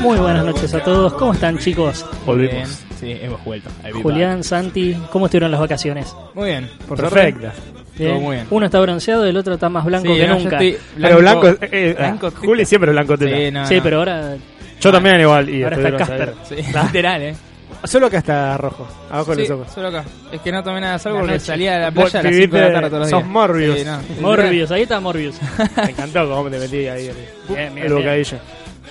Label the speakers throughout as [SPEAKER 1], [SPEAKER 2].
[SPEAKER 1] Muy buenas noches a todos. ¿Cómo están, chicos?
[SPEAKER 2] Volvimos.
[SPEAKER 3] Bien, sí, hemos vuelto. Ahí va.
[SPEAKER 1] Julián, Santi, ¿cómo estuvieron las vacaciones? Eh,
[SPEAKER 3] Muy bien, por suerte.
[SPEAKER 2] Perfecta.
[SPEAKER 3] Todo muy bien.
[SPEAKER 1] Uno está bronceado y el otro está más blanco
[SPEAKER 3] Sí,
[SPEAKER 1] que
[SPEAKER 3] no, yo
[SPEAKER 1] nunca.
[SPEAKER 3] estoy
[SPEAKER 2] Pero blanco. eh, eh,
[SPEAKER 3] blanco
[SPEAKER 2] ah, Juli siempre es blanco tela.
[SPEAKER 3] Sí, no,
[SPEAKER 1] sí,
[SPEAKER 3] no.
[SPEAKER 1] pero ahora
[SPEAKER 2] Yo también igual. Y
[SPEAKER 1] Ahora
[SPEAKER 2] estoy
[SPEAKER 1] está
[SPEAKER 2] bronceado.
[SPEAKER 1] Casper.
[SPEAKER 3] Sí, literal, eh.
[SPEAKER 2] Solo acá está rojo. Abajo de
[SPEAKER 3] Sí,
[SPEAKER 2] los ojos.
[SPEAKER 3] solo acá. Es que no tomé nada de sol
[SPEAKER 1] La
[SPEAKER 3] porque
[SPEAKER 1] noche.
[SPEAKER 3] salía a la
[SPEAKER 2] Vos
[SPEAKER 3] playa a las 5 de la
[SPEAKER 2] viviste-
[SPEAKER 3] tarde todos los
[SPEAKER 2] sos
[SPEAKER 3] días.
[SPEAKER 2] Morbius.
[SPEAKER 3] Sí, no.
[SPEAKER 1] Morbius, ahí está Morbius.
[SPEAKER 2] Me encantó cómo te metí ahí. El,
[SPEAKER 1] Bien, bien,
[SPEAKER 2] el bocadillo.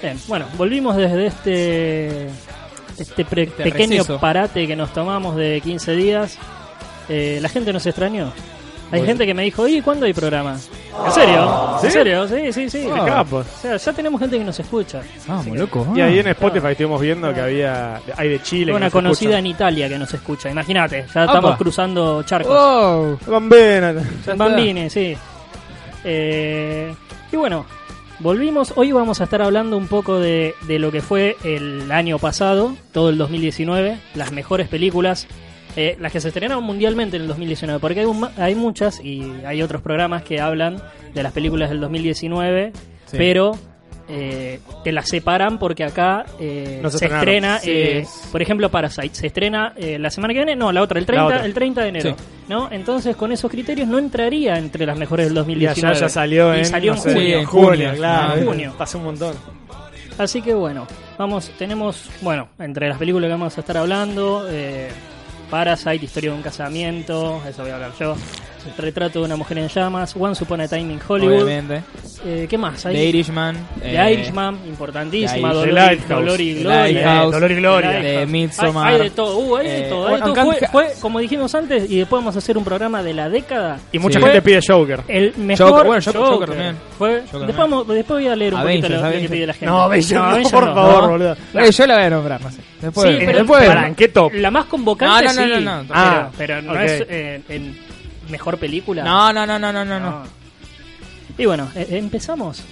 [SPEAKER 1] Bien, bueno, volvimos desde este, este, pre-
[SPEAKER 3] Este
[SPEAKER 1] pequeño
[SPEAKER 3] receso.
[SPEAKER 1] parate que nos tomamos de 15 días. Eh, la gente nos extrañó. Hay gente que me dijo, ¿y cuándo hay programa? ¿En serio? ¿En
[SPEAKER 2] ¿Sí?
[SPEAKER 1] serio? Sí, sí, sí.
[SPEAKER 3] Ah,
[SPEAKER 2] Qué capos.
[SPEAKER 1] O sea, ya tenemos gente que nos escucha.
[SPEAKER 3] Vamos, loco.
[SPEAKER 2] Y ahí en Spotify estuvimos viendo que había. Hay de Chile. que
[SPEAKER 1] Ah. Una
[SPEAKER 2] nos
[SPEAKER 1] conocida
[SPEAKER 2] escuchan.
[SPEAKER 1] en Italia que nos escucha, imagínate. Ya estamos cruzando charcos.
[SPEAKER 3] Wow.
[SPEAKER 2] Gambena.
[SPEAKER 3] Ya está.
[SPEAKER 1] Bambini, sí. Eh, y bueno, volvimos. Hoy vamos a estar hablando un poco de, de lo que fue el año pasado, todo el 2019, las mejores películas, eh, las que se estrenaron mundialmente en el 2019, porque hay, un ma- hay muchas y hay otros programas que hablan de las películas del 2019,
[SPEAKER 3] Sí.
[SPEAKER 1] pero... eh, te las separan porque acá eh,
[SPEAKER 2] No se
[SPEAKER 1] se
[SPEAKER 2] estrenaron.
[SPEAKER 1] estrena,
[SPEAKER 3] Sí,
[SPEAKER 1] eh,
[SPEAKER 3] es-
[SPEAKER 1] por ejemplo, Parasite. Se estrena eh, la semana que viene, no, la otra, el
[SPEAKER 2] La
[SPEAKER 1] 30,
[SPEAKER 2] otra.
[SPEAKER 1] el 30 de enero.
[SPEAKER 3] Sí.
[SPEAKER 1] ¿no? Entonces, con esos criterios no entraría entre las mejores del
[SPEAKER 2] Y
[SPEAKER 1] 2019.
[SPEAKER 2] allá ya salió
[SPEAKER 1] Y
[SPEAKER 2] en,
[SPEAKER 1] salió
[SPEAKER 2] no
[SPEAKER 1] en
[SPEAKER 2] sé,
[SPEAKER 1] junio.
[SPEAKER 2] en junio,
[SPEAKER 3] Sí,
[SPEAKER 2] claro.
[SPEAKER 1] en junio.
[SPEAKER 2] Pasó un montón.
[SPEAKER 1] Así que bueno, vamos, tenemos, bueno, entre las películas que vamos a estar hablando, eh, Parasite, Historia de un casamiento, eso voy a hablar yo, Retrato de una mujer en llamas, Once Upon a Time in Hollywood,
[SPEAKER 3] Obviamente.
[SPEAKER 1] eh, ¿qué más?
[SPEAKER 3] The
[SPEAKER 1] Hay-
[SPEAKER 3] Irishman. eh,
[SPEAKER 1] The Irishman, importantísima,
[SPEAKER 3] The
[SPEAKER 1] Dolor,
[SPEAKER 2] Irish-
[SPEAKER 1] y-
[SPEAKER 2] The Lighthouse.
[SPEAKER 1] Dolor y
[SPEAKER 3] The
[SPEAKER 1] Gloria.
[SPEAKER 3] Lighthouse,
[SPEAKER 2] Eh, Dolor y Gloria.
[SPEAKER 1] The
[SPEAKER 3] De
[SPEAKER 1] Lighthouse.
[SPEAKER 3] Midsommar.
[SPEAKER 1] Hay, hay de todo, uh, hay de
[SPEAKER 3] Eh,
[SPEAKER 1] todo. hay de
[SPEAKER 3] Uncut
[SPEAKER 1] todo. Fue-
[SPEAKER 3] Gems.
[SPEAKER 1] fue, como dijimos antes, y después vamos a hacer un programa de la década.
[SPEAKER 2] Y mucha
[SPEAKER 3] Sí.
[SPEAKER 2] gente pide Joker.
[SPEAKER 1] El mejor
[SPEAKER 3] Joker, bueno, Joker, Joker también.
[SPEAKER 1] Fue,
[SPEAKER 3] Joker
[SPEAKER 1] después,
[SPEAKER 3] también.
[SPEAKER 1] vamos- después voy a leer un
[SPEAKER 3] Avengers,
[SPEAKER 1] poquito lo- lo, que
[SPEAKER 3] Avengers.
[SPEAKER 1] pide la gente.
[SPEAKER 2] No, Avengers no,
[SPEAKER 1] Avengers
[SPEAKER 2] por
[SPEAKER 1] no.
[SPEAKER 2] favor, boludo.
[SPEAKER 3] Eh, yo la voy a nombrar, no sé. Después.
[SPEAKER 1] Sí, pero-
[SPEAKER 3] después.
[SPEAKER 2] Pará, ¿en qué top?
[SPEAKER 1] La más convocante
[SPEAKER 3] No, no, no,
[SPEAKER 1] sí.
[SPEAKER 3] no, no.
[SPEAKER 1] Pero,
[SPEAKER 2] Ah,
[SPEAKER 1] pero no
[SPEAKER 2] ok.
[SPEAKER 1] es eh, en mejor película.
[SPEAKER 3] No, no, no, no, no, no. no.
[SPEAKER 1] No. Y bueno, eh, empezamos.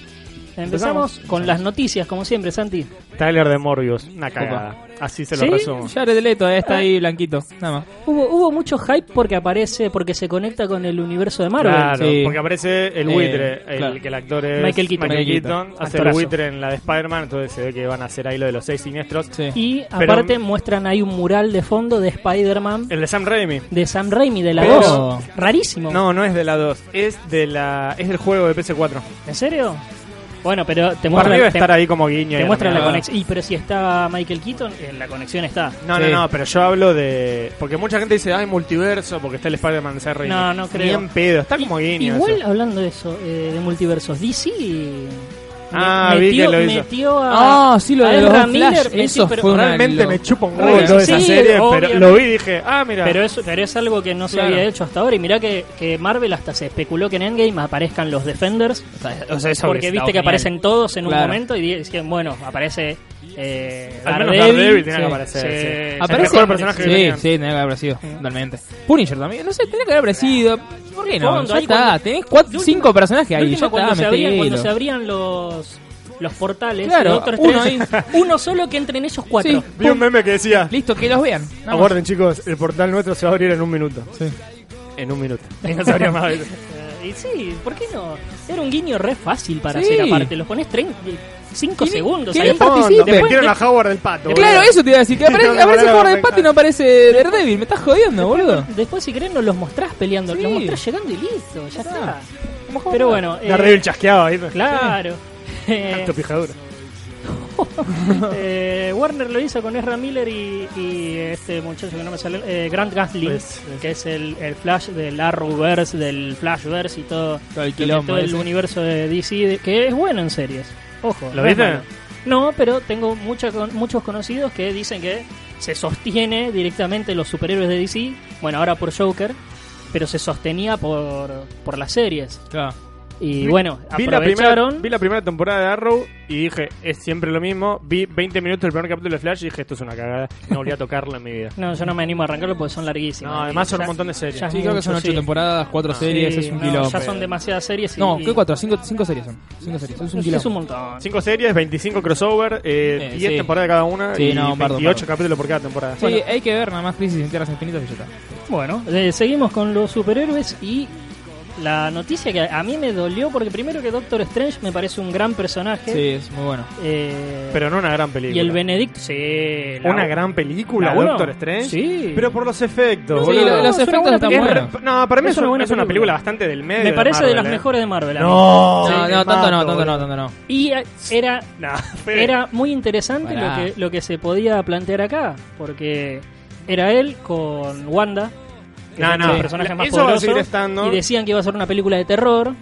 [SPEAKER 1] Empezamos
[SPEAKER 2] Empezamos.
[SPEAKER 1] con las noticias, como siempre, Santi.
[SPEAKER 2] Tyler de Morbius, una cagada. Así se lo
[SPEAKER 1] ¿Sí?
[SPEAKER 2] resumo.
[SPEAKER 3] Jared Leto eh, está ahí blanquito. Nada más.
[SPEAKER 1] Hubo, hubo mucho hype porque aparece, porque se conecta con el universo de Marvel.
[SPEAKER 2] Claro,
[SPEAKER 3] Sí.
[SPEAKER 2] porque aparece el
[SPEAKER 3] Eh,
[SPEAKER 2] buitre, el,
[SPEAKER 3] claro.
[SPEAKER 2] que el actor es
[SPEAKER 1] Michael Keaton.
[SPEAKER 3] Michael
[SPEAKER 2] Keaton,
[SPEAKER 3] Keaton,
[SPEAKER 2] hace el
[SPEAKER 1] actorazo.
[SPEAKER 2] buitre en la de Spider-Man, entonces se ve que van a hacer ahí lo de los seis siniestros.
[SPEAKER 3] Sí.
[SPEAKER 1] Y
[SPEAKER 2] Pero-
[SPEAKER 1] aparte muestran ahí un mural de fondo de Spider-Man
[SPEAKER 2] El de Sam Raimi.
[SPEAKER 1] de Sam Raimi de la
[SPEAKER 2] Pero-
[SPEAKER 1] 2. Rarísimo.
[SPEAKER 2] No, no es de la 2, es de la es del juego de PS4.
[SPEAKER 1] ¿En serio? Bueno, pero te
[SPEAKER 2] Para
[SPEAKER 1] muestra,
[SPEAKER 2] mí va a
[SPEAKER 1] te-
[SPEAKER 2] estar ahí como guiño.
[SPEAKER 1] te
[SPEAKER 2] y
[SPEAKER 1] muestra la
[SPEAKER 2] mierda.
[SPEAKER 1] conexión. Y pero si está Michael Keaton, eh, la conexión está.
[SPEAKER 2] No,
[SPEAKER 3] Sí.
[SPEAKER 2] no, no, pero yo hablo de porque mucha gente dice, "Ay, multiverso", porque está el Spider-Man de Sam Raimi.
[SPEAKER 1] No, no creo.
[SPEAKER 2] Bien pedo, está como guiño.
[SPEAKER 1] Igual
[SPEAKER 2] eso.
[SPEAKER 1] hablando de eso, eh, de multiversos, DC me-
[SPEAKER 2] Ah, vi
[SPEAKER 1] metió,
[SPEAKER 2] que lo hizo.
[SPEAKER 1] metió a.
[SPEAKER 3] Ah, sí, lo
[SPEAKER 1] a
[SPEAKER 3] de los
[SPEAKER 1] Ezra
[SPEAKER 3] dos
[SPEAKER 1] Miller,
[SPEAKER 3] Flash,
[SPEAKER 1] eh, sí,
[SPEAKER 3] eso
[SPEAKER 1] pero,
[SPEAKER 3] fue una-
[SPEAKER 2] Realmente
[SPEAKER 3] lo-
[SPEAKER 2] me chupa un
[SPEAKER 1] Realmente,
[SPEAKER 2] huevo toda esa
[SPEAKER 1] sí,
[SPEAKER 2] serie, pero
[SPEAKER 1] obviamente.
[SPEAKER 2] lo vi y dije, "Ah, mira."
[SPEAKER 1] pero eso, pero es algo que no se
[SPEAKER 3] Claro.
[SPEAKER 1] había hecho hasta ahora. Y mirá que, que Marvel hasta se especuló que en Endgame aparezcan los Defenders.
[SPEAKER 3] O sea, o sea, eso hubiese
[SPEAKER 1] Porque
[SPEAKER 3] estado
[SPEAKER 1] viste que
[SPEAKER 3] genial.
[SPEAKER 1] aparecen todos en un
[SPEAKER 3] Claro.
[SPEAKER 1] momento y dicen, bueno, aparece. Eh,
[SPEAKER 2] Al menos
[SPEAKER 1] Daredevil.
[SPEAKER 2] Daredevil tenía que
[SPEAKER 3] sí,
[SPEAKER 2] aparecer.
[SPEAKER 1] sí.
[SPEAKER 2] sí. El
[SPEAKER 3] Aparece
[SPEAKER 2] mejor personaje que
[SPEAKER 3] sí,
[SPEAKER 2] tenían.
[SPEAKER 3] Sí, tenía que haber aparecido, totalmente. Punisher también, no sé, tenía que haber aparecido. ¿Por qué no?
[SPEAKER 1] Fondo,
[SPEAKER 3] ya
[SPEAKER 1] ahí
[SPEAKER 3] está,
[SPEAKER 1] cuando-
[SPEAKER 3] tenés cuatro,
[SPEAKER 1] de última-
[SPEAKER 3] cinco personajes
[SPEAKER 1] De
[SPEAKER 3] ahí,
[SPEAKER 1] última,
[SPEAKER 3] ya está,
[SPEAKER 1] cuando, se abrían, cuando
[SPEAKER 3] metelo.
[SPEAKER 1] se abrían los, los portales,
[SPEAKER 3] Claro,
[SPEAKER 1] los otros
[SPEAKER 3] uno
[SPEAKER 1] tres-
[SPEAKER 3] ahí.
[SPEAKER 1] uno solo que entre en ellos cuatro.
[SPEAKER 3] Sí.
[SPEAKER 2] Vi un meme que decía,
[SPEAKER 3] Listo, que los vean. Nada más.
[SPEAKER 2] Aguarden chicos, el portal nuestro se va a abrir en un minuto.
[SPEAKER 3] Eh,
[SPEAKER 2] En un minuto. Y no se abrió más.
[SPEAKER 1] Eh, y sí, ¿por qué no? Era un guiño re fácil para
[SPEAKER 3] Sí.
[SPEAKER 1] hacer aparte. Los pones 5
[SPEAKER 3] ¿Quién-
[SPEAKER 1] segundos.
[SPEAKER 3] quién
[SPEAKER 1] ahí.
[SPEAKER 3] es participe.
[SPEAKER 2] Te
[SPEAKER 3] Después-
[SPEAKER 2] metieron a Howard del pato.
[SPEAKER 3] Claro,
[SPEAKER 2] boludo.
[SPEAKER 3] eso te iba a decir, que
[SPEAKER 2] Sí,
[SPEAKER 3] aparece,
[SPEAKER 2] no, no,
[SPEAKER 3] aparece
[SPEAKER 2] no,
[SPEAKER 3] jugador
[SPEAKER 2] no,
[SPEAKER 3] de
[SPEAKER 2] no,
[SPEAKER 3] pato y no aparece Daredevil, me estás jodiendo, boludo.
[SPEAKER 1] Después, si querés, nos los mostrás peleando.
[SPEAKER 3] Sí. Ah,
[SPEAKER 1] Los mostrás llegando y listo, ya está.
[SPEAKER 3] está. Como juego
[SPEAKER 1] Pero
[SPEAKER 3] de
[SPEAKER 1] bueno, eh,
[SPEAKER 2] Daredevil chasqueado ahí.
[SPEAKER 1] claro. Eh,
[SPEAKER 2] Tanto pijadura.
[SPEAKER 1] eh, Warner lo hizo con Ezra Miller y, y este muchacho que no me sale, eh, Grant Gustin,
[SPEAKER 2] Pues,
[SPEAKER 1] que es el, el Flash del Arrowverse, del Flashverse y todo,
[SPEAKER 3] Todo el
[SPEAKER 1] lo que-
[SPEAKER 3] quilombo
[SPEAKER 1] todo el
[SPEAKER 3] ese.
[SPEAKER 1] universo de DC, de- que es bueno en series. Ojo. no
[SPEAKER 2] ¿Lo
[SPEAKER 1] es
[SPEAKER 2] viste?
[SPEAKER 1] malo. No, pero tengo mucha con- muchos conocidos que dicen que se sostiene directamente los superhéroes de DC, bueno, ahora por Joker, pero se sostenía por, por las series.
[SPEAKER 3] Claro.
[SPEAKER 1] Y bueno,
[SPEAKER 2] Vi la, primera,
[SPEAKER 1] aprovecharon...
[SPEAKER 2] vi la primera temporada de Arrow y dije, es siempre lo mismo. Vi 20 minutos del primer capítulo de Flash y dije, esto es una cagada. No volví a tocarlo en mi vida.
[SPEAKER 1] No, yo no me animo a arrancarlo porque son larguísimas.
[SPEAKER 2] No, además son
[SPEAKER 1] Ya-
[SPEAKER 2] un montón de series.
[SPEAKER 1] ya es
[SPEAKER 3] Sí, creo que
[SPEAKER 1] mucho,
[SPEAKER 3] son Ah, ocho
[SPEAKER 1] sí.
[SPEAKER 3] temporadas, cuatro series,
[SPEAKER 1] Sí,
[SPEAKER 3] es un
[SPEAKER 1] no,
[SPEAKER 3] quilombo.
[SPEAKER 1] Ya son demasiadas series. y-
[SPEAKER 3] No,
[SPEAKER 1] y-
[SPEAKER 3] ¿qué cuatro? Cinco, cinco series son. Cinco series, es un
[SPEAKER 1] Es un
[SPEAKER 3] quilombo.
[SPEAKER 1] montón.
[SPEAKER 2] Cinco series, 25 crossover, eh,
[SPEAKER 3] Eh,
[SPEAKER 2] 10
[SPEAKER 3] sí.
[SPEAKER 2] temporadas cada una
[SPEAKER 3] Sí,
[SPEAKER 2] y
[SPEAKER 3] no, un bardo,
[SPEAKER 2] 28
[SPEAKER 3] bardo.
[SPEAKER 2] capítulos por cada temporada.
[SPEAKER 3] Sí, hay que ver nada más Crisis en Tierras Infinitas y ya está.
[SPEAKER 1] Bueno, eh, seguimos con los superhéroes y la noticia que a mí me dolió porque primero que Doctor Strange me parece un gran personaje.
[SPEAKER 3] Sí, es muy bueno.
[SPEAKER 1] eh,
[SPEAKER 2] Pero no una gran película.
[SPEAKER 1] y el Benedict, sí. la-
[SPEAKER 2] Una gran película,
[SPEAKER 1] la uno.
[SPEAKER 2] Doctor Strange.
[SPEAKER 1] Sí.
[SPEAKER 2] Pero por los efectos,
[SPEAKER 3] Sí,
[SPEAKER 2] boludo.
[SPEAKER 3] lo- los
[SPEAKER 1] es una
[SPEAKER 3] efectos
[SPEAKER 1] buena
[SPEAKER 3] están
[SPEAKER 2] Es
[SPEAKER 3] buenos.
[SPEAKER 2] re- No, para mí
[SPEAKER 1] Es
[SPEAKER 2] es, una,
[SPEAKER 1] una buena
[SPEAKER 2] es una película
[SPEAKER 1] película.
[SPEAKER 2] bastante del medio.
[SPEAKER 1] me parece de,
[SPEAKER 2] Marvel,
[SPEAKER 1] las
[SPEAKER 2] ¿eh?
[SPEAKER 1] mejores de Marvel. a mí.
[SPEAKER 3] No,
[SPEAKER 2] No, te
[SPEAKER 3] no, tanto no,
[SPEAKER 2] mato,
[SPEAKER 3] tanto no,
[SPEAKER 2] boludo.
[SPEAKER 3] tanto no.
[SPEAKER 1] Y eh, era
[SPEAKER 2] Nah, Fede.
[SPEAKER 1] Era muy interesante lo
[SPEAKER 3] Pará.
[SPEAKER 1] que, lo que se podía plantear acá, porque era él con Wanda, que
[SPEAKER 2] No,
[SPEAKER 1] es
[SPEAKER 2] no,
[SPEAKER 1] el personaje
[SPEAKER 2] la-
[SPEAKER 1] más
[SPEAKER 2] eso va a
[SPEAKER 1] poderoso,
[SPEAKER 2] seguir estando.
[SPEAKER 1] y decían que iba a ser una película de terror,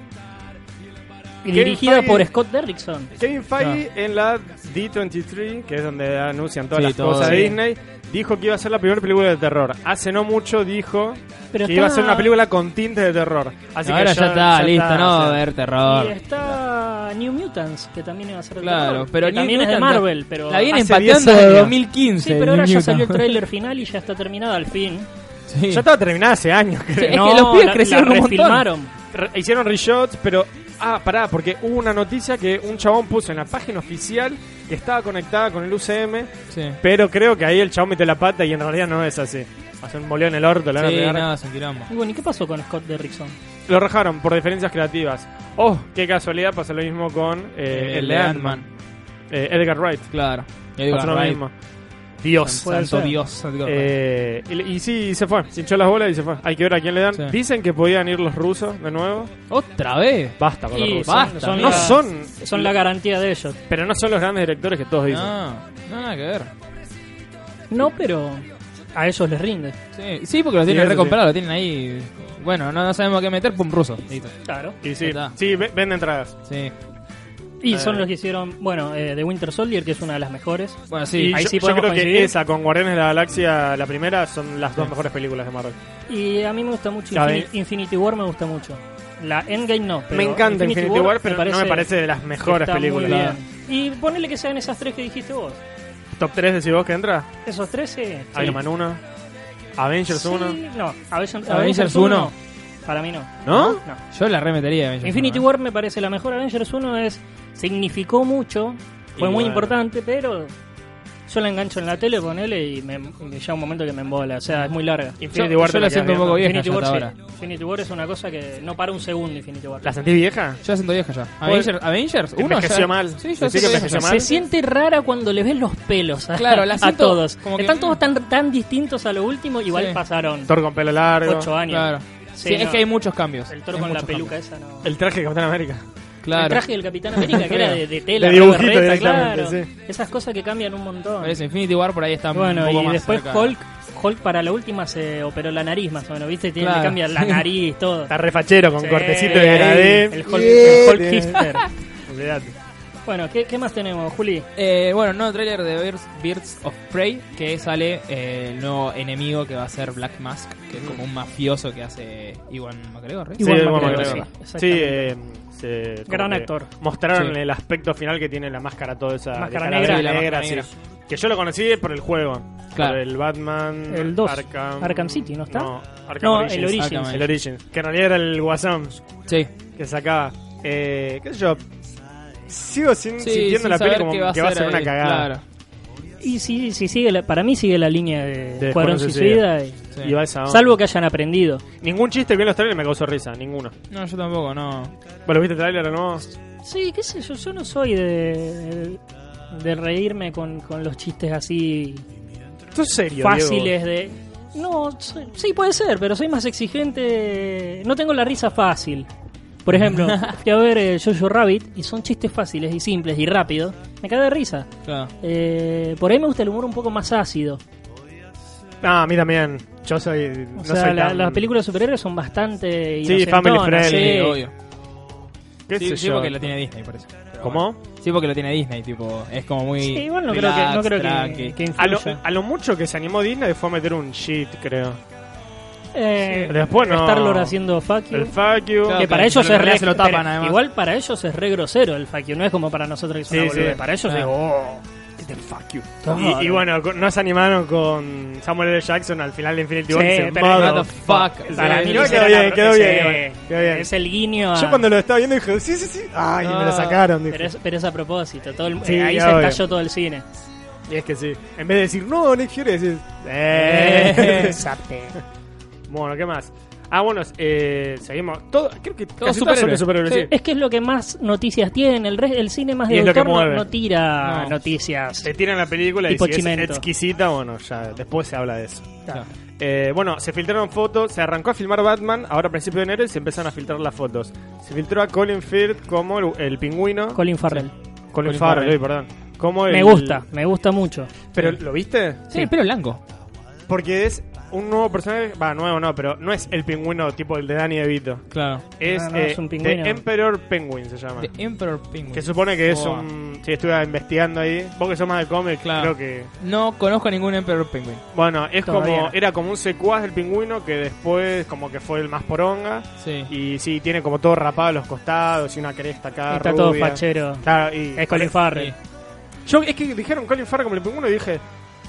[SPEAKER 1] y
[SPEAKER 2] Kevin
[SPEAKER 1] dirigida
[SPEAKER 2] Feige-
[SPEAKER 1] por Scott Derrickson.
[SPEAKER 2] Kevin Feige en la D23, que es donde anuncian todas
[SPEAKER 3] Sí,
[SPEAKER 2] las
[SPEAKER 3] todo,
[SPEAKER 2] cosas de
[SPEAKER 3] sí.
[SPEAKER 2] Disney, dijo que iba a ser la primera película de terror. Hace no mucho dijo
[SPEAKER 1] Pero
[SPEAKER 2] que
[SPEAKER 1] está-
[SPEAKER 2] iba a ser una película con tintes de terror. Así que
[SPEAKER 3] Ahora ya, está, listo, no,
[SPEAKER 2] o sea,
[SPEAKER 3] ver terror.
[SPEAKER 1] Y está New Mutants, que también iba a ser de
[SPEAKER 3] Claro,
[SPEAKER 1] terror,
[SPEAKER 3] pero
[SPEAKER 1] que
[SPEAKER 3] New
[SPEAKER 1] también es de
[SPEAKER 3] Mutants la-
[SPEAKER 1] Marvel, pero... Ah,
[SPEAKER 3] La viene
[SPEAKER 2] hace
[SPEAKER 3] empateando
[SPEAKER 2] 10
[SPEAKER 3] desde
[SPEAKER 2] años.
[SPEAKER 3] 2015.
[SPEAKER 1] Sí, pero ahora
[SPEAKER 3] New
[SPEAKER 1] ya salió el
[SPEAKER 3] Mutants.
[SPEAKER 1] tráiler final y ya está terminada al fin.
[SPEAKER 3] Sí.
[SPEAKER 2] Ya estaba terminada hace años, creo.
[SPEAKER 3] es que los pibes
[SPEAKER 1] la-
[SPEAKER 3] crecieron
[SPEAKER 1] la
[SPEAKER 3] un montón.
[SPEAKER 1] refilmaron.
[SPEAKER 2] Re- Hicieron reshots, pero. Ah, pará, porque hubo una noticia que un chabón puso en la página oficial que estaba conectada con el UCM,
[SPEAKER 3] Sí.
[SPEAKER 2] pero creo que ahí el chabón metió la pata y en realidad no es así. Hace un boleo en el orto, la van a
[SPEAKER 3] Sí,
[SPEAKER 2] pegar.
[SPEAKER 3] no, es un quilombo.
[SPEAKER 1] Y bueno, ¿y qué pasó con Scott Derrickson?
[SPEAKER 2] Lo rajaron por diferencias creativas. Oh, qué casualidad, pasa lo mismo con eh, el de Ant-Man. Eh, Edgar Wright.
[SPEAKER 3] Claro. Y ahí va,
[SPEAKER 2] Pasó lo
[SPEAKER 3] Wright.
[SPEAKER 2] mismo. Dios.
[SPEAKER 1] Puede
[SPEAKER 3] Santo
[SPEAKER 1] ser.
[SPEAKER 3] Dios. Edgar Wright.
[SPEAKER 2] Eh, y, y sí, se fue. Se hinchó las bolas y se fue. Hay que ver a quién le dan.
[SPEAKER 3] Sí.
[SPEAKER 2] Dicen que podían ir los rusos de nuevo.
[SPEAKER 3] Otra vez.
[SPEAKER 2] Basta con los
[SPEAKER 1] Y
[SPEAKER 2] rusos.
[SPEAKER 3] basta,
[SPEAKER 2] No
[SPEAKER 1] la-
[SPEAKER 2] son,
[SPEAKER 1] son la garantía de ellos.
[SPEAKER 2] pero no son los grandes directores que todos dicen.
[SPEAKER 3] No, no nada que ver.
[SPEAKER 1] No, pero a ellos les rinde.
[SPEAKER 3] Sí, sí, porque lo
[SPEAKER 2] Sí,
[SPEAKER 3] tienen
[SPEAKER 2] eso
[SPEAKER 3] recomprado, lo tienen ahí. Bueno, no, no sabemos qué meter, pum, ruso. Listo.
[SPEAKER 1] Claro.
[SPEAKER 2] Y sí,
[SPEAKER 3] Está.
[SPEAKER 2] sí, ve- vende entradas.
[SPEAKER 3] Sí.
[SPEAKER 1] Y son los que hicieron, bueno, eh, The Winter Soldier, que es una de las mejores.
[SPEAKER 3] Bueno, sí.
[SPEAKER 2] Y
[SPEAKER 1] ahí
[SPEAKER 2] yo,
[SPEAKER 1] sí
[SPEAKER 2] yo
[SPEAKER 1] podemos
[SPEAKER 2] creo que
[SPEAKER 1] coincidir.
[SPEAKER 2] esa con Guardianes de la Galaxia, la primera, son las dos mejores películas de Marvel.
[SPEAKER 1] Y a mí me gusta mucho
[SPEAKER 2] Ya
[SPEAKER 1] Infini-
[SPEAKER 2] ves.
[SPEAKER 1] Infinity, War, me gusta mucho. La Endgame no. pero
[SPEAKER 2] me encanta Infinity, War, pero no me parece de las
[SPEAKER 1] que
[SPEAKER 2] mejores
[SPEAKER 1] está muy
[SPEAKER 2] películas.
[SPEAKER 1] bien. Y ponele que sean esas tres que dijiste vos.
[SPEAKER 2] Top 3 decís vos que entra.
[SPEAKER 1] Esos tres, eh, sí.
[SPEAKER 2] Iron Man 1, Avengers
[SPEAKER 1] Sí,
[SPEAKER 2] 1.
[SPEAKER 1] No, Avengers,
[SPEAKER 3] Avengers
[SPEAKER 1] 1.
[SPEAKER 3] 1.
[SPEAKER 1] Para mí no.
[SPEAKER 2] ¿No?
[SPEAKER 3] Yo la remetería. Avengers,
[SPEAKER 1] Infinity
[SPEAKER 3] ¿no?
[SPEAKER 1] War me parece la mejor. Avengers 1 es significó mucho,
[SPEAKER 2] Y
[SPEAKER 1] fue muy
[SPEAKER 2] bueno.
[SPEAKER 1] importante, pero yo la engancho en la tele, ponele, y me, me llega un momento que me embola. O sea, es muy larga.
[SPEAKER 2] Infinity
[SPEAKER 3] Yo-
[SPEAKER 2] War
[SPEAKER 3] yo
[SPEAKER 2] te
[SPEAKER 3] la
[SPEAKER 2] la quedas
[SPEAKER 3] siento un
[SPEAKER 2] viendo.
[SPEAKER 3] poco vieja
[SPEAKER 1] Infinity
[SPEAKER 3] ya
[SPEAKER 1] War,
[SPEAKER 3] hasta
[SPEAKER 1] sí.
[SPEAKER 3] ahora.
[SPEAKER 1] Infinity War es una cosa que no para un segundo, Infinity War.
[SPEAKER 2] ¿La sentís vieja?
[SPEAKER 3] Yo la siento vieja ya. Avengers, Avengers
[SPEAKER 2] Te
[SPEAKER 3] uno ya-
[SPEAKER 2] envejeció mal.
[SPEAKER 3] Sí, yo la
[SPEAKER 2] Decí que
[SPEAKER 3] siento
[SPEAKER 2] envejeció
[SPEAKER 3] vieja.
[SPEAKER 2] mal.
[SPEAKER 1] Se siente rara cuando le ves los pelos a,
[SPEAKER 3] Claro, la
[SPEAKER 1] a
[SPEAKER 3] siento
[SPEAKER 1] todos.
[SPEAKER 3] como que-
[SPEAKER 1] Están todos tan, tan distintos a lo último, igual
[SPEAKER 3] Sí.
[SPEAKER 1] pasaron
[SPEAKER 2] Thor con pelo largo.
[SPEAKER 1] 8 años.
[SPEAKER 3] Claro.
[SPEAKER 1] Sí,
[SPEAKER 3] Sí, es
[SPEAKER 1] no.
[SPEAKER 3] que hay muchos cambios.
[SPEAKER 1] El toro
[SPEAKER 3] Hay
[SPEAKER 1] con la
[SPEAKER 3] muchos
[SPEAKER 1] peluca
[SPEAKER 3] cambios.
[SPEAKER 1] esa no.
[SPEAKER 2] El traje de Capitán América.
[SPEAKER 1] El
[SPEAKER 3] Claro.
[SPEAKER 1] traje del Capitán América que era de, de tela,
[SPEAKER 2] De dibujito
[SPEAKER 1] re berreta,
[SPEAKER 2] directamente,
[SPEAKER 1] claro. Esas cosas que cambian un montón.
[SPEAKER 3] Parece Infinity War por ahí está un
[SPEAKER 1] Bueno,
[SPEAKER 3] poco
[SPEAKER 1] y
[SPEAKER 3] más
[SPEAKER 1] después
[SPEAKER 3] cerca.
[SPEAKER 1] Hulk, Hulk para la última se operó la nariz más o menos, ¿viste? Tiene
[SPEAKER 3] Claro.
[SPEAKER 1] que cambiar la nariz, todo.
[SPEAKER 2] Está refachero con
[SPEAKER 1] Sí, ahí,
[SPEAKER 2] cortecito de gradé.
[SPEAKER 1] El Hulk, el Hulk hipster.
[SPEAKER 2] Olvídate.
[SPEAKER 1] Bueno, ¿qué, qué más tenemos, Juli?
[SPEAKER 3] Eh, bueno, nuevo trailer de Birds, Birds of Prey que sale eh, el nuevo enemigo que va a ser Black Mask, que es como un mafioso que hace Iwan McGregor. ¿es?
[SPEAKER 2] Sí,
[SPEAKER 1] Iwan
[SPEAKER 2] Iwan
[SPEAKER 1] McGregor,
[SPEAKER 2] McGregor.
[SPEAKER 1] sí,
[SPEAKER 2] Sí,
[SPEAKER 1] exactamente.
[SPEAKER 2] eh, se- como
[SPEAKER 1] Gran
[SPEAKER 2] que
[SPEAKER 1] actor.
[SPEAKER 2] Mostraron
[SPEAKER 3] Sí.
[SPEAKER 2] el aspecto final que tiene la máscara toda esa. de
[SPEAKER 1] Máscara
[SPEAKER 2] calavera
[SPEAKER 1] negra.
[SPEAKER 3] Sí, la máscara
[SPEAKER 2] sí.
[SPEAKER 3] negra.
[SPEAKER 2] Que yo lo conocí por el juego.
[SPEAKER 3] Claro.
[SPEAKER 2] Por el Batman.
[SPEAKER 1] El dos.
[SPEAKER 2] Arkham,
[SPEAKER 1] Arkham City, ¿no está?
[SPEAKER 2] No, Arkham
[SPEAKER 1] No,
[SPEAKER 2] Origins.
[SPEAKER 1] el Origins.
[SPEAKER 3] Arkham.
[SPEAKER 2] El Origins. Que en realidad era el Guasón
[SPEAKER 3] Sí.
[SPEAKER 2] que sacaba. Eh, ¿Qué sé yo? Sigo sin,
[SPEAKER 3] Sí,
[SPEAKER 2] sintiendo
[SPEAKER 3] sin
[SPEAKER 2] la peli
[SPEAKER 3] saber
[SPEAKER 2] como
[SPEAKER 3] qué
[SPEAKER 2] que va a ser,
[SPEAKER 3] ahí,
[SPEAKER 2] una cagada.
[SPEAKER 3] Claro.
[SPEAKER 1] Y sí, sí, sigue la- para mí sigue la línea de,
[SPEAKER 2] De
[SPEAKER 1] Escuadrón
[SPEAKER 2] Escuadrón
[SPEAKER 1] Suicida. y-
[SPEAKER 3] Sí.
[SPEAKER 2] Y va esa onda.
[SPEAKER 1] salvo que hayan aprendido.
[SPEAKER 2] Ningún chiste que vi en los trailers me causó risa, ninguno.
[SPEAKER 3] No, yo tampoco, no.
[SPEAKER 2] ¿Vos lo viste el trailer o no?
[SPEAKER 1] Sí, qué sé yo, yo no soy de, de reírme con, con los chistes así
[SPEAKER 2] Esto es serio,
[SPEAKER 1] fáciles de... No, soy- sí puede ser, pero soy más exigente. No tengo la risa fácil. Por ejemplo, fui a ver eh, Jojo Rabbit y son chistes fáciles y simples y rápidos. Me cae de risa.
[SPEAKER 3] Claro.
[SPEAKER 1] Eh, por ahí me gusta el humor un poco más ácido.
[SPEAKER 2] Ah, a mí también. Yo soy. no
[SPEAKER 1] O sea,
[SPEAKER 2] soy
[SPEAKER 1] la-
[SPEAKER 2] tan-
[SPEAKER 1] las películas de superhéroes son bastante...
[SPEAKER 2] Sí,
[SPEAKER 1] inocentonas,
[SPEAKER 2] family friendly,
[SPEAKER 1] sí.
[SPEAKER 3] Sí, obvio.
[SPEAKER 2] ¿Qué sé
[SPEAKER 3] Sí, sí,
[SPEAKER 2] yo?
[SPEAKER 3] porque lo tiene Disney, por eso. Pero
[SPEAKER 2] ¿Cómo?
[SPEAKER 3] bueno. Sí, porque lo tiene Disney, tipo. Es como muy.
[SPEAKER 1] Sí, igual no creo que, no
[SPEAKER 3] relax,
[SPEAKER 1] creo que,
[SPEAKER 3] tranqui.
[SPEAKER 1] que
[SPEAKER 2] A lo,
[SPEAKER 1] influya.
[SPEAKER 2] a lo mucho que se animó Disney fue a meter un shit, creo.
[SPEAKER 1] Eh,
[SPEAKER 2] Después no.
[SPEAKER 1] Star-Lord haciendo fuck you.
[SPEAKER 2] El fuck you.
[SPEAKER 3] Claro,
[SPEAKER 1] que para
[SPEAKER 3] pero
[SPEAKER 1] ellos
[SPEAKER 3] en
[SPEAKER 1] es
[SPEAKER 3] realidad
[SPEAKER 1] re,
[SPEAKER 3] se lo tapan,
[SPEAKER 1] pero
[SPEAKER 3] además.
[SPEAKER 1] Igual para ellos es re grosero el fuck you, no es como para nosotros que es una
[SPEAKER 2] Sí, sí.
[SPEAKER 1] boludez. Para ellos
[SPEAKER 3] Claro.
[SPEAKER 2] Este fuck you.
[SPEAKER 1] Claro.
[SPEAKER 2] Ah. Y, y bueno, con- no se animaron con Samuel L. Jackson al final de Infinity War.
[SPEAKER 1] Sí,
[SPEAKER 2] dice,
[SPEAKER 1] pero
[SPEAKER 2] "Mother
[SPEAKER 3] motherfucker".
[SPEAKER 1] es.
[SPEAKER 2] fuck".
[SPEAKER 1] Para mí
[SPEAKER 2] Quedó
[SPEAKER 1] le hicieron
[SPEAKER 2] bien,
[SPEAKER 1] la-
[SPEAKER 2] quedó
[SPEAKER 1] sí,
[SPEAKER 2] bien. Quedó bien.
[SPEAKER 1] Es el guiño a-
[SPEAKER 2] Yo cuando lo estaba viendo dije, sí, sí, sí. Ay, y me lo sacaron. dije.
[SPEAKER 1] Ah. pero es, pero es a propósito, todo el-
[SPEAKER 2] Sí,
[SPEAKER 1] eh, ahí se
[SPEAKER 2] obvio.
[SPEAKER 1] estalló todo el cine.
[SPEAKER 2] Y es que sí. En vez de decir, no, Nick Fury, decís,
[SPEAKER 1] Eh,
[SPEAKER 2] eh.
[SPEAKER 1] zapé.
[SPEAKER 2] bueno, ¿qué más? Ah, bueno, eh, seguimos. Todo, creo que
[SPEAKER 3] Todos
[SPEAKER 2] casi todos son de
[SPEAKER 3] superhéroes.
[SPEAKER 2] superhéroes,
[SPEAKER 3] Sí.
[SPEAKER 2] sí.
[SPEAKER 1] Es que es lo que más noticias tiene. El, re- el cine más
[SPEAKER 2] Y
[SPEAKER 1] de
[SPEAKER 2] es lo que
[SPEAKER 1] autor no,
[SPEAKER 2] mueve.
[SPEAKER 1] no tira
[SPEAKER 3] No.
[SPEAKER 1] noticias.
[SPEAKER 2] Se tiran la película y
[SPEAKER 1] Tipo
[SPEAKER 2] si es
[SPEAKER 1] Chimento.
[SPEAKER 2] exquisita, bueno, ya después se habla de eso.
[SPEAKER 3] Claro.
[SPEAKER 2] Eh, bueno, se filtraron fotos, se arrancó a filmar Batman ahora a principios de enero y se empezaron a filtrar las fotos. Se filtró a Colin Firth como el, el pingüino.
[SPEAKER 1] Colin Farrell.
[SPEAKER 2] Colin,
[SPEAKER 3] Colin
[SPEAKER 2] Farrell,
[SPEAKER 3] Farrell.
[SPEAKER 2] eh, perdón. Como
[SPEAKER 1] Me
[SPEAKER 2] el-
[SPEAKER 1] gusta, me gusta mucho.
[SPEAKER 2] ¿Pero lo viste?
[SPEAKER 3] Sí, el pelo blanco.
[SPEAKER 2] Porque es un nuevo personaje, va, nuevo no, pero no es el pingüino tipo el de Danny DeVito.
[SPEAKER 3] Claro.
[SPEAKER 2] Es,
[SPEAKER 1] No, no,
[SPEAKER 2] eh,
[SPEAKER 1] es un pingüino.
[SPEAKER 2] The Emperor Penguin se llama.
[SPEAKER 3] The Emperor Penguin.
[SPEAKER 2] Que supone que es
[SPEAKER 3] Buah.
[SPEAKER 2] un... Si estuve investigando ahí. Vos que sos más de cómic,
[SPEAKER 3] Claro.
[SPEAKER 2] creo que...
[SPEAKER 3] No conozco a ningún Emperor Penguin.
[SPEAKER 2] Bueno, es
[SPEAKER 1] Todavía
[SPEAKER 2] como
[SPEAKER 1] no.
[SPEAKER 2] era como un secuaz del pingüino que después como que fue el más poronga.
[SPEAKER 3] Sí.
[SPEAKER 2] Y sí, tiene como todo rapado a los costados y una cresta acá
[SPEAKER 1] Está
[SPEAKER 2] rubia.
[SPEAKER 1] todo fachero.
[SPEAKER 2] Claro, y...
[SPEAKER 1] Es Colin Farrell.
[SPEAKER 3] Sí.
[SPEAKER 2] Yo es que dijeron Colin Farrell como el pingüino y dije...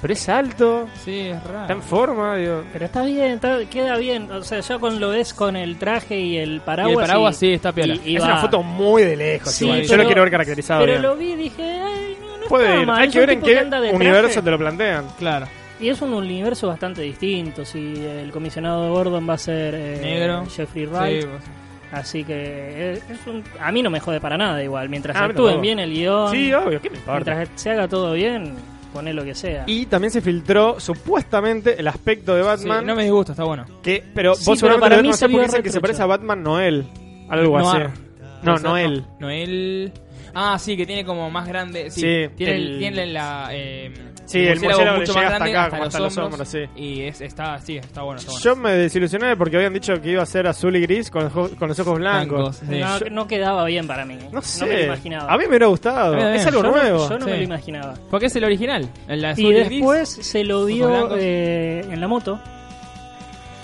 [SPEAKER 2] Pero es alto,
[SPEAKER 3] Sí, es
[SPEAKER 2] está en
[SPEAKER 3] raro.
[SPEAKER 2] forma, digo...
[SPEAKER 1] Pero está bien, está- queda bien. O sea, ya con lo ves con el traje y el paraguas.
[SPEAKER 3] Y el paraguas sí, está piola.
[SPEAKER 1] y- y
[SPEAKER 2] es
[SPEAKER 1] va.
[SPEAKER 2] una foto muy de lejos.
[SPEAKER 1] Sí,
[SPEAKER 2] igual. Yo
[SPEAKER 1] pero-
[SPEAKER 2] lo quiero ver caracterizado
[SPEAKER 1] Pero
[SPEAKER 2] bien.
[SPEAKER 1] lo vi y dije, "Ay, no, no
[SPEAKER 2] Puede
[SPEAKER 1] está
[SPEAKER 2] ir.
[SPEAKER 1] mal,
[SPEAKER 2] Hay
[SPEAKER 1] es
[SPEAKER 2] que
[SPEAKER 1] un
[SPEAKER 2] ver en
[SPEAKER 1] tipo que
[SPEAKER 2] qué
[SPEAKER 1] anda de
[SPEAKER 2] universo
[SPEAKER 1] traje".
[SPEAKER 2] te lo plantean.
[SPEAKER 3] Claro.
[SPEAKER 1] Y es un universo bastante distinto. Si el comisionado Gordon va a ser eh,
[SPEAKER 3] Negro.
[SPEAKER 1] Jeffrey Wright.
[SPEAKER 3] Sí, vos-
[SPEAKER 1] Así que eh, es un- a mí no me jode para nada igual. Mientras
[SPEAKER 2] Ah, pero
[SPEAKER 1] actúen
[SPEAKER 2] no.
[SPEAKER 1] bien el guión,
[SPEAKER 2] Sí, obvio, ¿qué me importa?
[SPEAKER 1] mientras se haga todo bien, poné lo que sea.
[SPEAKER 2] Y también se filtró supuestamente el aspecto de
[SPEAKER 3] sí,
[SPEAKER 2] Batman.
[SPEAKER 3] no me disgusta, está bueno.
[SPEAKER 2] que, pero
[SPEAKER 1] Sí,
[SPEAKER 2] vos
[SPEAKER 1] pero
[SPEAKER 2] seguramente
[SPEAKER 1] para
[SPEAKER 2] lo
[SPEAKER 1] mí
[SPEAKER 2] no
[SPEAKER 1] se
[SPEAKER 2] sé por
[SPEAKER 1] vio
[SPEAKER 2] qué dicen que se
[SPEAKER 1] retrucho.
[SPEAKER 2] parece a Batman Noel. Algo
[SPEAKER 3] Noir.
[SPEAKER 2] así. No,
[SPEAKER 3] Puede ser,
[SPEAKER 2] Noel.
[SPEAKER 3] Noel. Ah, sí, que tiene como más grande. Sí,
[SPEAKER 2] Sí,
[SPEAKER 3] tiene,
[SPEAKER 2] el-
[SPEAKER 3] tiene la. eh,
[SPEAKER 2] Sí, el murciélago
[SPEAKER 3] mucho
[SPEAKER 2] le
[SPEAKER 3] más
[SPEAKER 2] llega hasta
[SPEAKER 3] grande
[SPEAKER 2] acá, como hasta los hombros, sí.
[SPEAKER 3] Y es, está, sí, está bueno. Está bueno.
[SPEAKER 2] Yo me desilusioné porque habían dicho que iba a ser azul y gris con, los jo- con los ojos blancos.
[SPEAKER 3] Blancos, sí.
[SPEAKER 1] no,
[SPEAKER 2] Yo-
[SPEAKER 1] no quedaba bien para mí. No,
[SPEAKER 2] no sé.
[SPEAKER 1] me lo imaginaba.
[SPEAKER 2] A mí me hubiera gustado.
[SPEAKER 3] A mí
[SPEAKER 2] Es
[SPEAKER 3] también.
[SPEAKER 2] algo
[SPEAKER 1] yo no,
[SPEAKER 2] nuevo.
[SPEAKER 1] yo no
[SPEAKER 3] sí.
[SPEAKER 1] me lo imaginaba.
[SPEAKER 3] Porque es el original. El azul
[SPEAKER 1] Y
[SPEAKER 3] y gris.
[SPEAKER 1] después se lo vio
[SPEAKER 3] blancos.
[SPEAKER 1] eh, en la moto.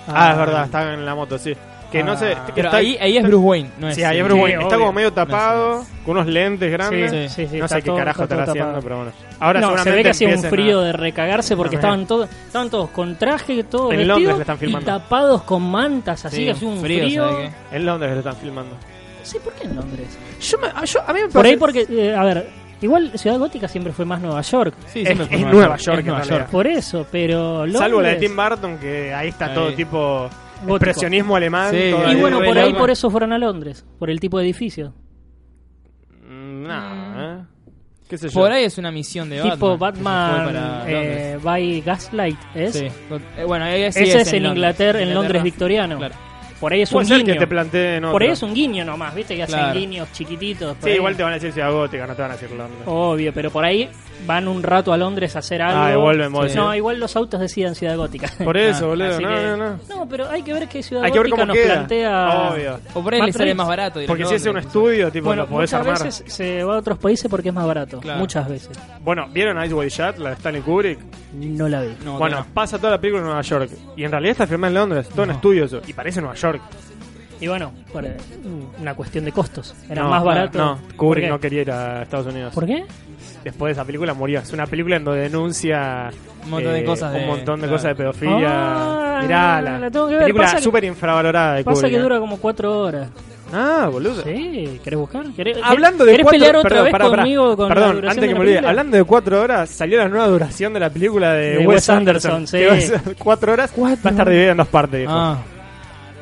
[SPEAKER 2] Ah, es verdad, está en la moto, sí. Que
[SPEAKER 1] Ah,
[SPEAKER 2] no sé. que
[SPEAKER 3] Pero
[SPEAKER 2] está-
[SPEAKER 3] ahí, ahí es Bruce Wayne, ¿no es?
[SPEAKER 2] Sí, ahí
[SPEAKER 1] sí,
[SPEAKER 2] es Bruce
[SPEAKER 1] sí,
[SPEAKER 2] Wayne. Está
[SPEAKER 1] obvio.
[SPEAKER 2] como medio tapado, con unos lentes grandes.
[SPEAKER 3] Sí,
[SPEAKER 2] Ah, no
[SPEAKER 1] está
[SPEAKER 2] sé qué
[SPEAKER 1] todo-
[SPEAKER 2] carajo
[SPEAKER 1] está todo
[SPEAKER 2] estará haciendo,
[SPEAKER 1] tapado.
[SPEAKER 2] pero bueno. Ahora
[SPEAKER 1] no, se
[SPEAKER 2] seguramente
[SPEAKER 1] ve que hacía un
[SPEAKER 2] empiecen a-
[SPEAKER 1] frío de recagarse porque
[SPEAKER 2] Ah,
[SPEAKER 1] estaban todos estaban todos con traje, todos
[SPEAKER 2] En
[SPEAKER 1] vestidos
[SPEAKER 2] Londres le están
[SPEAKER 1] y
[SPEAKER 2] filmando.
[SPEAKER 1] tapados con mantas, así
[SPEAKER 3] Sí,
[SPEAKER 1] que hacía un
[SPEAKER 3] frío,
[SPEAKER 1] frío.
[SPEAKER 3] ¿sabe qué?
[SPEAKER 2] En Londres lo están filmando.
[SPEAKER 1] Sí, ¿por qué en Londres?
[SPEAKER 2] Yo me- ah, yo- a mí me
[SPEAKER 1] Por ahí
[SPEAKER 2] parece-
[SPEAKER 1] porque, eh, a ver, igual Ciudad Gótica siempre fue más Nueva York.
[SPEAKER 3] Sí,
[SPEAKER 2] Es-
[SPEAKER 3] siempre fue
[SPEAKER 2] es
[SPEAKER 3] Nueva
[SPEAKER 2] Nueva
[SPEAKER 3] York.
[SPEAKER 2] York,
[SPEAKER 3] es
[SPEAKER 2] en
[SPEAKER 3] Nueva
[SPEAKER 2] realidad.
[SPEAKER 3] York.
[SPEAKER 1] Por eso, pero Londres...
[SPEAKER 2] Salvo la de Tim Burton, que ahí está
[SPEAKER 3] Ahí.
[SPEAKER 2] todo tipo
[SPEAKER 1] Gótico.
[SPEAKER 2] expresionismo alemán.
[SPEAKER 3] Sí,
[SPEAKER 2] todo
[SPEAKER 1] Y
[SPEAKER 2] ahí.
[SPEAKER 1] bueno,
[SPEAKER 3] Re
[SPEAKER 1] por ahí
[SPEAKER 3] loco.
[SPEAKER 1] por eso fueron a Londres, por el tipo de edificio.
[SPEAKER 2] Mm, nah, eh. ¿Qué sé yo?
[SPEAKER 3] Por ahí es una misión de Batman.
[SPEAKER 1] tipo
[SPEAKER 3] que se fue
[SPEAKER 1] Batman
[SPEAKER 3] para
[SPEAKER 1] eh,
[SPEAKER 3] Londres.
[SPEAKER 1] by Gaslight, ¿es?
[SPEAKER 3] Sí. Eh, Bueno, ahí sí
[SPEAKER 1] Ese es, en
[SPEAKER 3] Londres.
[SPEAKER 1] Inglaterra, en Londres victoriano.
[SPEAKER 3] Claro.
[SPEAKER 1] Por ahí es
[SPEAKER 2] Puede
[SPEAKER 1] un
[SPEAKER 2] ser
[SPEAKER 1] guiño.
[SPEAKER 2] que te planteen otro.
[SPEAKER 1] Por ahí es un guiño nomás, ¿viste? Que hacen
[SPEAKER 3] Claro.
[SPEAKER 1] guiños chiquititos. por
[SPEAKER 2] Sí,
[SPEAKER 1] ahí.
[SPEAKER 2] igual te van a decir Ciudad Gótica, no te van a decir Londres.
[SPEAKER 1] Obvio, pero por ahí van un rato a Londres a hacer algo.
[SPEAKER 2] Ah, y vuelven, vos decís.
[SPEAKER 1] No, igual los autos deciden Ciudad Gótica.
[SPEAKER 2] Por eso,
[SPEAKER 3] Ah,
[SPEAKER 2] boludo.
[SPEAKER 1] Así
[SPEAKER 2] No,
[SPEAKER 1] que-
[SPEAKER 2] no, no.
[SPEAKER 1] No, pero hay que ver qué Ciudad
[SPEAKER 2] Hay que ver
[SPEAKER 1] Gótica
[SPEAKER 2] cómo
[SPEAKER 1] nos
[SPEAKER 2] queda.
[SPEAKER 1] plantea.
[SPEAKER 2] Obvio.
[SPEAKER 3] O por ahí le
[SPEAKER 1] Matrix.
[SPEAKER 3] sale más barato. ir a
[SPEAKER 2] Porque si es un
[SPEAKER 3] Londres.
[SPEAKER 2] estudio, tipo,
[SPEAKER 1] Bueno,
[SPEAKER 2] lo podés
[SPEAKER 1] muchas
[SPEAKER 2] armar.
[SPEAKER 1] veces se va a otros países porque es más barato.
[SPEAKER 3] Claro.
[SPEAKER 1] Muchas veces.
[SPEAKER 2] Bueno, ¿vieron Ice White Shot, la de Stanley Kubrick?
[SPEAKER 1] No la vi.
[SPEAKER 3] No,
[SPEAKER 2] bueno,
[SPEAKER 3] no.
[SPEAKER 2] pasa toda la película en Nueva York. Y en realidad está filmada en Londres, todo en estudio eso. Y parece Nueva York.
[SPEAKER 1] Y bueno, por, eh, una cuestión de costos. Era
[SPEAKER 2] No,
[SPEAKER 1] más
[SPEAKER 2] no,
[SPEAKER 1] barato.
[SPEAKER 2] No,
[SPEAKER 1] ¿Por
[SPEAKER 2] Kubrick
[SPEAKER 1] qué?
[SPEAKER 2] no quería ir a Estados Unidos.
[SPEAKER 1] ¿Por qué?
[SPEAKER 2] Después de esa película murió. Es una película en donde denuncia eh,
[SPEAKER 3] Un montón de cosas
[SPEAKER 2] un
[SPEAKER 3] de-
[SPEAKER 2] montón de
[SPEAKER 3] claro.
[SPEAKER 2] cosas de pedofilia.
[SPEAKER 1] Ah,
[SPEAKER 2] Mirá,
[SPEAKER 1] la tengo que ver. Pasa
[SPEAKER 2] película
[SPEAKER 1] que-
[SPEAKER 2] súper infravalorada de
[SPEAKER 1] Pasa
[SPEAKER 2] Kubrick. ¿eh?
[SPEAKER 1] que dura como cuatro horas.
[SPEAKER 2] Ah, boludo.
[SPEAKER 1] Sí, ¿querés buscar? ¿Querés,
[SPEAKER 2] Hablando de
[SPEAKER 1] ¿querés
[SPEAKER 2] cuatro-
[SPEAKER 1] pelear otra
[SPEAKER 2] perdón,
[SPEAKER 1] vez
[SPEAKER 2] pará, pará.
[SPEAKER 1] conmigo con la
[SPEAKER 2] Perdón,
[SPEAKER 1] duración
[SPEAKER 2] antes
[SPEAKER 1] de
[SPEAKER 2] que
[SPEAKER 1] la
[SPEAKER 2] me olvide.
[SPEAKER 1] película?
[SPEAKER 2] Hablando de cuatro horas, salió la nueva duración de la película de,
[SPEAKER 1] De Wes
[SPEAKER 2] Wes Anderson.
[SPEAKER 1] Anderson,
[SPEAKER 2] que va a
[SPEAKER 1] sí.
[SPEAKER 2] ser cuatro horas.
[SPEAKER 1] Cuatro
[SPEAKER 2] Va a estar dividida en dos partes, dijo.
[SPEAKER 3] Ah,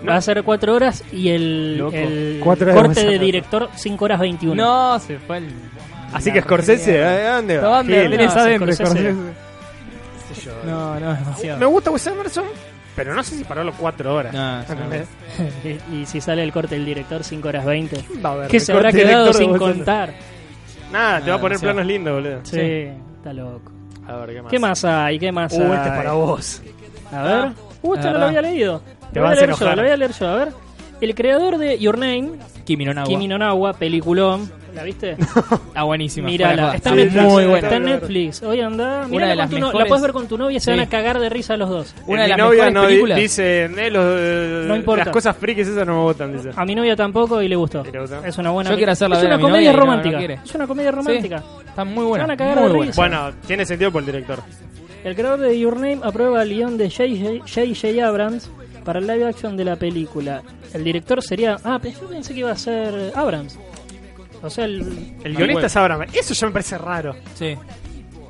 [SPEAKER 1] Va a ser cuatro horas y el,
[SPEAKER 3] Loco.
[SPEAKER 1] el
[SPEAKER 2] Cuatro horas
[SPEAKER 1] corte
[SPEAKER 2] de
[SPEAKER 1] de
[SPEAKER 2] Wes
[SPEAKER 1] director cinco horas 21.
[SPEAKER 3] no, se fue el.
[SPEAKER 2] Así que Scorsese, ¿eh? ¿dónde va?
[SPEAKER 3] ¿Dónde?
[SPEAKER 2] Gil.
[SPEAKER 1] No,
[SPEAKER 3] tenés
[SPEAKER 1] se
[SPEAKER 3] adentro,
[SPEAKER 1] Scorsese.
[SPEAKER 3] Scorsese.
[SPEAKER 2] eh.
[SPEAKER 3] No, no, es demasiado.
[SPEAKER 2] Me gusta Wes Anderson, pero no sé si paró los cuatro horas.
[SPEAKER 3] No, es una
[SPEAKER 2] ¿Entendés?
[SPEAKER 1] y, y si sale el corte del director cinco horas 20.
[SPEAKER 2] Va a haber
[SPEAKER 1] Que se habrá
[SPEAKER 2] recorte
[SPEAKER 1] quedado
[SPEAKER 2] director de
[SPEAKER 1] sin
[SPEAKER 2] Wes Anderson.
[SPEAKER 1] contar.
[SPEAKER 2] Nada, te va a
[SPEAKER 3] Ah,
[SPEAKER 2] poner
[SPEAKER 3] sí.
[SPEAKER 2] planos lindos, boludo.
[SPEAKER 1] Sí, está loco.
[SPEAKER 2] A ver, ¿qué más?
[SPEAKER 1] ¿Qué más hay? ¿Qué más
[SPEAKER 2] Uh,
[SPEAKER 1] hay?
[SPEAKER 2] este es para vos. Ah.
[SPEAKER 1] A ver.
[SPEAKER 3] La
[SPEAKER 1] Uh, esto no lo
[SPEAKER 3] verdad.
[SPEAKER 1] había leído.
[SPEAKER 2] Te
[SPEAKER 1] lo voy a
[SPEAKER 2] vas a
[SPEAKER 1] leer yo,
[SPEAKER 2] enojar.
[SPEAKER 1] lo voy a leer yo. A ver. El creador de Your Name,
[SPEAKER 3] Kimi no Nawa.
[SPEAKER 1] Kimi no Nawa, peliculón. ¿La viste?
[SPEAKER 3] Ah, buenísima.
[SPEAKER 1] Mírala,
[SPEAKER 3] Está
[SPEAKER 1] está, en
[SPEAKER 2] Sí,
[SPEAKER 1] Netflix,
[SPEAKER 2] sí,
[SPEAKER 3] muy
[SPEAKER 2] sí,
[SPEAKER 3] buena.
[SPEAKER 1] está en
[SPEAKER 2] Claro,
[SPEAKER 1] Netflix. Hoy anda,
[SPEAKER 3] Una de
[SPEAKER 1] mira,
[SPEAKER 3] las
[SPEAKER 1] la
[SPEAKER 3] mejores.
[SPEAKER 1] puedes ver con tu novia, se
[SPEAKER 3] Sí.
[SPEAKER 1] van a cagar de risa los dos.
[SPEAKER 3] Una de
[SPEAKER 2] Mi
[SPEAKER 3] las
[SPEAKER 2] novia
[SPEAKER 3] mejores
[SPEAKER 2] no di-
[SPEAKER 3] películas.
[SPEAKER 2] dice, eh, los, eh,
[SPEAKER 1] No importa. Ah,
[SPEAKER 2] las cosas frikis esas no me gustan, dice.
[SPEAKER 1] A mi novia tampoco y le gustó.
[SPEAKER 2] ¿Y le gustó?
[SPEAKER 1] Es una buena.
[SPEAKER 3] Yo quiero hacerla
[SPEAKER 1] es
[SPEAKER 3] ver a
[SPEAKER 1] una
[SPEAKER 3] mi novia
[SPEAKER 1] comedia
[SPEAKER 3] y no- no
[SPEAKER 1] romántica.
[SPEAKER 3] quiere.
[SPEAKER 1] es una comedia romántica.
[SPEAKER 3] Sí, está muy buena.
[SPEAKER 1] Se van a cagar
[SPEAKER 3] muy
[SPEAKER 1] de
[SPEAKER 3] buena.
[SPEAKER 1] risa.
[SPEAKER 2] Bueno, tiene sentido por el director.
[SPEAKER 1] El creador de Your Name aprueba el guión de J.J. J.J. Abrams para el live action de la película. El director sería. Ah, pero yo pensé que iba a ser Abrams. O sea, el.
[SPEAKER 2] El
[SPEAKER 3] Ah,
[SPEAKER 2] guionista
[SPEAKER 3] bueno.
[SPEAKER 2] es Abraham. Eso ya me parece raro.
[SPEAKER 3] Sí.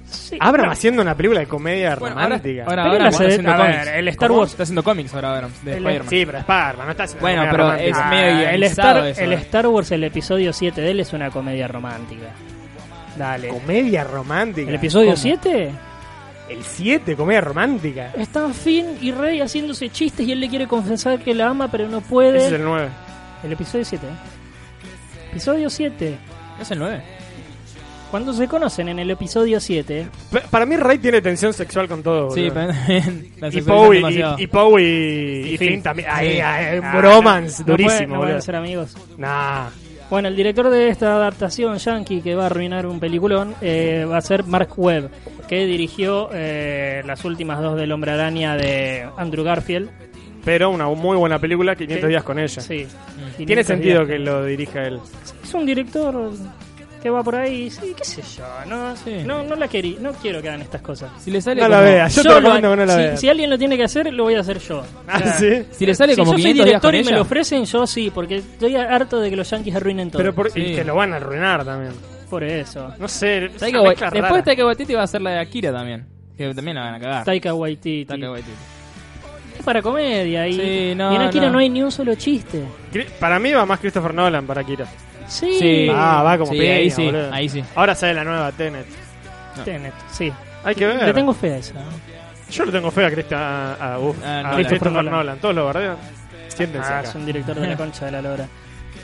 [SPEAKER 1] Sí,
[SPEAKER 2] Abram
[SPEAKER 1] bueno,
[SPEAKER 2] haciendo una película de comedia
[SPEAKER 3] Bueno, ahora,
[SPEAKER 2] romántica.
[SPEAKER 3] ahora Abrams
[SPEAKER 1] Películas
[SPEAKER 3] está
[SPEAKER 1] de-
[SPEAKER 3] haciendo
[SPEAKER 1] a ver,
[SPEAKER 3] cómics.
[SPEAKER 1] el Star
[SPEAKER 3] ¿Cómo?
[SPEAKER 1] Wars-
[SPEAKER 3] Está haciendo cómics ahora Abrams, de
[SPEAKER 1] El-
[SPEAKER 3] Spider-Man.
[SPEAKER 2] Sí, pero es Spider-Man, no está haciendo
[SPEAKER 3] Bueno,
[SPEAKER 2] una
[SPEAKER 3] pero
[SPEAKER 2] comedia
[SPEAKER 3] es
[SPEAKER 2] romántica. Ah,
[SPEAKER 3] medio
[SPEAKER 1] el,
[SPEAKER 3] guionizado
[SPEAKER 1] Star,
[SPEAKER 3] eso,
[SPEAKER 1] el
[SPEAKER 3] eh.
[SPEAKER 1] Star Wars, el episodio 7 de él es una comedia romántica. Dale.
[SPEAKER 2] Comedia romántica.
[SPEAKER 1] ¿El episodio
[SPEAKER 2] ¿Cómo?
[SPEAKER 1] 7?
[SPEAKER 2] El 7, comedia romántica.
[SPEAKER 1] Están Finn y Rey haciéndose chistes y él le quiere confesar que la ama, pero no puede.
[SPEAKER 2] Ese es el
[SPEAKER 1] el...
[SPEAKER 2] 9.
[SPEAKER 1] episodio 7. Episodio 7.
[SPEAKER 3] ¿Es el 9?
[SPEAKER 1] Cuando se conocen en el episodio 7,
[SPEAKER 2] Para mí, Rey tiene tensión sexual con todo.
[SPEAKER 3] Sí,
[SPEAKER 2] boludo.
[SPEAKER 3] pero también la
[SPEAKER 2] Y
[SPEAKER 3] sexualizaron
[SPEAKER 2] Poe y,
[SPEAKER 3] demasiado.
[SPEAKER 2] y, Poe y, y
[SPEAKER 1] Finn.
[SPEAKER 2] Finn también. Ahí,
[SPEAKER 3] Sí.
[SPEAKER 2] ahí,
[SPEAKER 1] Ah,
[SPEAKER 2] bromance
[SPEAKER 1] no pueden-
[SPEAKER 2] durísimo,
[SPEAKER 1] no pueden
[SPEAKER 2] boludo.
[SPEAKER 1] ser amigos.
[SPEAKER 2] Nah.
[SPEAKER 1] Bueno, el director de esta adaptación yankee que va a arruinar un peliculón eh, va a ser Mark Webb, que dirigió eh, las últimas dos del Hombre Araña de Andrew Garfield.
[SPEAKER 2] Pero una muy buena película, 500
[SPEAKER 1] Sí.
[SPEAKER 2] días con ella.
[SPEAKER 1] Sí.
[SPEAKER 2] Tiene
[SPEAKER 1] 500
[SPEAKER 2] sentido
[SPEAKER 1] días.
[SPEAKER 2] que lo dirija él.
[SPEAKER 1] Es un director que va por ahí, sí, qué sé yo, no,
[SPEAKER 3] Sí.
[SPEAKER 1] no, no la querí, no quiero que hagan estas cosas.
[SPEAKER 3] Si le sale
[SPEAKER 2] No la
[SPEAKER 3] como-
[SPEAKER 2] veas. Yo te
[SPEAKER 1] lo-
[SPEAKER 2] recomiendo que no la
[SPEAKER 1] si,
[SPEAKER 2] veas.
[SPEAKER 1] si alguien lo tiene que hacer, lo voy a hacer yo.
[SPEAKER 2] Ah,
[SPEAKER 1] O sea,
[SPEAKER 2] sí.
[SPEAKER 3] Si le sale
[SPEAKER 1] Si
[SPEAKER 3] como
[SPEAKER 1] yo
[SPEAKER 3] 500
[SPEAKER 1] soy
[SPEAKER 3] días
[SPEAKER 1] director
[SPEAKER 3] con
[SPEAKER 1] y me lo
[SPEAKER 3] ella.
[SPEAKER 1] ofrecen, yo sí, porque estoy harto de que los yankees arruinen todo.
[SPEAKER 2] Pero por,
[SPEAKER 3] Sí.
[SPEAKER 2] y te lo van a arruinar también.
[SPEAKER 1] por eso.
[SPEAKER 2] No sé, es
[SPEAKER 3] Taika
[SPEAKER 2] una
[SPEAKER 3] Wai-
[SPEAKER 2] mezcla
[SPEAKER 3] Después
[SPEAKER 2] rara.
[SPEAKER 3] Taika Waititi va a hacer la de Akira también. Que también la van a cagar.
[SPEAKER 1] Taika Waititi.
[SPEAKER 3] Taika Waititi.
[SPEAKER 1] Es para comedia y,
[SPEAKER 3] Sí, no,
[SPEAKER 1] y en Akira
[SPEAKER 3] no.
[SPEAKER 1] no. hay ni un solo chiste.
[SPEAKER 2] Cri- Para mí va más Christopher Nolan para Kira.
[SPEAKER 1] Sí.
[SPEAKER 3] Sí.
[SPEAKER 2] Ah, va como
[SPEAKER 3] Sí,
[SPEAKER 2] piña,
[SPEAKER 3] ahí sí,
[SPEAKER 2] boludo.
[SPEAKER 3] ahí sí.
[SPEAKER 2] Ahora sale la nueva Tenet.
[SPEAKER 3] Ah.
[SPEAKER 1] Tenet, sí.
[SPEAKER 2] Hay que ver.
[SPEAKER 1] Le tengo fe a esa.
[SPEAKER 2] Yo le tengo fe a, Christa- a, a- uf,
[SPEAKER 3] Ah,
[SPEAKER 2] a
[SPEAKER 3] Nolan.
[SPEAKER 2] Christopher
[SPEAKER 1] Nolan.
[SPEAKER 2] Nolan. Todos lo bardean. Siéntense
[SPEAKER 1] Ah,
[SPEAKER 2] acá.
[SPEAKER 1] es un director de la concha de la lora.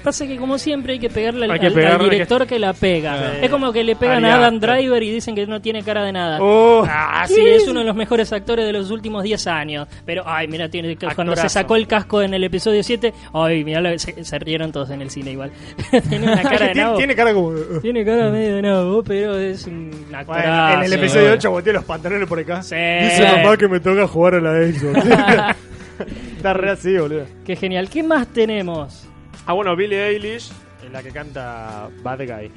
[SPEAKER 1] Pasa que como siempre hay que pegarle al,
[SPEAKER 2] Hay que
[SPEAKER 1] al- al
[SPEAKER 2] pegarle
[SPEAKER 1] director que... la pega.
[SPEAKER 2] Sí.
[SPEAKER 1] Es como que le pegan
[SPEAKER 2] Ari
[SPEAKER 1] a Adam
[SPEAKER 2] Aster.
[SPEAKER 1] Driver y dicen que no tiene cara de nada.
[SPEAKER 2] Oh, ah,
[SPEAKER 1] Sí, es uno de los mejores actores de los últimos 10 años. Pero, ay, mira, tiene, cuando se
[SPEAKER 2] Actorazo.
[SPEAKER 1] sacó el casco en el episodio 7, ay, mira, se, se rieron todos en el cine igual. tiene una cara de
[SPEAKER 2] tiene,
[SPEAKER 1] nabo.
[SPEAKER 2] tiene cara como. Bueno,
[SPEAKER 1] Tiene cara medio de nabo, pero es un actorazo.
[SPEAKER 2] en el episodio
[SPEAKER 3] boludo.
[SPEAKER 2] 8 boté los pantalones por acá.
[SPEAKER 1] Sí.
[SPEAKER 2] Dice papá que me toca jugar a la Xbox. Está re así, boludo.
[SPEAKER 1] Qué genial. ¿Qué más tenemos?
[SPEAKER 2] Ah, bueno, Billie Eilish, eh, la que canta Bad Guy.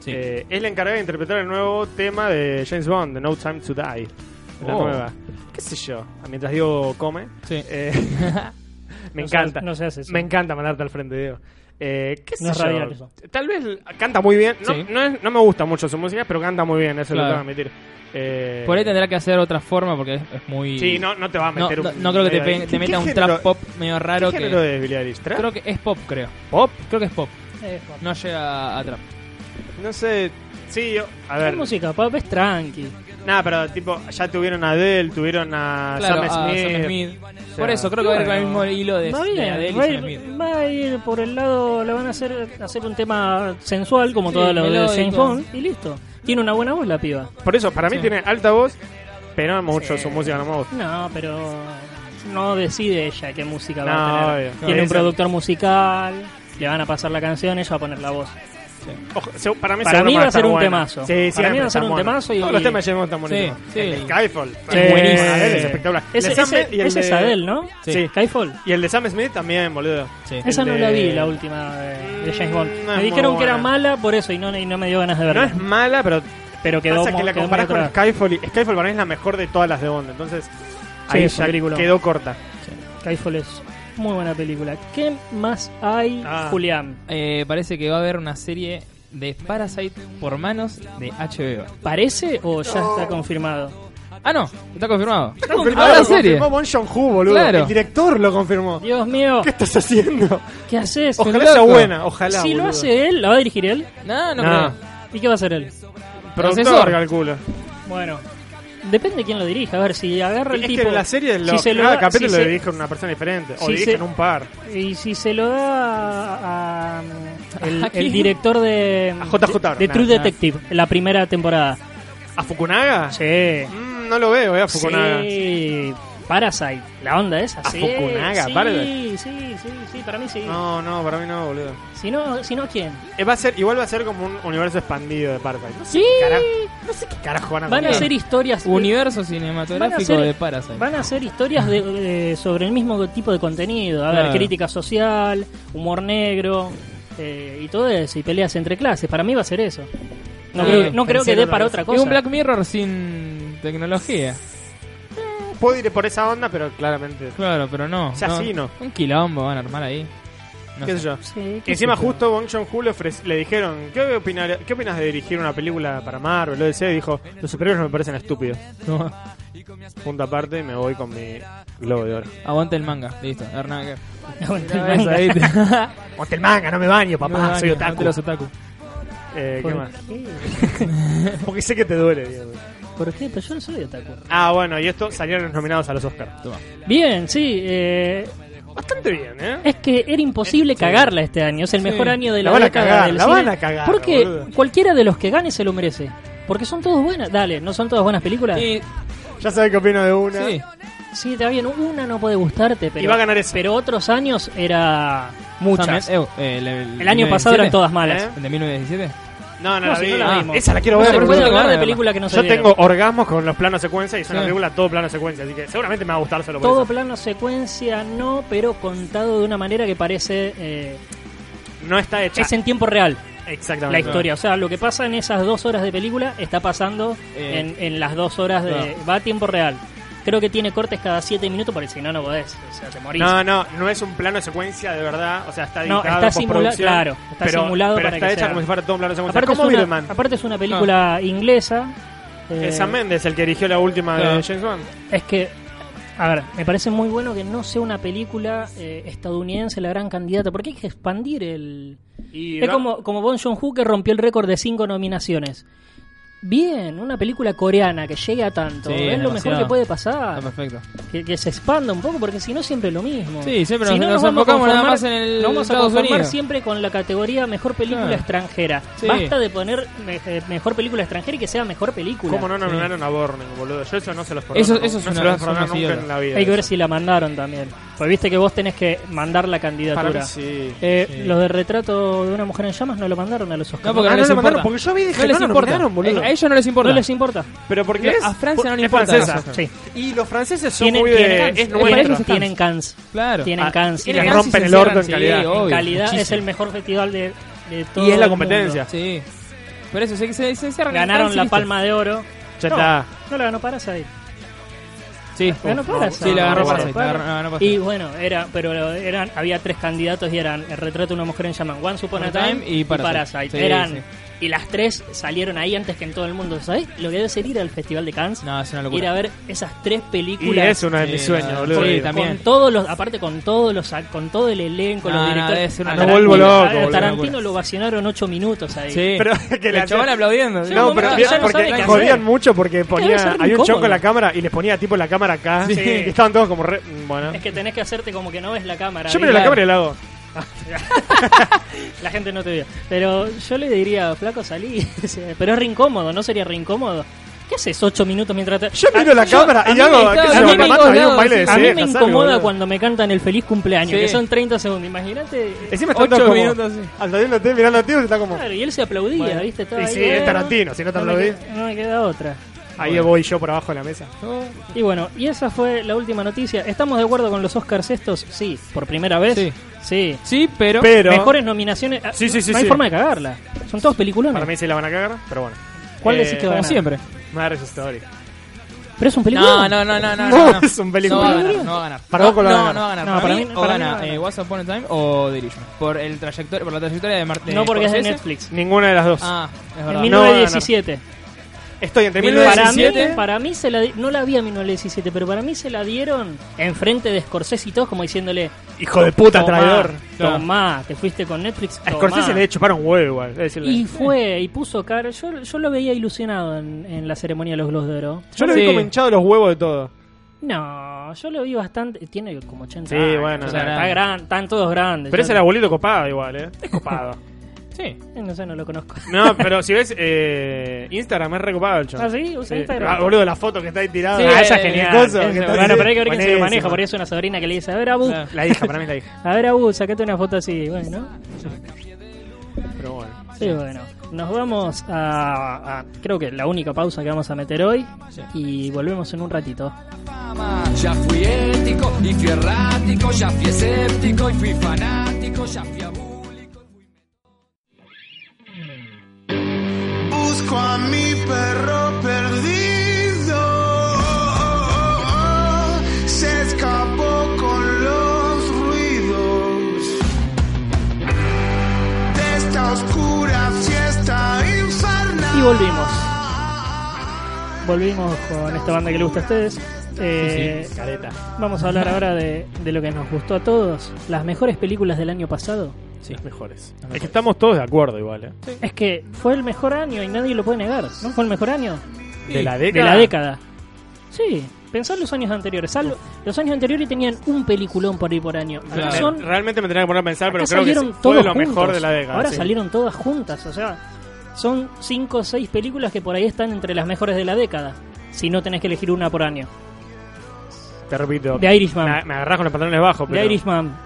[SPEAKER 3] Sí.
[SPEAKER 2] Eh, es la encargada de interpretar el nuevo tema de James Bond, No Time to Die. La
[SPEAKER 3] Oh.
[SPEAKER 2] nueva. ¿Qué sé yo? Ah, Mientras Diego come.
[SPEAKER 3] Sí.
[SPEAKER 2] Eh, me
[SPEAKER 1] No se-
[SPEAKER 2] encanta.
[SPEAKER 1] no se hace eso.
[SPEAKER 2] Me encanta mandarte al frente, Diego. Eh, ¿qué
[SPEAKER 1] No
[SPEAKER 2] sé
[SPEAKER 1] es
[SPEAKER 2] yo?
[SPEAKER 1] radial eso.
[SPEAKER 2] Tal vez canta muy bien. No,
[SPEAKER 3] Sí.
[SPEAKER 2] no es- no me gusta mucho su música, pero canta muy bien, eso
[SPEAKER 3] Claro.
[SPEAKER 2] lo tengo que admitir. Eh,
[SPEAKER 3] Por ahí tendrá que hacer otra forma porque es, es muy...
[SPEAKER 2] Sí, no, no te va a
[SPEAKER 3] No,
[SPEAKER 2] meter
[SPEAKER 3] no-
[SPEAKER 2] un.
[SPEAKER 3] no creo que te,
[SPEAKER 2] medio
[SPEAKER 3] pe-
[SPEAKER 2] ahí.
[SPEAKER 3] te
[SPEAKER 2] ¿Qué-
[SPEAKER 3] meta
[SPEAKER 2] qué
[SPEAKER 3] un
[SPEAKER 2] género-
[SPEAKER 3] trap pop medio raro
[SPEAKER 2] ¿Qué
[SPEAKER 3] que...
[SPEAKER 2] género de Billie Eilish? ¿Trap?
[SPEAKER 3] Creo que es pop, creo.
[SPEAKER 2] ¿Pop?
[SPEAKER 3] Creo que es pop.
[SPEAKER 1] Eh,
[SPEAKER 3] No llega a trap.
[SPEAKER 2] No sé. Sí, yo- a
[SPEAKER 1] ¿Qué
[SPEAKER 2] ver.
[SPEAKER 1] música pop es tranqui.
[SPEAKER 2] Nada, pero tipo, ya tuvieron a Adele, tuvieron a
[SPEAKER 3] Claro,
[SPEAKER 2] Ah, Sam
[SPEAKER 3] a
[SPEAKER 2] Smith.
[SPEAKER 3] Sam Smith.
[SPEAKER 2] sea,
[SPEAKER 3] Por eso, creo que va a ir con el mismo
[SPEAKER 1] Bueno,
[SPEAKER 3] hilo de,
[SPEAKER 1] va,
[SPEAKER 3] de
[SPEAKER 1] bien,
[SPEAKER 3] Adele y
[SPEAKER 1] va a
[SPEAKER 3] Sam
[SPEAKER 1] ir-
[SPEAKER 3] Smith.
[SPEAKER 1] va a ir por el lado, le van a hacer, hacer un tema sensual como
[SPEAKER 3] Sí,
[SPEAKER 1] todo lo de
[SPEAKER 3] melódico.
[SPEAKER 1] Saint Bond y listo. Tiene una buena voz la piba.
[SPEAKER 2] Por eso, para mí
[SPEAKER 3] Sí.
[SPEAKER 2] tiene alta voz, pero mucho su música no me gusta.
[SPEAKER 1] No, pero no decide ella qué música
[SPEAKER 2] No,
[SPEAKER 1] va a tener.
[SPEAKER 2] obvio.
[SPEAKER 1] Tiene
[SPEAKER 2] No,
[SPEAKER 1] un
[SPEAKER 2] esa-
[SPEAKER 1] productor musical, le van a pasar la canción, ella va a poner la voz.
[SPEAKER 2] Ojo, se- para mí,
[SPEAKER 1] Para
[SPEAKER 2] esa
[SPEAKER 1] mí
[SPEAKER 2] broma
[SPEAKER 1] va a
[SPEAKER 2] está
[SPEAKER 1] ser un
[SPEAKER 2] buena.
[SPEAKER 1] temazo.
[SPEAKER 2] Sí,
[SPEAKER 1] Para mí
[SPEAKER 2] siempre
[SPEAKER 1] va a ser
[SPEAKER 2] está
[SPEAKER 1] un
[SPEAKER 2] bueno.
[SPEAKER 1] temazo y-
[SPEAKER 2] Todos los temas llevan tan bonitos.
[SPEAKER 3] Sí,
[SPEAKER 2] El
[SPEAKER 3] sí.
[SPEAKER 2] Skyfall.
[SPEAKER 1] Sí.
[SPEAKER 2] Es buenísimo. Adele es espectacular. El
[SPEAKER 1] Eh, Ese,
[SPEAKER 2] de Sam
[SPEAKER 1] ese-
[SPEAKER 2] Smith y el
[SPEAKER 1] ese
[SPEAKER 2] de-
[SPEAKER 1] es Adele, ¿no?
[SPEAKER 2] Sí.
[SPEAKER 1] Skyfall.
[SPEAKER 2] Y el de Sam Smith también, boludo.
[SPEAKER 3] Sí.
[SPEAKER 2] El
[SPEAKER 1] Esa no
[SPEAKER 2] de-
[SPEAKER 1] la vi, la última de, de James Bond.
[SPEAKER 2] Mm, no
[SPEAKER 1] me
[SPEAKER 2] es
[SPEAKER 1] dijeron
[SPEAKER 2] muy
[SPEAKER 1] que era
[SPEAKER 2] buena.
[SPEAKER 1] mala por eso y no, y no me dio ganas de
[SPEAKER 2] No
[SPEAKER 1] verla.
[SPEAKER 2] es mala, pero
[SPEAKER 1] pero quedó,
[SPEAKER 2] pasa que
[SPEAKER 1] mo-
[SPEAKER 2] la
[SPEAKER 1] quedó
[SPEAKER 2] comparás
[SPEAKER 1] medio
[SPEAKER 2] con
[SPEAKER 1] atrás.
[SPEAKER 2] Skyfall y Skyfall para mí es la mejor de todas las de Bond. Entonces, ahí
[SPEAKER 1] es un
[SPEAKER 2] ya
[SPEAKER 1] película.
[SPEAKER 2] quedó corta.
[SPEAKER 1] Skyfall es muy buena película. ¿Qué más hay,
[SPEAKER 2] Ah.
[SPEAKER 1] Julián?
[SPEAKER 3] Eh, parece que va a haber una serie de Parasite por manos de HBO.
[SPEAKER 1] ¿Parece o ya está confirmado?
[SPEAKER 3] Ah, no, está confirmado.
[SPEAKER 2] Está confirmado,
[SPEAKER 3] Habrá
[SPEAKER 2] lo
[SPEAKER 3] serie.
[SPEAKER 2] confirmó Bong Joon-ho, boludo.
[SPEAKER 3] Claro.
[SPEAKER 2] El director lo confirmó.
[SPEAKER 1] Dios mío,
[SPEAKER 2] ¿Qué estás haciendo?
[SPEAKER 1] ¿qué haces?
[SPEAKER 2] Ojalá
[SPEAKER 3] loco.
[SPEAKER 2] sea buena, ojalá.
[SPEAKER 1] si lo
[SPEAKER 2] boludo.
[SPEAKER 1] hace él, ¿la va a dirigir él?
[SPEAKER 3] No, no,
[SPEAKER 2] No.
[SPEAKER 3] creo.
[SPEAKER 1] ¿Y qué va a hacer él?
[SPEAKER 2] Productor,
[SPEAKER 3] Asesor.
[SPEAKER 2] calculo.
[SPEAKER 1] Bueno, depende de quién lo dirija. A ver, si agarra el
[SPEAKER 2] Es
[SPEAKER 1] tipo.
[SPEAKER 2] que la serie,
[SPEAKER 1] si
[SPEAKER 2] lo,
[SPEAKER 1] se lo
[SPEAKER 2] cada
[SPEAKER 1] da-
[SPEAKER 2] capítulo
[SPEAKER 1] si
[SPEAKER 2] lo
[SPEAKER 1] se-
[SPEAKER 2] dirigen una persona diferente. o
[SPEAKER 1] si
[SPEAKER 2] dirigen
[SPEAKER 1] se-
[SPEAKER 2] un par.
[SPEAKER 1] Y si se lo da a, a- el,
[SPEAKER 3] ¿A quién?
[SPEAKER 1] el director de,
[SPEAKER 2] A JJ
[SPEAKER 1] de- de
[SPEAKER 2] Abrams.
[SPEAKER 1] True
[SPEAKER 3] Nah.
[SPEAKER 1] Detective, la primera temporada.
[SPEAKER 2] ¿A Fukunaga?
[SPEAKER 1] Sí.
[SPEAKER 2] Mm, no lo veo, eh, a Fukunaga.
[SPEAKER 1] Sí. Parasite, la onda esa.
[SPEAKER 2] A
[SPEAKER 1] sí,
[SPEAKER 2] Fukunaga,
[SPEAKER 1] sí,
[SPEAKER 2] Parasite.
[SPEAKER 1] sí, sí, sí, para mí sí.
[SPEAKER 2] No, no, para mí no, boludo.
[SPEAKER 1] Si no, si no ¿quién?
[SPEAKER 2] Eh, va a ser, igual va a ser como un universo expandido de Parasite. No sé
[SPEAKER 1] Sí.
[SPEAKER 2] qué carajo, no sé qué carajo van a
[SPEAKER 1] Van a
[SPEAKER 2] contar.
[SPEAKER 1] ser historias.
[SPEAKER 3] Universo
[SPEAKER 1] Van a
[SPEAKER 3] cinematográfico
[SPEAKER 1] hacer-
[SPEAKER 3] de Parasite.
[SPEAKER 1] Van a ser historias de- de- sobre el mismo tipo de contenido. A ver,
[SPEAKER 3] Claro.
[SPEAKER 1] crítica social, humor negro eh, y todo eso. Y peleas entre clases. Para mí va a ser eso. No
[SPEAKER 3] Sí,
[SPEAKER 1] creo, no creo
[SPEAKER 2] pensé
[SPEAKER 1] que dé
[SPEAKER 2] en otra
[SPEAKER 1] para
[SPEAKER 2] cosa.
[SPEAKER 1] otra
[SPEAKER 3] Es
[SPEAKER 1] cosa.
[SPEAKER 3] un Black Mirror sin tecnología.
[SPEAKER 2] Puedo ir por esa onda, pero claramente.
[SPEAKER 3] Claro, pero no.
[SPEAKER 2] Ya sí, no.
[SPEAKER 3] Un quilombo van a armar ahí. No
[SPEAKER 2] qué
[SPEAKER 3] sé.
[SPEAKER 2] sé yo.
[SPEAKER 1] Sí,
[SPEAKER 2] Que encima justo Bong Joon-ho le, ofrec- le dijeron, ¿qué opinas, ¿qué opinas de dirigir una película para Marvel o DC? Y dijo, los superhéroes me parecen estúpidos. Punta aparte, me voy con mi globo de oro.
[SPEAKER 3] Aguante el manga, listo. no hay nada que ver.
[SPEAKER 1] Aguante el
[SPEAKER 3] Era eso,
[SPEAKER 1] manga.
[SPEAKER 3] ahí te-
[SPEAKER 2] Ponte el manga, no me baño, papá,
[SPEAKER 3] No,
[SPEAKER 2] soy
[SPEAKER 3] no,
[SPEAKER 2] otaku.
[SPEAKER 3] no te los otaku.
[SPEAKER 2] Eh, ¿Qué
[SPEAKER 1] ¿Por
[SPEAKER 2] más?
[SPEAKER 1] qué?
[SPEAKER 2] Porque sé que te duele, Diego.
[SPEAKER 1] ¿Por qué? Pero yo no soy otaku.
[SPEAKER 2] Ah, bueno, y esto salieron los nominados a los Oscars.
[SPEAKER 3] Toma.
[SPEAKER 1] Bien, sí. eh,
[SPEAKER 2] Bastante bien, ¿eh?
[SPEAKER 1] es que era imposible cagarla este año. Es el mejor año de la,
[SPEAKER 2] La van a
[SPEAKER 1] década
[SPEAKER 2] cagar,
[SPEAKER 1] del
[SPEAKER 2] la
[SPEAKER 1] cine.
[SPEAKER 2] van a cagar,
[SPEAKER 1] Porque
[SPEAKER 2] boludo.
[SPEAKER 1] cualquiera de los que gane se lo merece. Porque son todas buenas. Dale, ¿no son todas buenas películas?
[SPEAKER 3] Y,
[SPEAKER 2] Ya sabes qué opino de una.
[SPEAKER 3] sí,
[SPEAKER 1] Sí, está bien. Una no puede gustarte, pero,
[SPEAKER 2] Y va a ganar esa.
[SPEAKER 1] pero otros años era muchas.
[SPEAKER 3] Sam- eh, eh, el, el-
[SPEAKER 1] El año
[SPEAKER 3] 1917.
[SPEAKER 1] pasado eran todas malas.
[SPEAKER 2] ¿Eh?
[SPEAKER 3] ¿El de 1917?
[SPEAKER 2] No, no,
[SPEAKER 1] No,
[SPEAKER 2] la
[SPEAKER 1] si
[SPEAKER 2] vi.
[SPEAKER 1] no la
[SPEAKER 2] Ah,
[SPEAKER 1] vimos.
[SPEAKER 2] esa la quiero
[SPEAKER 1] No
[SPEAKER 2] ver.
[SPEAKER 1] se
[SPEAKER 2] pero
[SPEAKER 1] puede
[SPEAKER 2] no la
[SPEAKER 1] hablar
[SPEAKER 2] voy a
[SPEAKER 1] de
[SPEAKER 2] ver.
[SPEAKER 1] películas que no se
[SPEAKER 2] Yo
[SPEAKER 1] vieron.
[SPEAKER 2] tengo orgasmos con los planos secuencia y es una
[SPEAKER 3] Sí.
[SPEAKER 2] película todo plano secuencia, así que seguramente me va a gustar solo por
[SPEAKER 1] Todo
[SPEAKER 2] eso.
[SPEAKER 1] plano secuencia no, pero contado de una manera que parece... eh,
[SPEAKER 2] No está hecha.
[SPEAKER 1] es en tiempo real
[SPEAKER 2] Exactamente.
[SPEAKER 1] la historia. O sea, lo que pasa en esas dos horas de película está pasando
[SPEAKER 3] Eh,
[SPEAKER 1] en, en las dos horas de...
[SPEAKER 3] claro.
[SPEAKER 1] Va a tiempo real. Creo que tiene cortes cada siete minutos porque si no, no podés. O sea, te morís.
[SPEAKER 2] No, no, no es un plano secuencia de verdad. O sea, está
[SPEAKER 1] No,
[SPEAKER 2] editado
[SPEAKER 1] está
[SPEAKER 2] en
[SPEAKER 1] simula-
[SPEAKER 2] postproducción,
[SPEAKER 1] claro, está
[SPEAKER 2] pero,
[SPEAKER 1] simulado
[SPEAKER 2] pero
[SPEAKER 1] para
[SPEAKER 2] está
[SPEAKER 1] que
[SPEAKER 2] hecha
[SPEAKER 1] sea.
[SPEAKER 2] como si fuera todo plano secuencia.
[SPEAKER 1] aparte, es
[SPEAKER 2] ¿Cómo
[SPEAKER 1] una,
[SPEAKER 2] Birdman?
[SPEAKER 1] aparte es una película inglesa. eh,
[SPEAKER 2] Es Sam Mendes el que dirigió la última
[SPEAKER 3] Claro.
[SPEAKER 2] de James Bond.
[SPEAKER 1] Es que, a ver, me parece muy bueno que no sea una película eh, estadounidense la gran candidata, porque hay que expandir el...
[SPEAKER 2] Y
[SPEAKER 1] Es
[SPEAKER 2] va-
[SPEAKER 1] como, como Bon Joon-ho que rompió el récord de cinco nominaciones. Bien, una película coreana que llegue a tanto,
[SPEAKER 3] Sí,
[SPEAKER 1] es
[SPEAKER 3] es
[SPEAKER 1] lo mejor
[SPEAKER 3] demasiado.
[SPEAKER 1] que puede
[SPEAKER 3] Está
[SPEAKER 1] pasar.
[SPEAKER 3] Ah, perfecto.
[SPEAKER 1] Que, que se expanda un poco, porque si no siempre es lo mismo.
[SPEAKER 3] Sí, siempre
[SPEAKER 1] Si
[SPEAKER 3] nos-
[SPEAKER 1] no,
[SPEAKER 3] nos
[SPEAKER 1] vamos a
[SPEAKER 3] enfocamos nada
[SPEAKER 1] conformar-
[SPEAKER 3] más en el
[SPEAKER 1] nos vamos a
[SPEAKER 3] Estados
[SPEAKER 1] conformar
[SPEAKER 3] Unidos.
[SPEAKER 1] siempre con la categoría mejor película
[SPEAKER 3] Claro.
[SPEAKER 1] extranjera.
[SPEAKER 3] Sí.
[SPEAKER 1] Basta de poner me- eh, mejor película extranjera y que sea mejor película.
[SPEAKER 2] ¿Cómo no nominaron a Borning, boludo? Yo eso no se los perdono.
[SPEAKER 3] Eso- eso es
[SPEAKER 2] no se
[SPEAKER 3] una-
[SPEAKER 2] los
[SPEAKER 3] son
[SPEAKER 2] perdono
[SPEAKER 3] unos
[SPEAKER 2] nunca
[SPEAKER 3] ídolos.
[SPEAKER 2] en la vida.
[SPEAKER 1] Hay que ver
[SPEAKER 2] eso.
[SPEAKER 1] si la mandaron también. Pues viste que vos tenés que mandar la
[SPEAKER 2] Para mí
[SPEAKER 1] candidatura.
[SPEAKER 2] sí.
[SPEAKER 1] Eh,
[SPEAKER 3] Sí.
[SPEAKER 1] Lo de retrato de una mujer en llamas no lo mandaron a los Oscars.
[SPEAKER 3] No, porque
[SPEAKER 2] Ah,
[SPEAKER 3] no,
[SPEAKER 2] no
[SPEAKER 3] les
[SPEAKER 2] lo
[SPEAKER 3] importa.
[SPEAKER 2] mandaron, porque yo vi, dije,
[SPEAKER 3] no les
[SPEAKER 2] no lo
[SPEAKER 3] importa.
[SPEAKER 2] mandaron, boludo.
[SPEAKER 3] A ellos no les importa.
[SPEAKER 1] No les importa.
[SPEAKER 2] Pero porque
[SPEAKER 3] Lo-
[SPEAKER 2] es.
[SPEAKER 3] a Francia no le
[SPEAKER 2] es
[SPEAKER 3] importa.
[SPEAKER 2] francesa.
[SPEAKER 3] Sí.
[SPEAKER 2] Y los franceses son
[SPEAKER 1] Tienen,
[SPEAKER 2] muy de.
[SPEAKER 1] tienen,
[SPEAKER 2] es
[SPEAKER 1] es para
[SPEAKER 2] nuestro.
[SPEAKER 1] ellos tienen cans.
[SPEAKER 3] Claro.
[SPEAKER 1] Tienen
[SPEAKER 2] Ah,
[SPEAKER 1] cans.
[SPEAKER 2] tienen
[SPEAKER 1] la
[SPEAKER 2] cans rompen el orto en calidad. En
[SPEAKER 1] calidad es el mejor festival de, de todo.
[SPEAKER 2] es la
[SPEAKER 1] el
[SPEAKER 2] competencia.
[SPEAKER 1] mundo.
[SPEAKER 3] Sí. Por eso, se, se, se encierran en
[SPEAKER 1] Ganaron
[SPEAKER 3] Francia,
[SPEAKER 1] la
[SPEAKER 3] listo.
[SPEAKER 1] palma de oro.
[SPEAKER 2] Ya
[SPEAKER 1] No,
[SPEAKER 2] está.
[SPEAKER 1] No la ganó Parasite.
[SPEAKER 3] Sí.
[SPEAKER 1] Ganó Parasite.
[SPEAKER 3] Sí, la agarró
[SPEAKER 2] No,
[SPEAKER 1] Ganó
[SPEAKER 3] Parasite. la agarró- la agarró
[SPEAKER 1] Y
[SPEAKER 3] Parasite.
[SPEAKER 1] bueno, era, pero eran, había tres candidatos y eran el retrato de una mujer en llamas, One Upon a Time y Parasite.
[SPEAKER 3] Sí,
[SPEAKER 1] eran,
[SPEAKER 3] sí.
[SPEAKER 1] Y las tres salieron ahí antes que en todo el mundo. ¿Sabés lo que debe ser ir al Festival de Cannes?
[SPEAKER 3] No, es una locura.
[SPEAKER 1] ir a ver esas tres
[SPEAKER 2] Y
[SPEAKER 1] películas.
[SPEAKER 2] es uno de mis
[SPEAKER 3] Sí,
[SPEAKER 2] sueños,
[SPEAKER 3] no,
[SPEAKER 2] boludo.
[SPEAKER 3] sí,
[SPEAKER 2] Digo.
[SPEAKER 3] también.
[SPEAKER 1] Con todos los, aparte con todos los, con todo el elenco,
[SPEAKER 3] No,
[SPEAKER 1] los
[SPEAKER 3] no,
[SPEAKER 1] directores.
[SPEAKER 3] debe ser una
[SPEAKER 1] A
[SPEAKER 2] No
[SPEAKER 1] Tarantino-
[SPEAKER 2] vuelvo loco,
[SPEAKER 1] a
[SPEAKER 2] boludo.
[SPEAKER 1] Tarantino lo vacionaron ocho minutos ahí.
[SPEAKER 3] Sí.
[SPEAKER 2] Pero que la
[SPEAKER 3] el chaval aplaudiendo.
[SPEAKER 1] Sí,
[SPEAKER 2] No,
[SPEAKER 1] un
[SPEAKER 2] pero
[SPEAKER 1] momento,
[SPEAKER 2] bien,
[SPEAKER 1] ya no sabe
[SPEAKER 2] porque
[SPEAKER 1] qué
[SPEAKER 2] jodían
[SPEAKER 1] hacer.
[SPEAKER 2] mucho porque
[SPEAKER 1] debe ser
[SPEAKER 2] ponía, hay un
[SPEAKER 1] incómodo.
[SPEAKER 2] chonco en la cámara y les ponía tipo la cámara acá.
[SPEAKER 1] Sí.
[SPEAKER 2] Y estaban todos como re. Bueno.
[SPEAKER 1] Es que tenés que hacerte como que no ves la cámara. ¿viste?
[SPEAKER 2] Yo miro la cámara y la hago.
[SPEAKER 1] La gente no te vio. Pero yo le diría, flaco, salí. Pero es re incómodo, ¿no sería re incómodo? ¿Qué haces ocho minutos mientras te... Ah,
[SPEAKER 2] Yo miro la cámara
[SPEAKER 3] a
[SPEAKER 2] y
[SPEAKER 3] mí
[SPEAKER 2] hago.
[SPEAKER 3] me
[SPEAKER 2] qué
[SPEAKER 3] estaba-
[SPEAKER 2] sé
[SPEAKER 3] a
[SPEAKER 2] yo,
[SPEAKER 3] mí me
[SPEAKER 2] la mata, había
[SPEAKER 3] colgaba,
[SPEAKER 2] un baile de
[SPEAKER 1] A mí
[SPEAKER 2] cejas,
[SPEAKER 1] me
[SPEAKER 2] algo,
[SPEAKER 1] incomoda
[SPEAKER 2] boludo.
[SPEAKER 1] cuando me cantan el feliz cumpleaños,
[SPEAKER 3] Sí.
[SPEAKER 1] que son 30 segundos. Imagínate.
[SPEAKER 2] Encima está
[SPEAKER 3] Ocho
[SPEAKER 2] todo como.
[SPEAKER 3] minutos, sí.
[SPEAKER 2] Al salir del hotel, mirando a ti, está como.
[SPEAKER 1] Claro, y él se aplaudía,
[SPEAKER 3] Bueno.
[SPEAKER 1] ¿viste? Estaba
[SPEAKER 2] Y
[SPEAKER 1] ahí,
[SPEAKER 2] sí, es Tarantino, si no te
[SPEAKER 1] me
[SPEAKER 2] aplaudís.
[SPEAKER 1] queda- No me queda otra.
[SPEAKER 2] Ahí voy yo por abajo de la mesa.
[SPEAKER 1] Y bueno, y esa fue la última noticia. ¿Estamos de acuerdo con los Oscars estos? Sí, por primera vez.
[SPEAKER 3] Sí.
[SPEAKER 1] Sí.
[SPEAKER 3] Sí, pero.
[SPEAKER 2] Pero.
[SPEAKER 1] Mejores nominaciones. Ah,
[SPEAKER 2] Sí, sí, sí,
[SPEAKER 1] No hay
[SPEAKER 2] sí.
[SPEAKER 1] forma de cagarla. Son todos peliculones.
[SPEAKER 2] Para mí sí la van a cagar, pero bueno.
[SPEAKER 1] ¿Cuál
[SPEAKER 2] Eh,
[SPEAKER 1] decís que va a
[SPEAKER 3] Como
[SPEAKER 1] ganar?
[SPEAKER 3] siempre.
[SPEAKER 2] Marriage Story.
[SPEAKER 1] Pero es un
[SPEAKER 3] No,
[SPEAKER 1] peliculón.
[SPEAKER 3] no, no, no, no,
[SPEAKER 2] No,
[SPEAKER 3] no, no.
[SPEAKER 2] es un película.
[SPEAKER 3] No va a ganar, no va a ganar.
[SPEAKER 2] Para
[SPEAKER 3] no,
[SPEAKER 2] vos, ¿cuál va a
[SPEAKER 3] no,
[SPEAKER 2] ganar?
[SPEAKER 3] no va a ganar.
[SPEAKER 1] No,
[SPEAKER 3] para,
[SPEAKER 1] para
[SPEAKER 3] mí,
[SPEAKER 1] mí-
[SPEAKER 3] o
[SPEAKER 1] para mí
[SPEAKER 3] gana
[SPEAKER 1] no va a
[SPEAKER 3] eh,
[SPEAKER 1] ganar.
[SPEAKER 3] Once Upon a Time o Dirishman. Por, el trayectoria, por la trayectoria de Martín.
[SPEAKER 1] No, porque es de Netflix.
[SPEAKER 2] Ninguna de las dos.
[SPEAKER 3] Ah, es
[SPEAKER 1] En
[SPEAKER 3] verdad.
[SPEAKER 2] mil- No va a ganar.
[SPEAKER 1] 1917.
[SPEAKER 2] Estoy entre
[SPEAKER 3] Mil-
[SPEAKER 1] Para mí,
[SPEAKER 3] 1917.
[SPEAKER 1] para mí se la di- no la vi a 1917, pero para mí se la dieron enfrente de Scorsese y todos como diciéndole,
[SPEAKER 2] Hijo de puta,
[SPEAKER 1] tomá,
[SPEAKER 2] traidor.
[SPEAKER 3] Claro.
[SPEAKER 1] tomá, te fuiste con Netflix,
[SPEAKER 2] A
[SPEAKER 1] tomá.
[SPEAKER 2] Scorsese le chuparon un huevo igual. es decirle.
[SPEAKER 1] Y fue, y puso cara. Yo, yo lo veía ilusionado en, en la ceremonia de los Globos de Oro.
[SPEAKER 2] Yo lo vi
[SPEAKER 3] Sí.
[SPEAKER 2] como hinchado los huevos de todo.
[SPEAKER 1] No, yo lo vi bastante. Tiene como 80
[SPEAKER 2] Sí,
[SPEAKER 1] años.
[SPEAKER 2] bueno,
[SPEAKER 1] o sea,
[SPEAKER 3] no,
[SPEAKER 1] está
[SPEAKER 3] no.
[SPEAKER 1] gran, están todos grandes.
[SPEAKER 2] Pero
[SPEAKER 1] Yo-
[SPEAKER 2] ese era abuelito copado igual, ¿eh? Es copado.
[SPEAKER 3] Sí.
[SPEAKER 1] Eh, No sé, no lo conozco.
[SPEAKER 2] no, pero si ves eh, Instagram es recopado el chavo.
[SPEAKER 1] ¿Ah, sí? ¿Usa Instagram?
[SPEAKER 2] Ah, boludo, la foto que está ahí tirada.
[SPEAKER 3] Sí,
[SPEAKER 2] ah, esa es
[SPEAKER 3] eh,
[SPEAKER 2] genial.
[SPEAKER 3] coso,
[SPEAKER 2] Esa,
[SPEAKER 3] que está
[SPEAKER 1] bueno,
[SPEAKER 2] así.
[SPEAKER 1] pero hay que ver quién se lo
[SPEAKER 2] Buenísima.
[SPEAKER 1] maneja. Por eso una sobrina que le dice: A ver, Abu,
[SPEAKER 3] Claro.
[SPEAKER 2] La hija, para mí la hija.
[SPEAKER 1] a ver, Abu, sacate una foto así. Bueno,
[SPEAKER 2] Pero bueno.
[SPEAKER 1] sí, bueno. Nos vamos a, a- Creo que la única pausa que vamos a meter hoy.
[SPEAKER 3] Sí.
[SPEAKER 1] Y volvemos en un ratito.
[SPEAKER 4] fama. Ya fui ético y fui errático, ya fui escéptico y fui fanático, ya fui abúlico.
[SPEAKER 5] Busco a mi perro perdido. Se escapó con los ruidos. esta oscura fiesta infernal.
[SPEAKER 1] Y volvimos. Volvimos con esta banda que le gusta a ustedes. Eh,
[SPEAKER 2] Careta.
[SPEAKER 1] Vamos a hablar ahora de, de lo que nos gustó a todos. Las mejores películas del año pasado.
[SPEAKER 3] Sí.
[SPEAKER 2] Las mejores.
[SPEAKER 3] mejores.
[SPEAKER 2] Es que estamos todos de acuerdo igual, ¿eh?
[SPEAKER 1] Es que fue el mejor año y nadie lo puede negar. ¿No fue el mejor año?
[SPEAKER 2] De la
[SPEAKER 1] De
[SPEAKER 2] década.
[SPEAKER 1] la década. Sí. Pensá en los años anteriores. Salvo, los años anteriores tenían un peliculón por ahí por año. Acá
[SPEAKER 2] Realmente-
[SPEAKER 1] son,
[SPEAKER 2] Realmente me tendría que poner a pensar,
[SPEAKER 1] acá
[SPEAKER 2] pero creo que
[SPEAKER 1] salieron
[SPEAKER 2] fue de
[SPEAKER 1] todos
[SPEAKER 2] lo
[SPEAKER 1] juntos.
[SPEAKER 2] mejor de la década.
[SPEAKER 1] Ahora
[SPEAKER 2] sí.
[SPEAKER 1] salieron todas juntas. O sea, son cinco o seis películas que por ahí están entre las mejores de la década. Si no tenés que elegir una por año.
[SPEAKER 2] Te repito.
[SPEAKER 1] The Irishman.
[SPEAKER 2] Me, me agarrás con los pantalones bajos, pero.
[SPEAKER 1] The Irishman,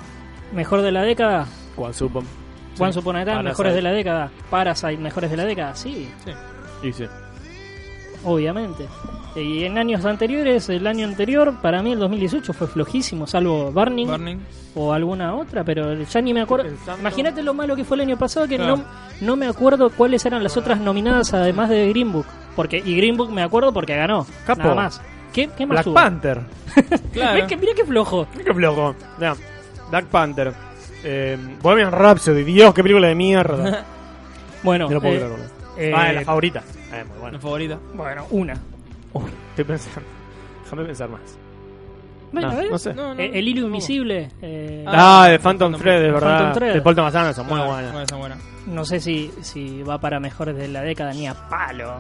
[SPEAKER 1] mejor de la década.
[SPEAKER 2] Juan Supon.
[SPEAKER 1] Once Upon a Time,
[SPEAKER 2] Parasite.
[SPEAKER 1] mejores de la década. Parasite, mejores de la década. Sí,
[SPEAKER 2] Y sí.
[SPEAKER 1] obviamente. Y en años anteriores, el año anterior, para mí el 2018 fue flojísimo, salvo Burning,
[SPEAKER 3] Burning.
[SPEAKER 1] o alguna otra, pero ya ni me acuerdo.
[SPEAKER 2] Estoy pensando-
[SPEAKER 1] Imagínate lo malo que fue el año pasado que
[SPEAKER 3] Claro.
[SPEAKER 1] no, no me acuerdo cuáles eran las otras nominadas además de Green Book. Porque, y Green Book me acuerdo porque ganó.
[SPEAKER 2] Capo.
[SPEAKER 1] Nada más. ¿Qué, qué más
[SPEAKER 2] Black
[SPEAKER 1] hubo?
[SPEAKER 2] Panther.
[SPEAKER 3] Claro.
[SPEAKER 1] Mirá que- mirá qué flojo.
[SPEAKER 2] Mira qué flojo. Ya. Black Panther. Eh, Bohemian Rhapsody. Dios, qué película de mierda.
[SPEAKER 1] Bueno,
[SPEAKER 2] No lo puedo
[SPEAKER 1] eh,
[SPEAKER 2] creer, boludo.
[SPEAKER 1] eh,
[SPEAKER 2] Ah, es la favorita. Eh, muy bueno.
[SPEAKER 3] Mi favorita.
[SPEAKER 1] bueno, una.
[SPEAKER 2] Estoy pensando. Déjame pensar más.
[SPEAKER 1] Bueno,
[SPEAKER 2] No,
[SPEAKER 1] a ver.
[SPEAKER 2] no sé.
[SPEAKER 3] No, no.
[SPEAKER 1] Eh, el hilo invisible. eh,
[SPEAKER 2] Ah, de
[SPEAKER 3] Phantom
[SPEAKER 2] Phantom Thread,
[SPEAKER 1] Thread.
[SPEAKER 2] es
[SPEAKER 1] Phantom
[SPEAKER 2] verdad.
[SPEAKER 1] Thread. Ah,
[SPEAKER 2] De Paul Thomas Anderson, muy
[SPEAKER 3] Bueno,
[SPEAKER 2] buena.
[SPEAKER 3] bueno, está Ah, buena.
[SPEAKER 1] No sé si, si va para mejores de la década ni a palo.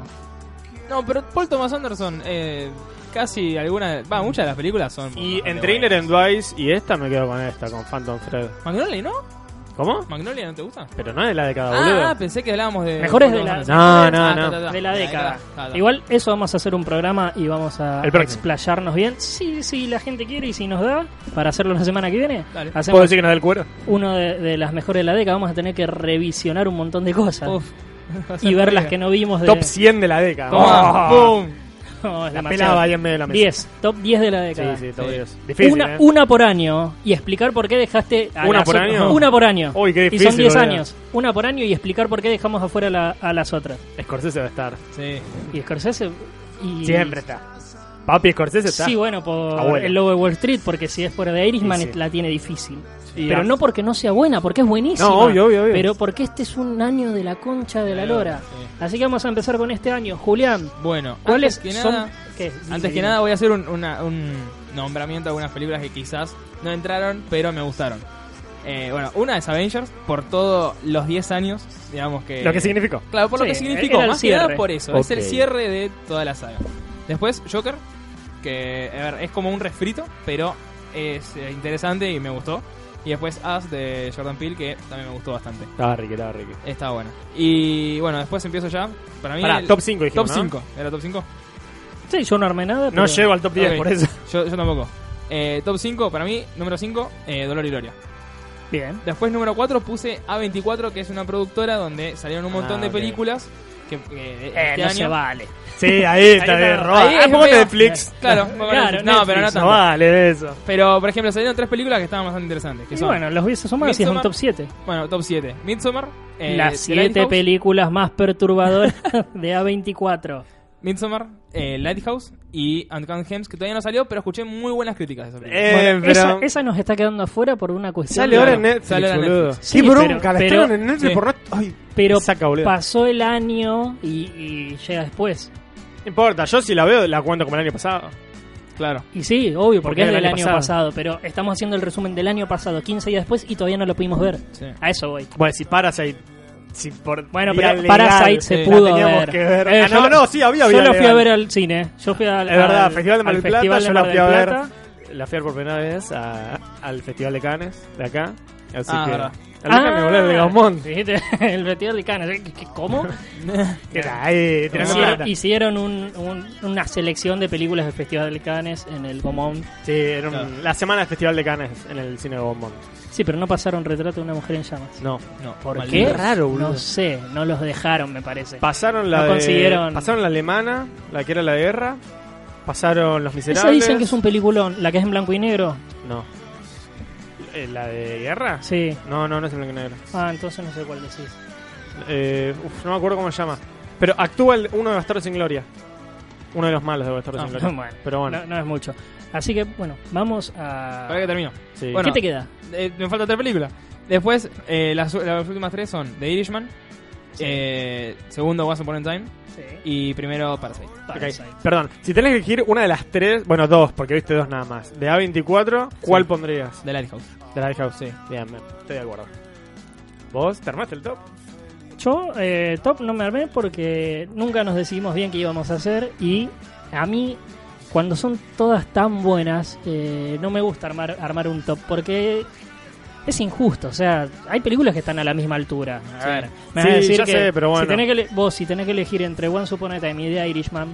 [SPEAKER 3] No, pero Paul Thomas Anderson, eh, casi algunas, va, muchas de las películas son.
[SPEAKER 2] Y
[SPEAKER 3] bastante
[SPEAKER 2] entre Inner
[SPEAKER 3] buenas.
[SPEAKER 2] and Wise y esta me quedo con esta, con Phantom Thread.
[SPEAKER 3] Magnolia, ¿no?
[SPEAKER 2] ¿Cómo?
[SPEAKER 3] Magnolia, ¿no te gusta?
[SPEAKER 2] Pero no es la década, boludo.
[SPEAKER 3] Ah, ah, pensé que hablábamos de.
[SPEAKER 1] Mejores
[SPEAKER 3] Paul
[SPEAKER 1] de
[SPEAKER 3] Thomas
[SPEAKER 2] la-
[SPEAKER 3] Anderson.
[SPEAKER 2] No, no,
[SPEAKER 3] Ah, ta,
[SPEAKER 2] no.
[SPEAKER 3] ta, ta.
[SPEAKER 1] De la década.
[SPEAKER 3] ta, ta.
[SPEAKER 1] Igual eso vamos a hacer un programa y vamos a
[SPEAKER 2] El próximo.
[SPEAKER 1] explayarnos bien. Sí, sí, la gente quiere y si nos da, para hacerlo la semana que viene,
[SPEAKER 3] Dale.
[SPEAKER 2] ¿Puedo
[SPEAKER 1] hacemos
[SPEAKER 2] decir que no es del cuero?
[SPEAKER 1] uno de, de las mejores de la década. Vamos a tener que revisionar un montón de cosas
[SPEAKER 3] Uf. Va a ser
[SPEAKER 1] y ver las
[SPEAKER 3] horrible.
[SPEAKER 1] que no vimos de...
[SPEAKER 2] Top 100 de la década.
[SPEAKER 3] Toma,
[SPEAKER 2] Oh,
[SPEAKER 3] ¡Pum!
[SPEAKER 1] No, es
[SPEAKER 2] La
[SPEAKER 1] demasiado.
[SPEAKER 2] pelaba ahí en medio de la mesa.
[SPEAKER 1] 10, top 10 de la década.
[SPEAKER 2] Sí, sí, top
[SPEAKER 3] Sí.
[SPEAKER 2] 10. Difícil,
[SPEAKER 1] una,
[SPEAKER 2] ¿eh?
[SPEAKER 1] una por año y explicar por qué dejaste. a
[SPEAKER 2] ¿Una
[SPEAKER 1] las
[SPEAKER 2] por
[SPEAKER 1] otras-
[SPEAKER 2] año?
[SPEAKER 1] Una por año.
[SPEAKER 2] Uy, qué
[SPEAKER 1] y son
[SPEAKER 2] difícil,
[SPEAKER 1] 10
[SPEAKER 2] boludo.
[SPEAKER 1] años. Una por año y explicar por qué dejamos afuera la- a las otras.
[SPEAKER 2] Scorsese va a estar.
[SPEAKER 3] Sí.
[SPEAKER 1] Y Scorsese. Y...
[SPEAKER 2] Siempre está. Papi Scorsese está.
[SPEAKER 1] Sí, bueno, por
[SPEAKER 2] Abuela.
[SPEAKER 1] el logo de Wall Street, porque si es por de Irishman
[SPEAKER 2] Sí, sí.
[SPEAKER 1] la tiene difícil.
[SPEAKER 2] Y
[SPEAKER 1] Pero
[SPEAKER 2] la-
[SPEAKER 1] no porque no sea buena, porque es buenísima.
[SPEAKER 2] No, obvio, obvio, obvio.
[SPEAKER 1] Pero porque este es un año de la concha de la
[SPEAKER 3] Sí.
[SPEAKER 1] lora. Así que vamos a empezar con este año. Julián,
[SPEAKER 3] Bueno,
[SPEAKER 1] ¿cuáles
[SPEAKER 3] antes que
[SPEAKER 1] son...?
[SPEAKER 3] nada,
[SPEAKER 1] ¿Qué?
[SPEAKER 3] antes que nada voy a hacer un, una- un nombramiento de algunas películas que quizás no entraron, pero me gustaron. Eh, bueno, una es Avengers, por todos los 10 años, digamos que...
[SPEAKER 2] eh, Lo que significó.
[SPEAKER 3] Claro, por
[SPEAKER 1] Sí,
[SPEAKER 3] lo que significó,
[SPEAKER 1] era el
[SPEAKER 3] más que nada
[SPEAKER 1] cierre.
[SPEAKER 3] por eso. Es el
[SPEAKER 2] Ok.
[SPEAKER 3] cierre de toda la saga. Después, Joker, que a ver, es como un refrito, pero es eh, interesante y me gustó. Y después Us de Jordan Peele, que también me gustó bastante.
[SPEAKER 2] Estaba rico, estaba rico.
[SPEAKER 3] Está buena. Y bueno, después empiezo ya. Para mí...
[SPEAKER 2] Pará,
[SPEAKER 3] el-
[SPEAKER 2] top 5 dijimos,
[SPEAKER 3] Top
[SPEAKER 2] ¿no?
[SPEAKER 3] 5. ¿Era top 5?
[SPEAKER 1] Sí, yo no armé nada.
[SPEAKER 2] No
[SPEAKER 1] pero-
[SPEAKER 2] llego al top 10
[SPEAKER 3] Ok.
[SPEAKER 2] por eso.
[SPEAKER 3] Yo, yo tampoco. Eh, top 5, para mí, número 5, eh, Dolor y Gloria.
[SPEAKER 1] Bien.
[SPEAKER 3] Después, número 4, puse A24, que es una productora donde salieron un montón
[SPEAKER 2] Ah,
[SPEAKER 3] de
[SPEAKER 2] ok.
[SPEAKER 3] películas. Que, que
[SPEAKER 1] Eh,
[SPEAKER 3] este
[SPEAKER 1] no
[SPEAKER 3] año.
[SPEAKER 1] se vale.
[SPEAKER 2] Sí, ahí está
[SPEAKER 1] Ahí
[SPEAKER 2] de
[SPEAKER 1] está.
[SPEAKER 2] roba.
[SPEAKER 3] Ahí
[SPEAKER 2] Ah,
[SPEAKER 3] es
[SPEAKER 2] pongo
[SPEAKER 3] medio-
[SPEAKER 2] Netflix.
[SPEAKER 3] Claro, pongo
[SPEAKER 1] Claro,
[SPEAKER 3] Netflix. no, pero no
[SPEAKER 2] Netflix,
[SPEAKER 3] tanto.
[SPEAKER 2] No vale eso.
[SPEAKER 3] Pero, por ejemplo, salieron tres películas que estaban bastante interesantes. Que
[SPEAKER 1] Y
[SPEAKER 3] son, bueno.
[SPEAKER 1] bueno, los hubiese sumado si es un
[SPEAKER 3] Midsommar.
[SPEAKER 1] top 7.
[SPEAKER 3] top 7. Midsommar. eh, The
[SPEAKER 1] Las siete
[SPEAKER 3] Lighthouse,
[SPEAKER 1] películas más perturbadoras de A24.
[SPEAKER 3] Midsommar, eh, Lighthouse y Uncut Gems, que todavía no salió, pero escuché muy buenas críticas de esa película.
[SPEAKER 2] Eh,
[SPEAKER 1] Bueno,
[SPEAKER 2] pero-
[SPEAKER 1] esa, esa nos está quedando afuera por una cuestión.
[SPEAKER 2] Sale ahora en Netflix,
[SPEAKER 3] Sale ahora en
[SPEAKER 2] boludo.
[SPEAKER 3] Netflix.
[SPEAKER 1] Sí,
[SPEAKER 2] Qué
[SPEAKER 1] pero-
[SPEAKER 2] bronca, la
[SPEAKER 1] pero-
[SPEAKER 2] estrenan en Netflix
[SPEAKER 3] sí.
[SPEAKER 2] por no... Ay,
[SPEAKER 1] Pero
[SPEAKER 2] saca, boludo.
[SPEAKER 1] pasó el año y, y llega después.
[SPEAKER 2] No importa, yo si la veo la cuento como el año pasado.
[SPEAKER 3] Claro.
[SPEAKER 1] Y sí, obvio, porque,
[SPEAKER 2] Porque
[SPEAKER 1] es
[SPEAKER 2] era
[SPEAKER 1] del año pasado. Pero estamos haciendo el resumen del año pasado, 15 días después, y todavía no lo pudimos ver.
[SPEAKER 3] Sí.
[SPEAKER 1] A eso voy.
[SPEAKER 2] Bueno, si Parasite. Si por
[SPEAKER 1] Bueno,
[SPEAKER 2] vía
[SPEAKER 1] pero
[SPEAKER 2] legal eh,
[SPEAKER 1] Parasite
[SPEAKER 3] sí.
[SPEAKER 1] se pudo
[SPEAKER 2] la teníamos
[SPEAKER 1] ver.
[SPEAKER 2] que ver.
[SPEAKER 1] Eh,
[SPEAKER 2] Ah,
[SPEAKER 1] yo
[SPEAKER 2] no,
[SPEAKER 1] la-
[SPEAKER 2] no, sí, había
[SPEAKER 1] Yo
[SPEAKER 2] vida
[SPEAKER 1] la fui a
[SPEAKER 2] legal.
[SPEAKER 1] ver al cine. Yo fui al,
[SPEAKER 2] Es verdad,
[SPEAKER 1] al-
[SPEAKER 2] Festival de Mar
[SPEAKER 1] al
[SPEAKER 2] del Plata,
[SPEAKER 1] Festival de
[SPEAKER 2] yo la
[SPEAKER 1] Mar
[SPEAKER 2] fui a
[SPEAKER 1] del
[SPEAKER 2] ver.
[SPEAKER 1] Plata.
[SPEAKER 2] La fui a ver por primera vez a- al Festival de Cannes, de acá. Así
[SPEAKER 3] Ah,
[SPEAKER 2] que.
[SPEAKER 3] verdad.
[SPEAKER 2] Al menos me volé de Gaumont.
[SPEAKER 1] dijiste, Ah, el Festival de Cannes. ¿Qué- qué- ¿Cómo?
[SPEAKER 2] Que era, eh, tirando
[SPEAKER 1] Hicieron,
[SPEAKER 2] plata.
[SPEAKER 1] hicieron un- un- una selección de películas del Festival de Cannes en el Gomón.
[SPEAKER 2] Sí, era un-
[SPEAKER 3] Claro.
[SPEAKER 2] la semana del Festival de Cannes en el cine de Gaumont.
[SPEAKER 1] Sí, pero no pasaron retrato de una mujer en llamas.
[SPEAKER 2] No.
[SPEAKER 3] No,
[SPEAKER 1] ¿Por
[SPEAKER 3] maldito.
[SPEAKER 1] qué?
[SPEAKER 2] raro, boludo.
[SPEAKER 1] No sé, no los dejaron, me parece.
[SPEAKER 2] Pasaron la.
[SPEAKER 1] No
[SPEAKER 2] de-
[SPEAKER 1] consiguieron.
[SPEAKER 2] Pasaron la alemana, la que era la de guerra. Pasaron Los Miserables.
[SPEAKER 1] Esa dicen que es un peliculón, la que es en blanco y negro.
[SPEAKER 2] No. Eh, ¿La de guerra?
[SPEAKER 1] Sí.
[SPEAKER 2] No, no, no es en blanco y negro.
[SPEAKER 1] Ah, entonces no sé cuál decís.
[SPEAKER 2] Eh, uf, no me acuerdo cómo se llama. Pero actúa el- uno de Bastardos sin Gloria. Uno de los malos de Bastardos
[SPEAKER 3] Ah,
[SPEAKER 2] sin Gloria.
[SPEAKER 1] bueno,
[SPEAKER 2] Pero bueno,
[SPEAKER 1] No, no es mucho. Así que, bueno, vamos a...
[SPEAKER 3] Para que termino.
[SPEAKER 2] sí.
[SPEAKER 1] ¿Qué
[SPEAKER 3] bueno.
[SPEAKER 1] te queda?
[SPEAKER 3] Eh, me falta otra película. Después, eh, las, las últimas tres son The Irishman, eh, segundo Once Upon a Time
[SPEAKER 1] Sí.
[SPEAKER 3] y primero Parasite.
[SPEAKER 1] Parasite.
[SPEAKER 2] Ok, Perdón, si tenés que elegir una de las tres, bueno, dos, porque viste dos nada más. De A24, ¿cuál
[SPEAKER 3] Sí.
[SPEAKER 2] pondrías?
[SPEAKER 3] The Lighthouse.
[SPEAKER 2] De la Lighthouse,
[SPEAKER 3] Sí.
[SPEAKER 2] Bien, bien, estoy de acuerdo. ¿Vos te armaste el top?
[SPEAKER 1] Yo, eh, top, no me armé porque nunca nos decidimos bien qué íbamos a hacer y a mí, cuando son todas tan buenas, eh, no me gusta armar, armar un top porque es injusto. O sea, hay películas que están a la misma altura.
[SPEAKER 2] A ver.
[SPEAKER 1] Me vas
[SPEAKER 2] Sí,
[SPEAKER 1] a decir
[SPEAKER 2] ya
[SPEAKER 1] que
[SPEAKER 2] sé, pero bueno.
[SPEAKER 1] si tenés que ele- vos, si tenés que elegir entre One Upon a Time y The Irishman,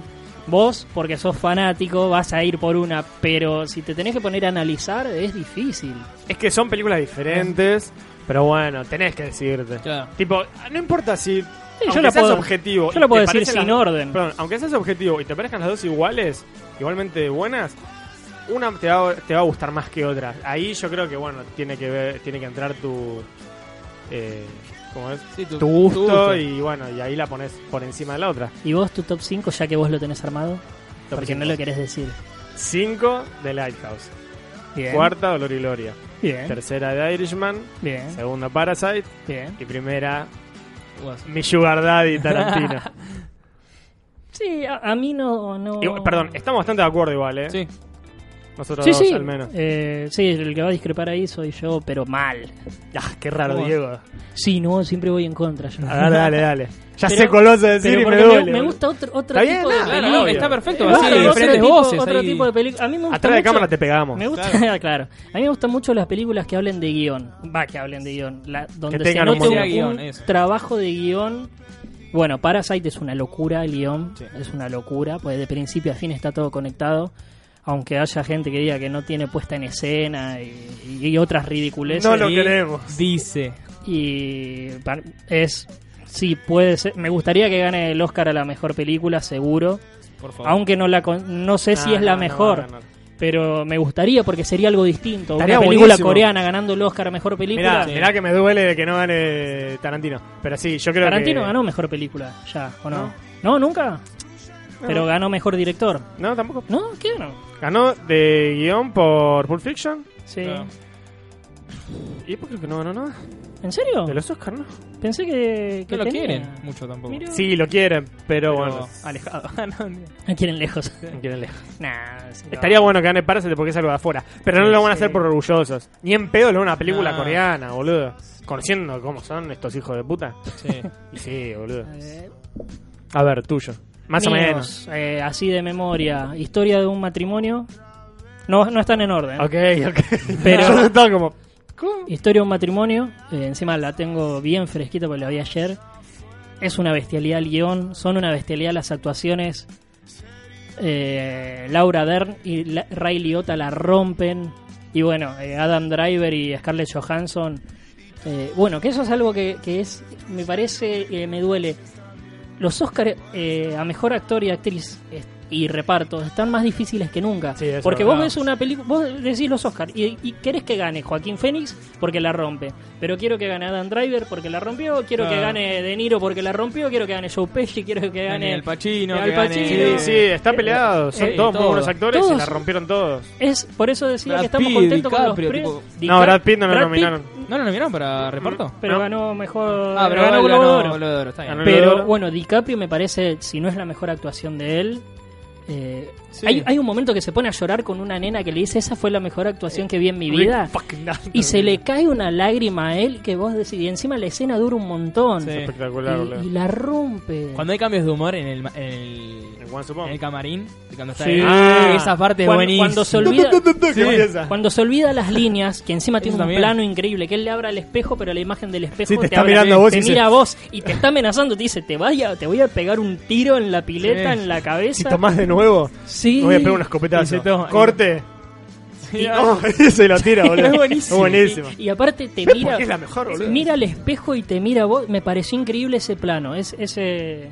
[SPEAKER 1] vos, porque sos fanático, vas a ir por una, pero si te tenés que poner a analizar, es difícil.
[SPEAKER 2] Es que son películas diferentes, pero bueno, tenés que decidirte.
[SPEAKER 3] Claro.
[SPEAKER 2] Tipo, no importa si. aunque
[SPEAKER 1] yo la
[SPEAKER 2] seas
[SPEAKER 1] puedo- yo
[SPEAKER 2] objetivo. y
[SPEAKER 1] la
[SPEAKER 2] te
[SPEAKER 1] puedo decir
[SPEAKER 2] parecen
[SPEAKER 1] sin
[SPEAKER 2] las-
[SPEAKER 1] orden.
[SPEAKER 2] Perdón, aunque seas objetivo y te parezcan las dos iguales, igualmente buenas, una te va, te va a gustar más que otra. Ahí yo creo que, bueno, tiene que ver, tiene que entrar tu. Eh, ¿Cómo es?
[SPEAKER 3] Sí, tu,
[SPEAKER 2] Tu gusto,
[SPEAKER 3] tu gusto.
[SPEAKER 2] y bueno, y ahí la pones por encima de la otra.
[SPEAKER 1] ¿Y vos tu top 5 ya que vos lo tenés armado?
[SPEAKER 2] Top
[SPEAKER 1] porque no
[SPEAKER 2] cinco.
[SPEAKER 1] lo querés decir.
[SPEAKER 2] 5 de Lighthouse.
[SPEAKER 1] Bien.
[SPEAKER 2] Cuarta, Dolor y Gloria.
[SPEAKER 1] Bien.
[SPEAKER 2] Tercera, de Irishman.
[SPEAKER 1] Bien.
[SPEAKER 2] Segunda, Parasite.
[SPEAKER 1] Bien.
[SPEAKER 2] Y primera,
[SPEAKER 3] Once.
[SPEAKER 2] mi Sugar Daddy Tarantino.
[SPEAKER 1] Sí, a, a mí no, no.
[SPEAKER 2] Igual- perdón, estamos bastante de acuerdo igual, ¿eh?
[SPEAKER 3] Sí.
[SPEAKER 2] Nosotros
[SPEAKER 1] Sí,
[SPEAKER 2] dos
[SPEAKER 1] sí.
[SPEAKER 2] al menos.
[SPEAKER 1] Eh, sí, el que va a discrepar ahí soy yo, pero mal.
[SPEAKER 2] Ah, qué raro,
[SPEAKER 3] Vos.
[SPEAKER 2] Diego.
[SPEAKER 1] Sí, no, siempre voy en contra. Yo.
[SPEAKER 2] Ah, dale, dale, dale. Ya
[SPEAKER 1] Pero-
[SPEAKER 2] sé cuál vas a decir
[SPEAKER 1] Pero
[SPEAKER 2] y
[SPEAKER 1] porque
[SPEAKER 2] me duele.
[SPEAKER 1] me
[SPEAKER 2] boludo.
[SPEAKER 1] gusta otro, otro
[SPEAKER 2] Está bien,
[SPEAKER 1] tipo de
[SPEAKER 2] nada,
[SPEAKER 1] película.
[SPEAKER 3] Claro,
[SPEAKER 2] obvio.
[SPEAKER 3] está perfecto,
[SPEAKER 1] Claro,
[SPEAKER 3] así,
[SPEAKER 1] otro
[SPEAKER 3] diferentes
[SPEAKER 1] tipo-
[SPEAKER 3] voces.
[SPEAKER 1] Otro
[SPEAKER 3] ahí.
[SPEAKER 1] tipo de película. A mí me gusta
[SPEAKER 2] Atrás de
[SPEAKER 1] mucho-
[SPEAKER 2] cámara te pegamos.
[SPEAKER 1] Me gusta, claro. A mí me gustan mucho las películas que hablen de guión. Va, que hablen de guión. La- donde
[SPEAKER 2] Que
[SPEAKER 1] se
[SPEAKER 2] tengan un
[SPEAKER 1] note un,
[SPEAKER 2] buen
[SPEAKER 3] guión,
[SPEAKER 1] un
[SPEAKER 3] eso.
[SPEAKER 1] trabajo de guión. Bueno, Parasite es una locura, el guión.
[SPEAKER 3] Sí.
[SPEAKER 1] Es una locura, pues de principio a fin está todo conectado. Aunque haya gente que diga que no tiene puesta en escena y, y otras ridiculeces.
[SPEAKER 2] No lo
[SPEAKER 1] Y-
[SPEAKER 2] queremos.
[SPEAKER 3] Dice.
[SPEAKER 1] y pa- es. Sí, puede ser. Me gustaría que gane el Oscar a la mejor película, seguro.
[SPEAKER 3] Por favor.
[SPEAKER 1] Aunque no la con- no sé si
[SPEAKER 2] Oh. No,
[SPEAKER 1] es la
[SPEAKER 2] Ah, no, no,
[SPEAKER 1] mejor.
[SPEAKER 2] no, no.
[SPEAKER 1] Pero me gustaría porque sería algo distinto.
[SPEAKER 2] Estaría
[SPEAKER 1] una película
[SPEAKER 2] buenísimo.
[SPEAKER 1] coreana ganando el Oscar a mejor película. eh,
[SPEAKER 2] Mirá,
[SPEAKER 3] Sí.
[SPEAKER 2] mirá que me duele de que no gane Tarantino. Pero sí, yo creo
[SPEAKER 1] Tarantino
[SPEAKER 2] que.
[SPEAKER 1] ganó mejor película, ya, ¿o no? No, nunca. Pero ganó mejor director.
[SPEAKER 2] No, tampoco.
[SPEAKER 1] ¿No? ¿Qué ganó?
[SPEAKER 2] Ganó de guión por Pulp Fiction.
[SPEAKER 1] Sí.
[SPEAKER 3] Claro.
[SPEAKER 2] Y por qué creo que no ganó nada.
[SPEAKER 1] ¿En serio?
[SPEAKER 2] De los Oscars, ¿no?
[SPEAKER 1] Pensé que. que
[SPEAKER 3] No lo
[SPEAKER 1] tenía.
[SPEAKER 3] quieren mucho tampoco.
[SPEAKER 1] Mira.
[SPEAKER 2] Sí, lo quieren,
[SPEAKER 3] Pero
[SPEAKER 2] pero, bueno.
[SPEAKER 3] alejado.
[SPEAKER 1] Me quieren lejos.
[SPEAKER 2] lo quieren lejos.
[SPEAKER 1] nah, sí, no.
[SPEAKER 2] Estaría bueno que gane Parásite porque es algo de afuera. Pero no
[SPEAKER 1] Sí,
[SPEAKER 2] lo van a
[SPEAKER 1] sí.
[SPEAKER 2] hacer por orgullosos. Ni en pedo lo van a una película
[SPEAKER 3] No.
[SPEAKER 2] coreana, boludo. Conociendo cómo son estos hijos de puta.
[SPEAKER 3] Sí.
[SPEAKER 2] Y sí, boludo.
[SPEAKER 1] Eh,
[SPEAKER 2] A ver, tuyo. Más o
[SPEAKER 1] míos,
[SPEAKER 2] menos.
[SPEAKER 1] eh, así de memoria. Historia de un matrimonio. No, no están en orden.
[SPEAKER 2] Ok, ok.
[SPEAKER 1] Pero-
[SPEAKER 2] Yo estaba como.
[SPEAKER 1] Historia de un matrimonio, eh, encima la tengo bien fresquita porque la vi ayer. Es una bestialidad el guión, son una bestialidad las actuaciones. Eh, Laura Dern y la- Ray Liotta la rompen. Y bueno, eh, Adam Driver y Scarlett Johansson. Eh, bueno, que eso es algo que, que es, me parece, eh, me duele. Los Oscars a mejor actor y actriz eh, y reparto están más difíciles que nunca.
[SPEAKER 2] Sí, eso
[SPEAKER 1] porque
[SPEAKER 2] es
[SPEAKER 1] vos
[SPEAKER 2] verdad.
[SPEAKER 1] ves una película, vos decís los Oscars y, y querés que gane Joaquín Fénix porque la rompe. Pero quiero que gane Adam Driver porque la rompió, quiero que
[SPEAKER 3] Claro.
[SPEAKER 1] gane De Niro porque la rompió, quiero que gane Joe Pesci, quiero que gane.
[SPEAKER 3] El Pacino.
[SPEAKER 1] Al
[SPEAKER 3] que gane-
[SPEAKER 1] Pacino.
[SPEAKER 2] Sí, sí, está peleado. Son
[SPEAKER 1] Eh,
[SPEAKER 2] todos muy
[SPEAKER 3] todo.
[SPEAKER 2] buenos actores y
[SPEAKER 1] Todos-
[SPEAKER 2] la rompieron todos.
[SPEAKER 1] Es por eso decía
[SPEAKER 3] Brad
[SPEAKER 1] que estamos
[SPEAKER 3] Pitt,
[SPEAKER 1] contentos con los
[SPEAKER 3] DiCaprio,
[SPEAKER 1] pre-
[SPEAKER 3] tipo-
[SPEAKER 1] Dica-
[SPEAKER 2] No, Brad Pitt no lo
[SPEAKER 1] Brad
[SPEAKER 2] nominaron.
[SPEAKER 3] ¿No lo nominaron para reparto?
[SPEAKER 1] pero
[SPEAKER 2] No.
[SPEAKER 1] ganó mejor.
[SPEAKER 3] Ah, pero
[SPEAKER 1] Ah, ganó
[SPEAKER 3] ganó
[SPEAKER 1] Globo de Oro.
[SPEAKER 3] Globo de Oro, está bien.
[SPEAKER 2] Ganó Globo de
[SPEAKER 1] Pero
[SPEAKER 2] Oro.
[SPEAKER 1] bueno, DiCaprio me parece, si no es la mejor actuación de él. eh,
[SPEAKER 3] Sí.
[SPEAKER 1] hay, hay un momento que se pone a llorar con una nena que le dice: Esa fue la mejor
[SPEAKER 3] Eh,
[SPEAKER 1] actuación que vi en mi vida.
[SPEAKER 2] Fucking nada.
[SPEAKER 1] Y se le cae una lágrima a él que vos decís. Y encima la escena dura un montón.
[SPEAKER 3] Sí.
[SPEAKER 2] Espectacular,
[SPEAKER 1] Y, y
[SPEAKER 2] boludo.
[SPEAKER 1] la rompe.
[SPEAKER 3] Cuando hay cambios de humor en el, ma- en el,
[SPEAKER 2] En Once Upon.
[SPEAKER 3] en el camarín, de cuando está
[SPEAKER 2] Sí.
[SPEAKER 3] ahí,
[SPEAKER 2] Ah.
[SPEAKER 3] esa parte es
[SPEAKER 1] Cuando-
[SPEAKER 3] buenísima.
[SPEAKER 1] cuando se olvida.
[SPEAKER 2] Qué belleza.
[SPEAKER 1] Cuando se olvida las líneas, que encima tiene
[SPEAKER 3] Eso
[SPEAKER 1] un
[SPEAKER 3] también.
[SPEAKER 1] plano increíble, que él le abra el espejo, pero la imagen del espejo
[SPEAKER 2] Sí, te está
[SPEAKER 1] abre-
[SPEAKER 2] mirando a vos
[SPEAKER 1] te
[SPEAKER 2] y dice-
[SPEAKER 1] mira a vos y te está amenazando, te dice, te vaya, te voy a pegar un tiro en la pileta,
[SPEAKER 3] Sí.
[SPEAKER 1] en la
[SPEAKER 2] Si
[SPEAKER 1] cabeza.
[SPEAKER 2] tomás de nuevo,
[SPEAKER 1] Sí.
[SPEAKER 2] me voy a pegar unas
[SPEAKER 3] Y se
[SPEAKER 2] escopetazos.
[SPEAKER 3] toma-
[SPEAKER 2] Corte.
[SPEAKER 3] Sí,
[SPEAKER 2] No, se lo tira, boludo.
[SPEAKER 1] Es buenísimo.
[SPEAKER 2] Buenísimo.
[SPEAKER 1] Y, y aparte te
[SPEAKER 2] ¿Ves
[SPEAKER 1] mira,
[SPEAKER 2] por qué es la mejor, boludo?
[SPEAKER 1] mira al espejo y te mira a vos. Me pareció increíble ese plano. Es, ese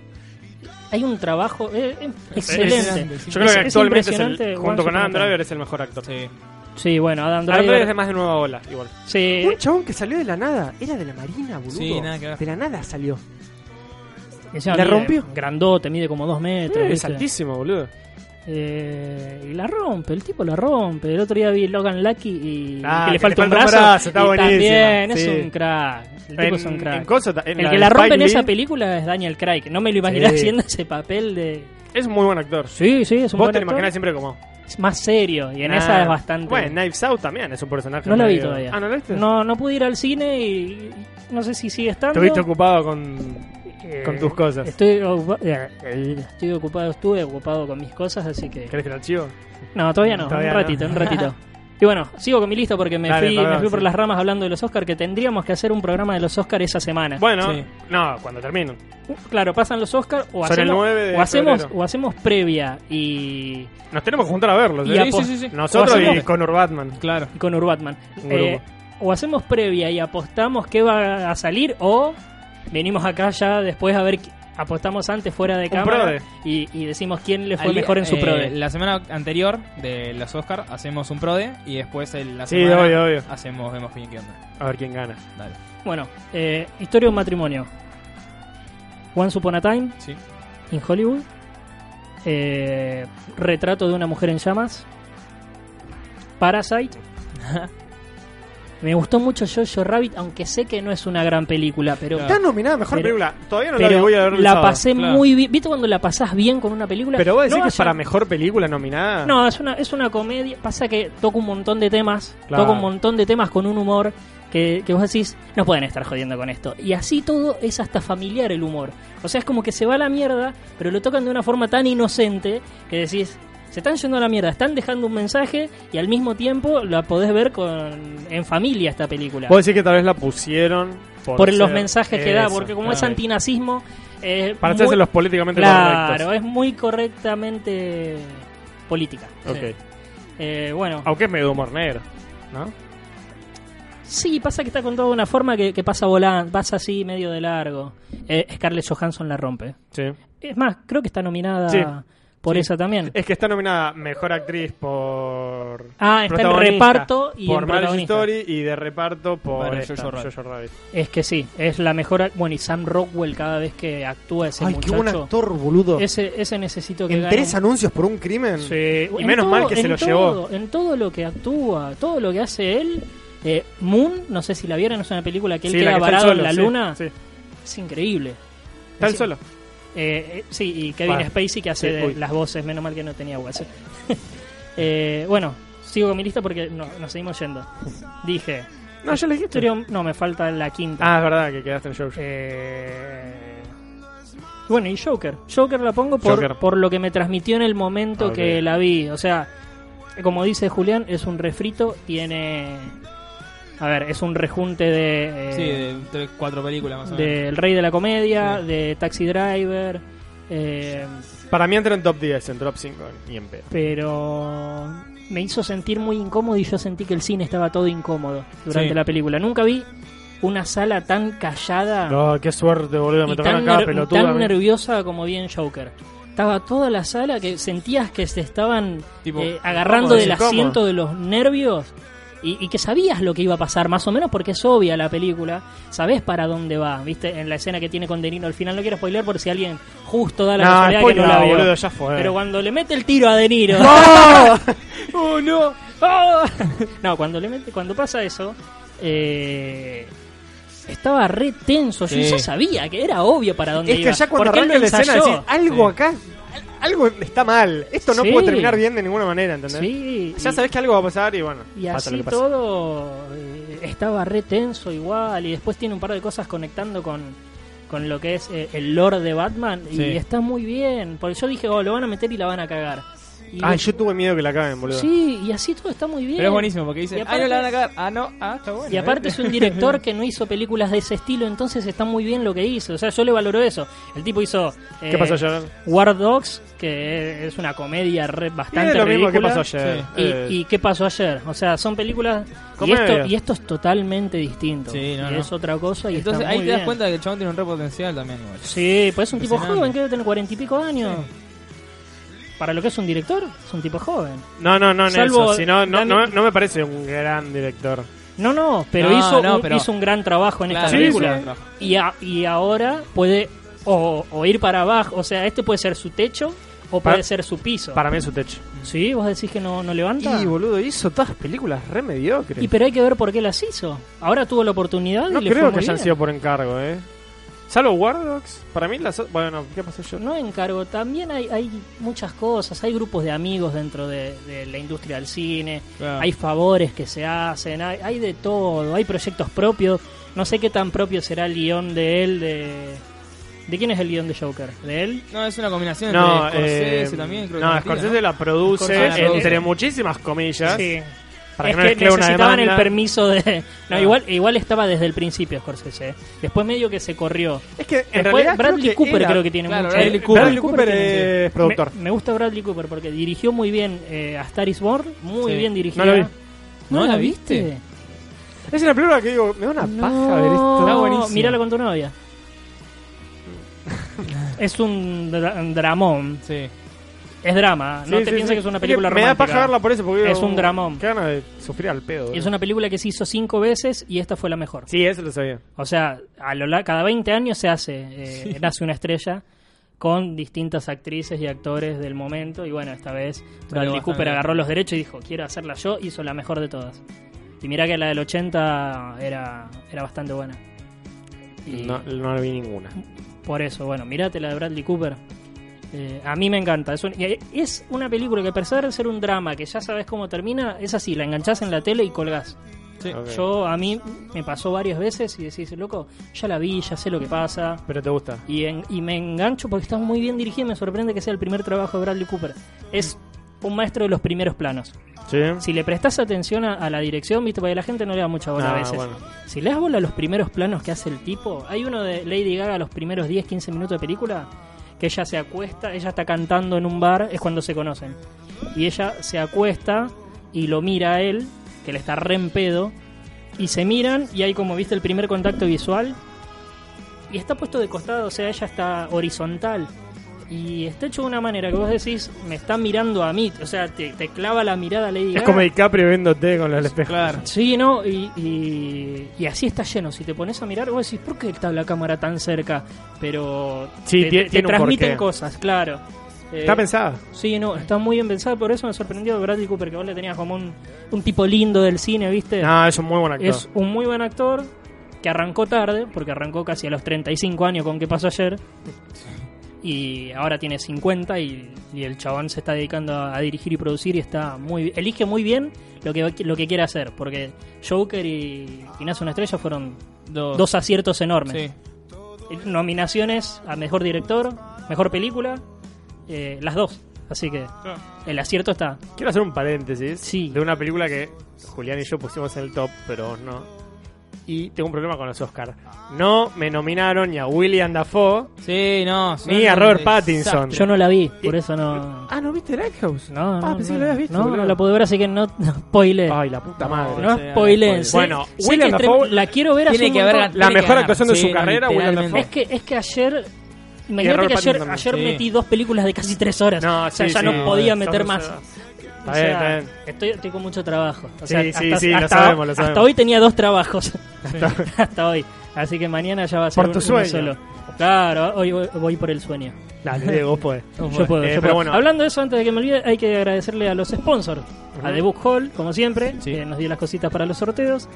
[SPEAKER 1] hay un trabajo eh, eh, excelente.
[SPEAKER 3] impresionante, sí.
[SPEAKER 2] Yo creo
[SPEAKER 1] Es-
[SPEAKER 2] que
[SPEAKER 1] es
[SPEAKER 2] actualmente, es el-
[SPEAKER 1] impresionante
[SPEAKER 2] junto
[SPEAKER 1] Once
[SPEAKER 2] con
[SPEAKER 1] Upon a
[SPEAKER 2] Adam
[SPEAKER 1] Time.
[SPEAKER 2] Driver, es el mejor actor.
[SPEAKER 3] Sí.
[SPEAKER 1] Sí, bueno, Adam
[SPEAKER 2] Adam Driver es de
[SPEAKER 1] Driver.
[SPEAKER 2] más de nueva ola, igual.
[SPEAKER 1] Sí,
[SPEAKER 2] Un chabón que salió de la nada, era de la marina, boludo.
[SPEAKER 3] Sí, nada que ver.
[SPEAKER 2] De la nada salió.
[SPEAKER 1] encima
[SPEAKER 2] ¿La
[SPEAKER 1] mide
[SPEAKER 2] ¿Mm? rompió?
[SPEAKER 1] Grandote, mide como dos metros.
[SPEAKER 2] es
[SPEAKER 1] ¿viste?
[SPEAKER 2] altísimo, boludo.
[SPEAKER 1] Eh, y la rompe, el tipo la rompe. El otro día vi Logan Lucky y
[SPEAKER 2] Ah,
[SPEAKER 1] que le falta un brazo.
[SPEAKER 2] está
[SPEAKER 1] y
[SPEAKER 2] buenísimo,
[SPEAKER 1] También es
[SPEAKER 2] sí.
[SPEAKER 1] un crack. El tipo es un
[SPEAKER 2] En-
[SPEAKER 1] crack.
[SPEAKER 2] en Coso ta- en
[SPEAKER 1] el
[SPEAKER 2] la
[SPEAKER 1] que
[SPEAKER 2] de
[SPEAKER 1] la rompe
[SPEAKER 2] Spike
[SPEAKER 1] en
[SPEAKER 2] Lee,
[SPEAKER 1] esa película es Daniel Craig. No me lo imaginé
[SPEAKER 2] Sí.
[SPEAKER 1] haciendo ese papel de.
[SPEAKER 2] Es un muy buen actor.
[SPEAKER 1] Sí, sí, es un
[SPEAKER 2] Vos
[SPEAKER 1] buen
[SPEAKER 2] te lo
[SPEAKER 1] actor.
[SPEAKER 2] imaginás siempre como.
[SPEAKER 1] Es más serio y en
[SPEAKER 2] Ah,
[SPEAKER 1] esa es bastante.
[SPEAKER 2] Bueno, Knives Out también es un personaje.
[SPEAKER 1] no la vi
[SPEAKER 2] medio-
[SPEAKER 1] todavía.
[SPEAKER 2] Ah, ¿no la viste?
[SPEAKER 1] No, no pude ir al cine y y no sé si sigue estando.
[SPEAKER 2] Estuviste ocupado con,
[SPEAKER 1] Eh,
[SPEAKER 2] con tus cosas.
[SPEAKER 1] Estoy, ocupa- eh, eh, estoy ocupado, estuve ocupado con mis cosas, así que.
[SPEAKER 2] ¿Querés que el archivo?
[SPEAKER 1] No, todavía no,
[SPEAKER 2] Todavía
[SPEAKER 1] un
[SPEAKER 2] no.
[SPEAKER 1] ratito, un ratito. Y bueno, sigo con mi lista porque me
[SPEAKER 2] Dale,
[SPEAKER 1] fui,
[SPEAKER 2] perdón,
[SPEAKER 1] me fui por
[SPEAKER 2] sí.
[SPEAKER 1] las ramas hablando de los Oscar que tendríamos que hacer un programa de los Oscar esa semana.
[SPEAKER 2] Bueno,
[SPEAKER 3] Sí.
[SPEAKER 2] no, cuando termino.
[SPEAKER 1] claro, pasan los Oscar o
[SPEAKER 2] Son el
[SPEAKER 1] hacemos,
[SPEAKER 2] 9 de
[SPEAKER 1] o hacemos
[SPEAKER 2] febrero.
[SPEAKER 1] o hacemos previa y,
[SPEAKER 2] Nos tenemos que juntar a verlos.
[SPEAKER 1] Y
[SPEAKER 2] ¿eh?
[SPEAKER 1] a
[SPEAKER 3] Sí, sí, sí, sí.
[SPEAKER 2] Nosotros
[SPEAKER 1] O hacemos-
[SPEAKER 2] y Conor Batman.
[SPEAKER 3] Claro.
[SPEAKER 1] y con Urbatman.
[SPEAKER 2] Un
[SPEAKER 1] Eh,
[SPEAKER 2] grupo.
[SPEAKER 1] o hacemos previa y apostamos qué va a salir o venimos acá ya después a ver qué- apostamos antes fuera de
[SPEAKER 2] Un
[SPEAKER 1] cámara
[SPEAKER 2] prode.
[SPEAKER 1] y, y decimos quién le fue
[SPEAKER 3] Al-
[SPEAKER 1] mejor en su
[SPEAKER 3] eh,
[SPEAKER 1] prode.
[SPEAKER 3] La semana anterior de los Oscar hacemos un prode y después el, la
[SPEAKER 2] Sí,
[SPEAKER 3] semana
[SPEAKER 2] obvio, obvio.
[SPEAKER 3] hacemos vemos bien qué onda.
[SPEAKER 2] A ver quién gana.
[SPEAKER 3] Dale.
[SPEAKER 1] Bueno, eh, historia de un matrimonio. Once Upon a Time
[SPEAKER 3] Sí.
[SPEAKER 1] in Hollywood. Eh, retrato de una mujer en llamas. Parasite. Me gustó mucho Jojo Rabbit, aunque sé que no es una gran película, pero,
[SPEAKER 3] Claro.
[SPEAKER 2] Está nominada a mejor
[SPEAKER 1] Pero-
[SPEAKER 2] película. Todavía no la vi,
[SPEAKER 1] pero
[SPEAKER 2] voy a ver el
[SPEAKER 1] la
[SPEAKER 2] sábado.
[SPEAKER 1] pasé
[SPEAKER 3] claro.
[SPEAKER 1] muy bien. ¿Viste cuando la pasás bien con una película?
[SPEAKER 2] Pero vos decís
[SPEAKER 1] No
[SPEAKER 2] que es
[SPEAKER 1] haya-
[SPEAKER 2] para mejor película nominada.
[SPEAKER 1] No, es una, es una comedia. Pasa que toca un montón de temas.
[SPEAKER 2] Claro.
[SPEAKER 1] Toca un montón de temas con un humor que, que vos decís, no pueden estar jodiendo con esto. Y así todo es hasta familiar el humor. O sea, es como que se va a la mierda, pero lo tocan de una forma tan inocente que decís, se están yendo a la mierda, están dejando un mensaje y al mismo tiempo la podés ver con, en familia esta película.
[SPEAKER 2] Vos decís que tal vez la pusieron por,
[SPEAKER 1] por los
[SPEAKER 2] ser-
[SPEAKER 1] mensajes que da,
[SPEAKER 2] Eso,
[SPEAKER 1] porque como es
[SPEAKER 2] claro.
[SPEAKER 1] antinazismo. eh,
[SPEAKER 2] Para
[SPEAKER 1] muy-
[SPEAKER 2] hacerse los políticamente
[SPEAKER 1] Claro,
[SPEAKER 2] correctos.
[SPEAKER 1] es muy correctamente política.
[SPEAKER 2] Ok.
[SPEAKER 1] Eh, bueno,
[SPEAKER 2] Aunque es medio de humor negro, ¿no?
[SPEAKER 1] Sí, pasa que está contado de una forma que, que pasa volando, pasa así medio de largo. Eh, Scarlett Johansson la rompe.
[SPEAKER 2] Sí.
[SPEAKER 1] Es más, creo que está nominada
[SPEAKER 2] Sí.
[SPEAKER 1] por
[SPEAKER 2] Sí. Eh,
[SPEAKER 1] esa también.
[SPEAKER 2] Es que está nominada Mejor Actriz por...
[SPEAKER 1] Ah, está en
[SPEAKER 2] protagonista,
[SPEAKER 1] reparto y
[SPEAKER 2] Por
[SPEAKER 1] en
[SPEAKER 2] Marriage
[SPEAKER 1] protagonista.
[SPEAKER 2] Story y de reparto por
[SPEAKER 3] Bueno,
[SPEAKER 2] esta,
[SPEAKER 3] Jojo Rabbit.
[SPEAKER 2] Jojo Rabbit.
[SPEAKER 1] Es que sí, es la mejor. ac- Bueno, y Sam Rockwell cada vez que actúa ese muchacho.
[SPEAKER 2] boludo.
[SPEAKER 1] Ese, ese necesito que
[SPEAKER 2] en
[SPEAKER 1] gane
[SPEAKER 2] tres
[SPEAKER 1] un-
[SPEAKER 2] anuncios por un crimen.
[SPEAKER 1] Sí,
[SPEAKER 2] Y
[SPEAKER 1] en
[SPEAKER 2] menos
[SPEAKER 1] todo-
[SPEAKER 2] mal que se
[SPEAKER 1] en
[SPEAKER 2] lo
[SPEAKER 1] todo,
[SPEAKER 2] llevó.
[SPEAKER 1] En todo lo que actúa, todo lo que hace él. eh, Moon, no sé si la vieron, es una película que él
[SPEAKER 2] Sí,
[SPEAKER 1] queda
[SPEAKER 2] la que está él
[SPEAKER 1] varado
[SPEAKER 2] solo,
[SPEAKER 1] en la
[SPEAKER 2] sí,
[SPEAKER 1] luna.
[SPEAKER 2] sí.
[SPEAKER 1] Es increíble.
[SPEAKER 2] Está él
[SPEAKER 1] Sí.
[SPEAKER 2] solo.
[SPEAKER 1] Eh, eh, sí, y Kevin
[SPEAKER 2] Bueno.
[SPEAKER 1] Spacey que hace
[SPEAKER 2] Sí, uy.
[SPEAKER 1] las voces, menos mal que no tenía voz. Eh, bueno, sigo con mi lista porque no- nos seguimos yendo. Dije,
[SPEAKER 2] No, yo le dije
[SPEAKER 1] historia- no, me falta la quinta.
[SPEAKER 2] Ah, es verdad que quedaste en Jojo.
[SPEAKER 1] Eh, bueno, y Joker. Joker la pongo por,
[SPEAKER 2] Joker. Ah,
[SPEAKER 1] por lo que me transmitió en el momento
[SPEAKER 2] Ok.
[SPEAKER 1] que la vi. O sea, como dice Julián, es un refrito, tiene... A ver, es un rejunte de... eh,
[SPEAKER 3] Sí, de tres, cuatro películas más o menos.
[SPEAKER 1] de El Rey de la Comedia,
[SPEAKER 3] Sí.
[SPEAKER 1] de Taxi Driver, eh,
[SPEAKER 2] Para mí entra en top 10, en top 5 y en pedo.
[SPEAKER 1] pero me hizo sentir muy incómodo y yo sentí que el cine estaba todo incómodo durante
[SPEAKER 3] Sí.
[SPEAKER 1] la película. Nunca vi una sala tan callada
[SPEAKER 2] No, Oh, qué suerte, boludo. Me
[SPEAKER 1] Ah. y
[SPEAKER 2] tocaron
[SPEAKER 1] tan,
[SPEAKER 2] cada
[SPEAKER 1] ner-
[SPEAKER 2] pelotuda.
[SPEAKER 1] tan
[SPEAKER 2] a mí.
[SPEAKER 1] nerviosa como vi en Joker. Estaba toda la sala que sentías que se estaban
[SPEAKER 3] Tipo,
[SPEAKER 1] eh, agarrando
[SPEAKER 2] incómodo,
[SPEAKER 1] del
[SPEAKER 2] incómodo.
[SPEAKER 1] asiento de los nervios y, y que sabías lo que iba a pasar, más o menos porque es obvia la película. Sabés para dónde va, ¿viste? En la escena que tiene con De Niro al final. No quiero spoiler por si alguien justo da la
[SPEAKER 2] No,
[SPEAKER 1] casualidad que no
[SPEAKER 2] spoiler,
[SPEAKER 1] la vio.
[SPEAKER 2] boludo, ya fue.
[SPEAKER 1] Pero cuando le mete el tiro a De Niro...
[SPEAKER 3] ¡Oh, no!
[SPEAKER 1] ¡Ah! No, cuando, le mete- cuando pasa eso, eh, estaba re tenso. Yo
[SPEAKER 3] Sí.
[SPEAKER 1] ya sabía que era obvio para dónde
[SPEAKER 2] Es
[SPEAKER 1] iba.
[SPEAKER 2] que ya cuando
[SPEAKER 1] Porque él
[SPEAKER 2] arranca
[SPEAKER 1] lo
[SPEAKER 2] la escena
[SPEAKER 1] ensayó.
[SPEAKER 2] decís, "Ah, algo
[SPEAKER 3] Sí.
[SPEAKER 2] acá, al- algo está mal. Esto no
[SPEAKER 1] Sí.
[SPEAKER 2] puede terminar bien de ninguna manera, ¿entendés?
[SPEAKER 1] Sí,
[SPEAKER 2] Ya
[SPEAKER 1] y-
[SPEAKER 2] sabés que algo va a pasar y bueno,
[SPEAKER 1] Y
[SPEAKER 2] pasa lo
[SPEAKER 1] así
[SPEAKER 2] que pasa.
[SPEAKER 1] todo eh, estaba re tenso igual. Y después tiene un par de cosas conectando con, con lo que es eh, el lore de Batman.
[SPEAKER 3] Sí.
[SPEAKER 1] Y está muy bien. Porque yo dije, oh, lo van a meter y la van a cagar. Y
[SPEAKER 2] Ay, Ah, yo tuve miedo que la caguen, boludo.
[SPEAKER 1] Sí, y así todo está muy bien.
[SPEAKER 3] Pero es buenísimo porque
[SPEAKER 1] Y
[SPEAKER 3] dice,
[SPEAKER 1] aparte-
[SPEAKER 3] ah, no la van a cagar. Ah, no, ah, está bueno.
[SPEAKER 1] Y aparte
[SPEAKER 3] ¿eh?
[SPEAKER 1] es un director que no hizo películas de ese estilo, entonces está muy bien lo que hizo. O sea, yo le valoro eso. El tipo hizo eh,
[SPEAKER 2] ¿Qué pasó ayer?
[SPEAKER 1] War Dogs, que es una comedia re- bastante
[SPEAKER 2] es lo mismo que
[SPEAKER 1] ridícula.
[SPEAKER 2] pasó ayer.
[SPEAKER 1] Y,
[SPEAKER 2] Eh,
[SPEAKER 1] y qué pasó ayer. O sea, son películas... Y
[SPEAKER 2] Comedia.
[SPEAKER 1] esto, y esto es totalmente distinto.
[SPEAKER 3] Sí, no,
[SPEAKER 1] y
[SPEAKER 3] no.
[SPEAKER 1] es otra cosa y
[SPEAKER 3] Entonces
[SPEAKER 1] está
[SPEAKER 3] ahí
[SPEAKER 1] muy
[SPEAKER 3] te das
[SPEAKER 1] bien.
[SPEAKER 3] cuenta de que el chabón tiene un re potencial también. igual.
[SPEAKER 1] Sí, pues es un tipo
[SPEAKER 3] Impresionante.
[SPEAKER 1] joven que debe tener cuarenta y pico años. Para lo que es un director, es un tipo joven.
[SPEAKER 2] No, no, no, en
[SPEAKER 1] Salvo
[SPEAKER 2] eso. Si no, no,
[SPEAKER 1] Dani-
[SPEAKER 2] no, no me parece un gran director.
[SPEAKER 1] No, no, pero,
[SPEAKER 3] No,
[SPEAKER 1] hizo,
[SPEAKER 3] no,
[SPEAKER 1] un,
[SPEAKER 3] pero-
[SPEAKER 1] hizo un gran trabajo en
[SPEAKER 3] Claro,
[SPEAKER 1] esta
[SPEAKER 2] sí,
[SPEAKER 1] película.
[SPEAKER 3] sí.
[SPEAKER 1] Y, a- y ahora puede o, o ir para abajo, o sea, este puede ser su techo O
[SPEAKER 2] Para-
[SPEAKER 1] puede ser su piso.
[SPEAKER 2] Para mí es su techo.
[SPEAKER 1] ¿Sí? ¿Vos decís que no, no levanta?
[SPEAKER 2] Y boludo, hizo todas películas re mediocres.
[SPEAKER 1] Y pero hay que ver por qué las hizo. Ahora tuvo la oportunidad
[SPEAKER 2] no
[SPEAKER 1] y le fue
[SPEAKER 2] creo
[SPEAKER 1] muy
[SPEAKER 2] que hayan
[SPEAKER 1] bien.
[SPEAKER 2] sido por encargo, eh. Salvo War Dogs, para mí las. Bueno, ¿qué pasó yo?
[SPEAKER 1] No encargo, también hay, hay muchas cosas, hay grupos de amigos dentro de, de la industria del cine,
[SPEAKER 3] Claro.
[SPEAKER 1] hay favores que se hacen, hay, hay de todo, hay proyectos propios, no sé qué tan propio será el guión de él, de... ¿De quién es el guión de Joker? ¿De él?
[SPEAKER 3] No, es una combinación
[SPEAKER 2] No,
[SPEAKER 3] entre Scorsese
[SPEAKER 2] eh,
[SPEAKER 3] también. Creo que
[SPEAKER 2] no,
[SPEAKER 3] Martino,
[SPEAKER 2] Scorsese la produce
[SPEAKER 1] Scorsese la produce.
[SPEAKER 2] entre muchísimas comillas.
[SPEAKER 1] Sí.
[SPEAKER 2] Para
[SPEAKER 1] es
[SPEAKER 2] que no
[SPEAKER 1] que,
[SPEAKER 2] mezcle una
[SPEAKER 1] necesitaban el
[SPEAKER 2] demanda.
[SPEAKER 1] permiso de... No,
[SPEAKER 2] Ah.
[SPEAKER 1] igual, igual estaba desde el principio Scorsese, ¿eh? después medio que se corrió.
[SPEAKER 2] Es que en
[SPEAKER 1] Después
[SPEAKER 2] realidad creo
[SPEAKER 1] Bradley
[SPEAKER 2] que
[SPEAKER 1] Cooper
[SPEAKER 2] era-
[SPEAKER 1] creo que tiene
[SPEAKER 3] Claro,
[SPEAKER 1] mucho. Eh,
[SPEAKER 3] Bradley Cooper.
[SPEAKER 2] Bradley Cooper
[SPEAKER 1] tiene-
[SPEAKER 2] es productor.
[SPEAKER 1] Me, me gusta Bradley Cooper porque dirigió muy bien eh, a Star is Born, muy
[SPEAKER 3] Sí.
[SPEAKER 1] bien dirigida.
[SPEAKER 2] No la vi.
[SPEAKER 1] ¿No
[SPEAKER 3] ¿No
[SPEAKER 1] la
[SPEAKER 3] la
[SPEAKER 1] viste?
[SPEAKER 3] viste?
[SPEAKER 2] Es una película que digo, me da una paja ver esto.
[SPEAKER 3] Está buenísimo.
[SPEAKER 1] Míralo con tu novia. es un, dra- un dramón.
[SPEAKER 3] Sí.
[SPEAKER 1] Es drama. No
[SPEAKER 2] Sí,
[SPEAKER 1] te
[SPEAKER 2] sí,
[SPEAKER 1] pienses
[SPEAKER 2] sí.
[SPEAKER 1] que es una película
[SPEAKER 2] que Me da
[SPEAKER 1] romántica.
[SPEAKER 2] paja verla por eso porque
[SPEAKER 1] Es
[SPEAKER 2] digo,
[SPEAKER 1] un dramón.
[SPEAKER 2] Qué ganas de sufrir al pedo.
[SPEAKER 1] Es
[SPEAKER 2] boludo.
[SPEAKER 1] una película que se hizo cinco veces y esta fue la mejor.
[SPEAKER 2] Sí, eso lo sabía.
[SPEAKER 1] O sea, a lo la- cada 20 años se hace, eh, nace una estrella con distintas actrices y actores del momento. Y bueno, esta vez Bradley
[SPEAKER 3] bastante
[SPEAKER 1] Cooper
[SPEAKER 3] bien.
[SPEAKER 1] agarró los derechos y dijo, quiero hacerla yo, hizo la mejor de todas. Y mirá que la del 80 era, era bastante buena. Y
[SPEAKER 2] No, no la vi ninguna.
[SPEAKER 1] por eso, bueno, mirate la de Bradley Cooper. Eh, a mí me encanta. Es, un- y es una película que a pesar de ser un drama que ya sabes cómo termina, es así, la enganchás en la tele y colgás.
[SPEAKER 3] Sí.
[SPEAKER 2] Ok.
[SPEAKER 1] Yo a mí me pasó varias veces y decís, loco, ya la vi, ya sé lo que pasa.
[SPEAKER 2] Pero te gusta.
[SPEAKER 1] Y, en- y me engancho porque está muy bien dirigida y me sorprende que sea el primer trabajo de Bradley Cooper. Es un maestro de los primeros planos.
[SPEAKER 2] Sí.
[SPEAKER 1] Si le prestas atención a, a la dirección, viste, porque la gente no le da mucha bola
[SPEAKER 2] Ah,
[SPEAKER 1] a veces.
[SPEAKER 2] bueno.
[SPEAKER 1] Si le das bola a los primeros planos que hace el tipo, hay uno de Lady Gaga, los primeros 10, 15 minutos de película, que ella se acuesta, ella está cantando en un bar, es cuando se conocen. Y ella se acuesta y lo mira a él, que le está re en pedo, y se miran y hay como, viste, el primer contacto visual. Y está puesto de costado, o sea, ella está horizontal. Y está hecho de una manera que vos decís, me está mirando a mí, o sea, te, te clava la mirada Lady
[SPEAKER 2] Es
[SPEAKER 1] Gaga.
[SPEAKER 2] como DiCaprio viéndote con los espejos.
[SPEAKER 3] Claro.
[SPEAKER 1] Sí, ¿no? Y, y, y así está lleno. Si te pones a mirar, vos decís, ¿por qué está la cámara tan cerca? Pero
[SPEAKER 2] Sí,
[SPEAKER 1] te,
[SPEAKER 2] tie-
[SPEAKER 1] te
[SPEAKER 2] tiene un
[SPEAKER 1] transmiten
[SPEAKER 2] porqué.
[SPEAKER 1] cosas, claro. Eh,
[SPEAKER 2] Está pensada.
[SPEAKER 1] Sí, no, está muy bien pensado. Por eso me sorprendió de Bradley Cooper, que vos le tenías como un, un tipo lindo del cine, ¿viste?
[SPEAKER 2] No, es un muy buen actor.
[SPEAKER 1] es un muy buen actor que arrancó tarde, porque arrancó casi a los 35 años con que pasó ayer. Y ahora tiene 50 y, y el chabón se está dedicando a, a dirigir y producir y está muy elige muy bien lo que lo que quiere hacer, porque Joker y, y Nace una estrella fueron
[SPEAKER 3] Dos.
[SPEAKER 1] dos aciertos
[SPEAKER 3] Sí.
[SPEAKER 1] enormes. Eh, Nominaciones a mejor director, mejor película, eh, las dos. Así que el acierto está.
[SPEAKER 2] Quiero hacer un paréntesis
[SPEAKER 1] Sí.
[SPEAKER 2] de una película que Julián y yo pusimos en el top, pero vos no. Y tengo un problema con los Oscar. No me nominaron ni a William Dafoe
[SPEAKER 3] Sí, no. son
[SPEAKER 2] ni a
[SPEAKER 3] un
[SPEAKER 2] Robert
[SPEAKER 3] desastre.
[SPEAKER 2] Pattinson.
[SPEAKER 1] Yo no la vi, por eso no.
[SPEAKER 2] Ah, ¿no viste Lighthouse?
[SPEAKER 1] No,
[SPEAKER 2] Ah,
[SPEAKER 1] no,
[SPEAKER 2] pensé
[SPEAKER 1] no,
[SPEAKER 2] que lo habías visto.
[SPEAKER 1] no,
[SPEAKER 2] boludo.
[SPEAKER 1] no la pude ver, así que no, no spoilé.
[SPEAKER 2] Ay, la puta madre.
[SPEAKER 1] no
[SPEAKER 3] sí, no
[SPEAKER 1] spoilé.
[SPEAKER 3] spoilé.
[SPEAKER 2] Bueno,
[SPEAKER 1] que
[SPEAKER 2] William
[SPEAKER 1] es
[SPEAKER 2] Dafoe-
[SPEAKER 1] trem- la quiero ver hace
[SPEAKER 3] Tiene
[SPEAKER 1] un
[SPEAKER 3] que haber
[SPEAKER 1] montón.
[SPEAKER 2] La
[SPEAKER 3] tiene que
[SPEAKER 2] mejor
[SPEAKER 3] ganar.
[SPEAKER 2] actuación de su
[SPEAKER 3] no,
[SPEAKER 2] carrera, Willem
[SPEAKER 3] literalmente.
[SPEAKER 2] Dafoe.
[SPEAKER 1] Es que, es que ayer. Me
[SPEAKER 2] Robert
[SPEAKER 1] que ayer,
[SPEAKER 2] Pattinson
[SPEAKER 1] ayer
[SPEAKER 3] también. Sí.
[SPEAKER 1] metí dos películas de casi tres horas.
[SPEAKER 2] No,
[SPEAKER 1] o sea,
[SPEAKER 2] sí,
[SPEAKER 1] ya
[SPEAKER 2] sí,
[SPEAKER 1] no
[SPEAKER 2] no,
[SPEAKER 1] podía
[SPEAKER 2] son
[SPEAKER 1] meter
[SPEAKER 2] dos
[SPEAKER 1] más.
[SPEAKER 2] horas.
[SPEAKER 1] O
[SPEAKER 2] Está bien,
[SPEAKER 1] sea,
[SPEAKER 2] está bien.
[SPEAKER 1] Estoy, estoy con mucho trabajo. O
[SPEAKER 2] Sí,
[SPEAKER 1] sea,
[SPEAKER 2] sí,
[SPEAKER 1] hasta,
[SPEAKER 2] sí, lo
[SPEAKER 1] hasta-
[SPEAKER 2] sabemos, lo
[SPEAKER 1] hasta
[SPEAKER 2] sabemos.
[SPEAKER 1] hoy tenía dos trabajos. hasta hoy. Así que mañana ya va a ser
[SPEAKER 2] Por
[SPEAKER 1] un-
[SPEAKER 2] tu
[SPEAKER 1] uno
[SPEAKER 2] sueño.
[SPEAKER 1] solo. Claro, hoy voy, voy por el sueño.
[SPEAKER 2] Dale, Diego, vos podés.
[SPEAKER 1] Yo puedo,
[SPEAKER 2] Eh,
[SPEAKER 1] yo
[SPEAKER 2] pero
[SPEAKER 1] puedo.
[SPEAKER 2] bueno.
[SPEAKER 1] Hablando de eso, antes de que me olvide, hay que agradecerle a los sponsors. A The Book Hall, como siempre,
[SPEAKER 3] Sí.
[SPEAKER 1] que nos dio las cositas para los sorteos.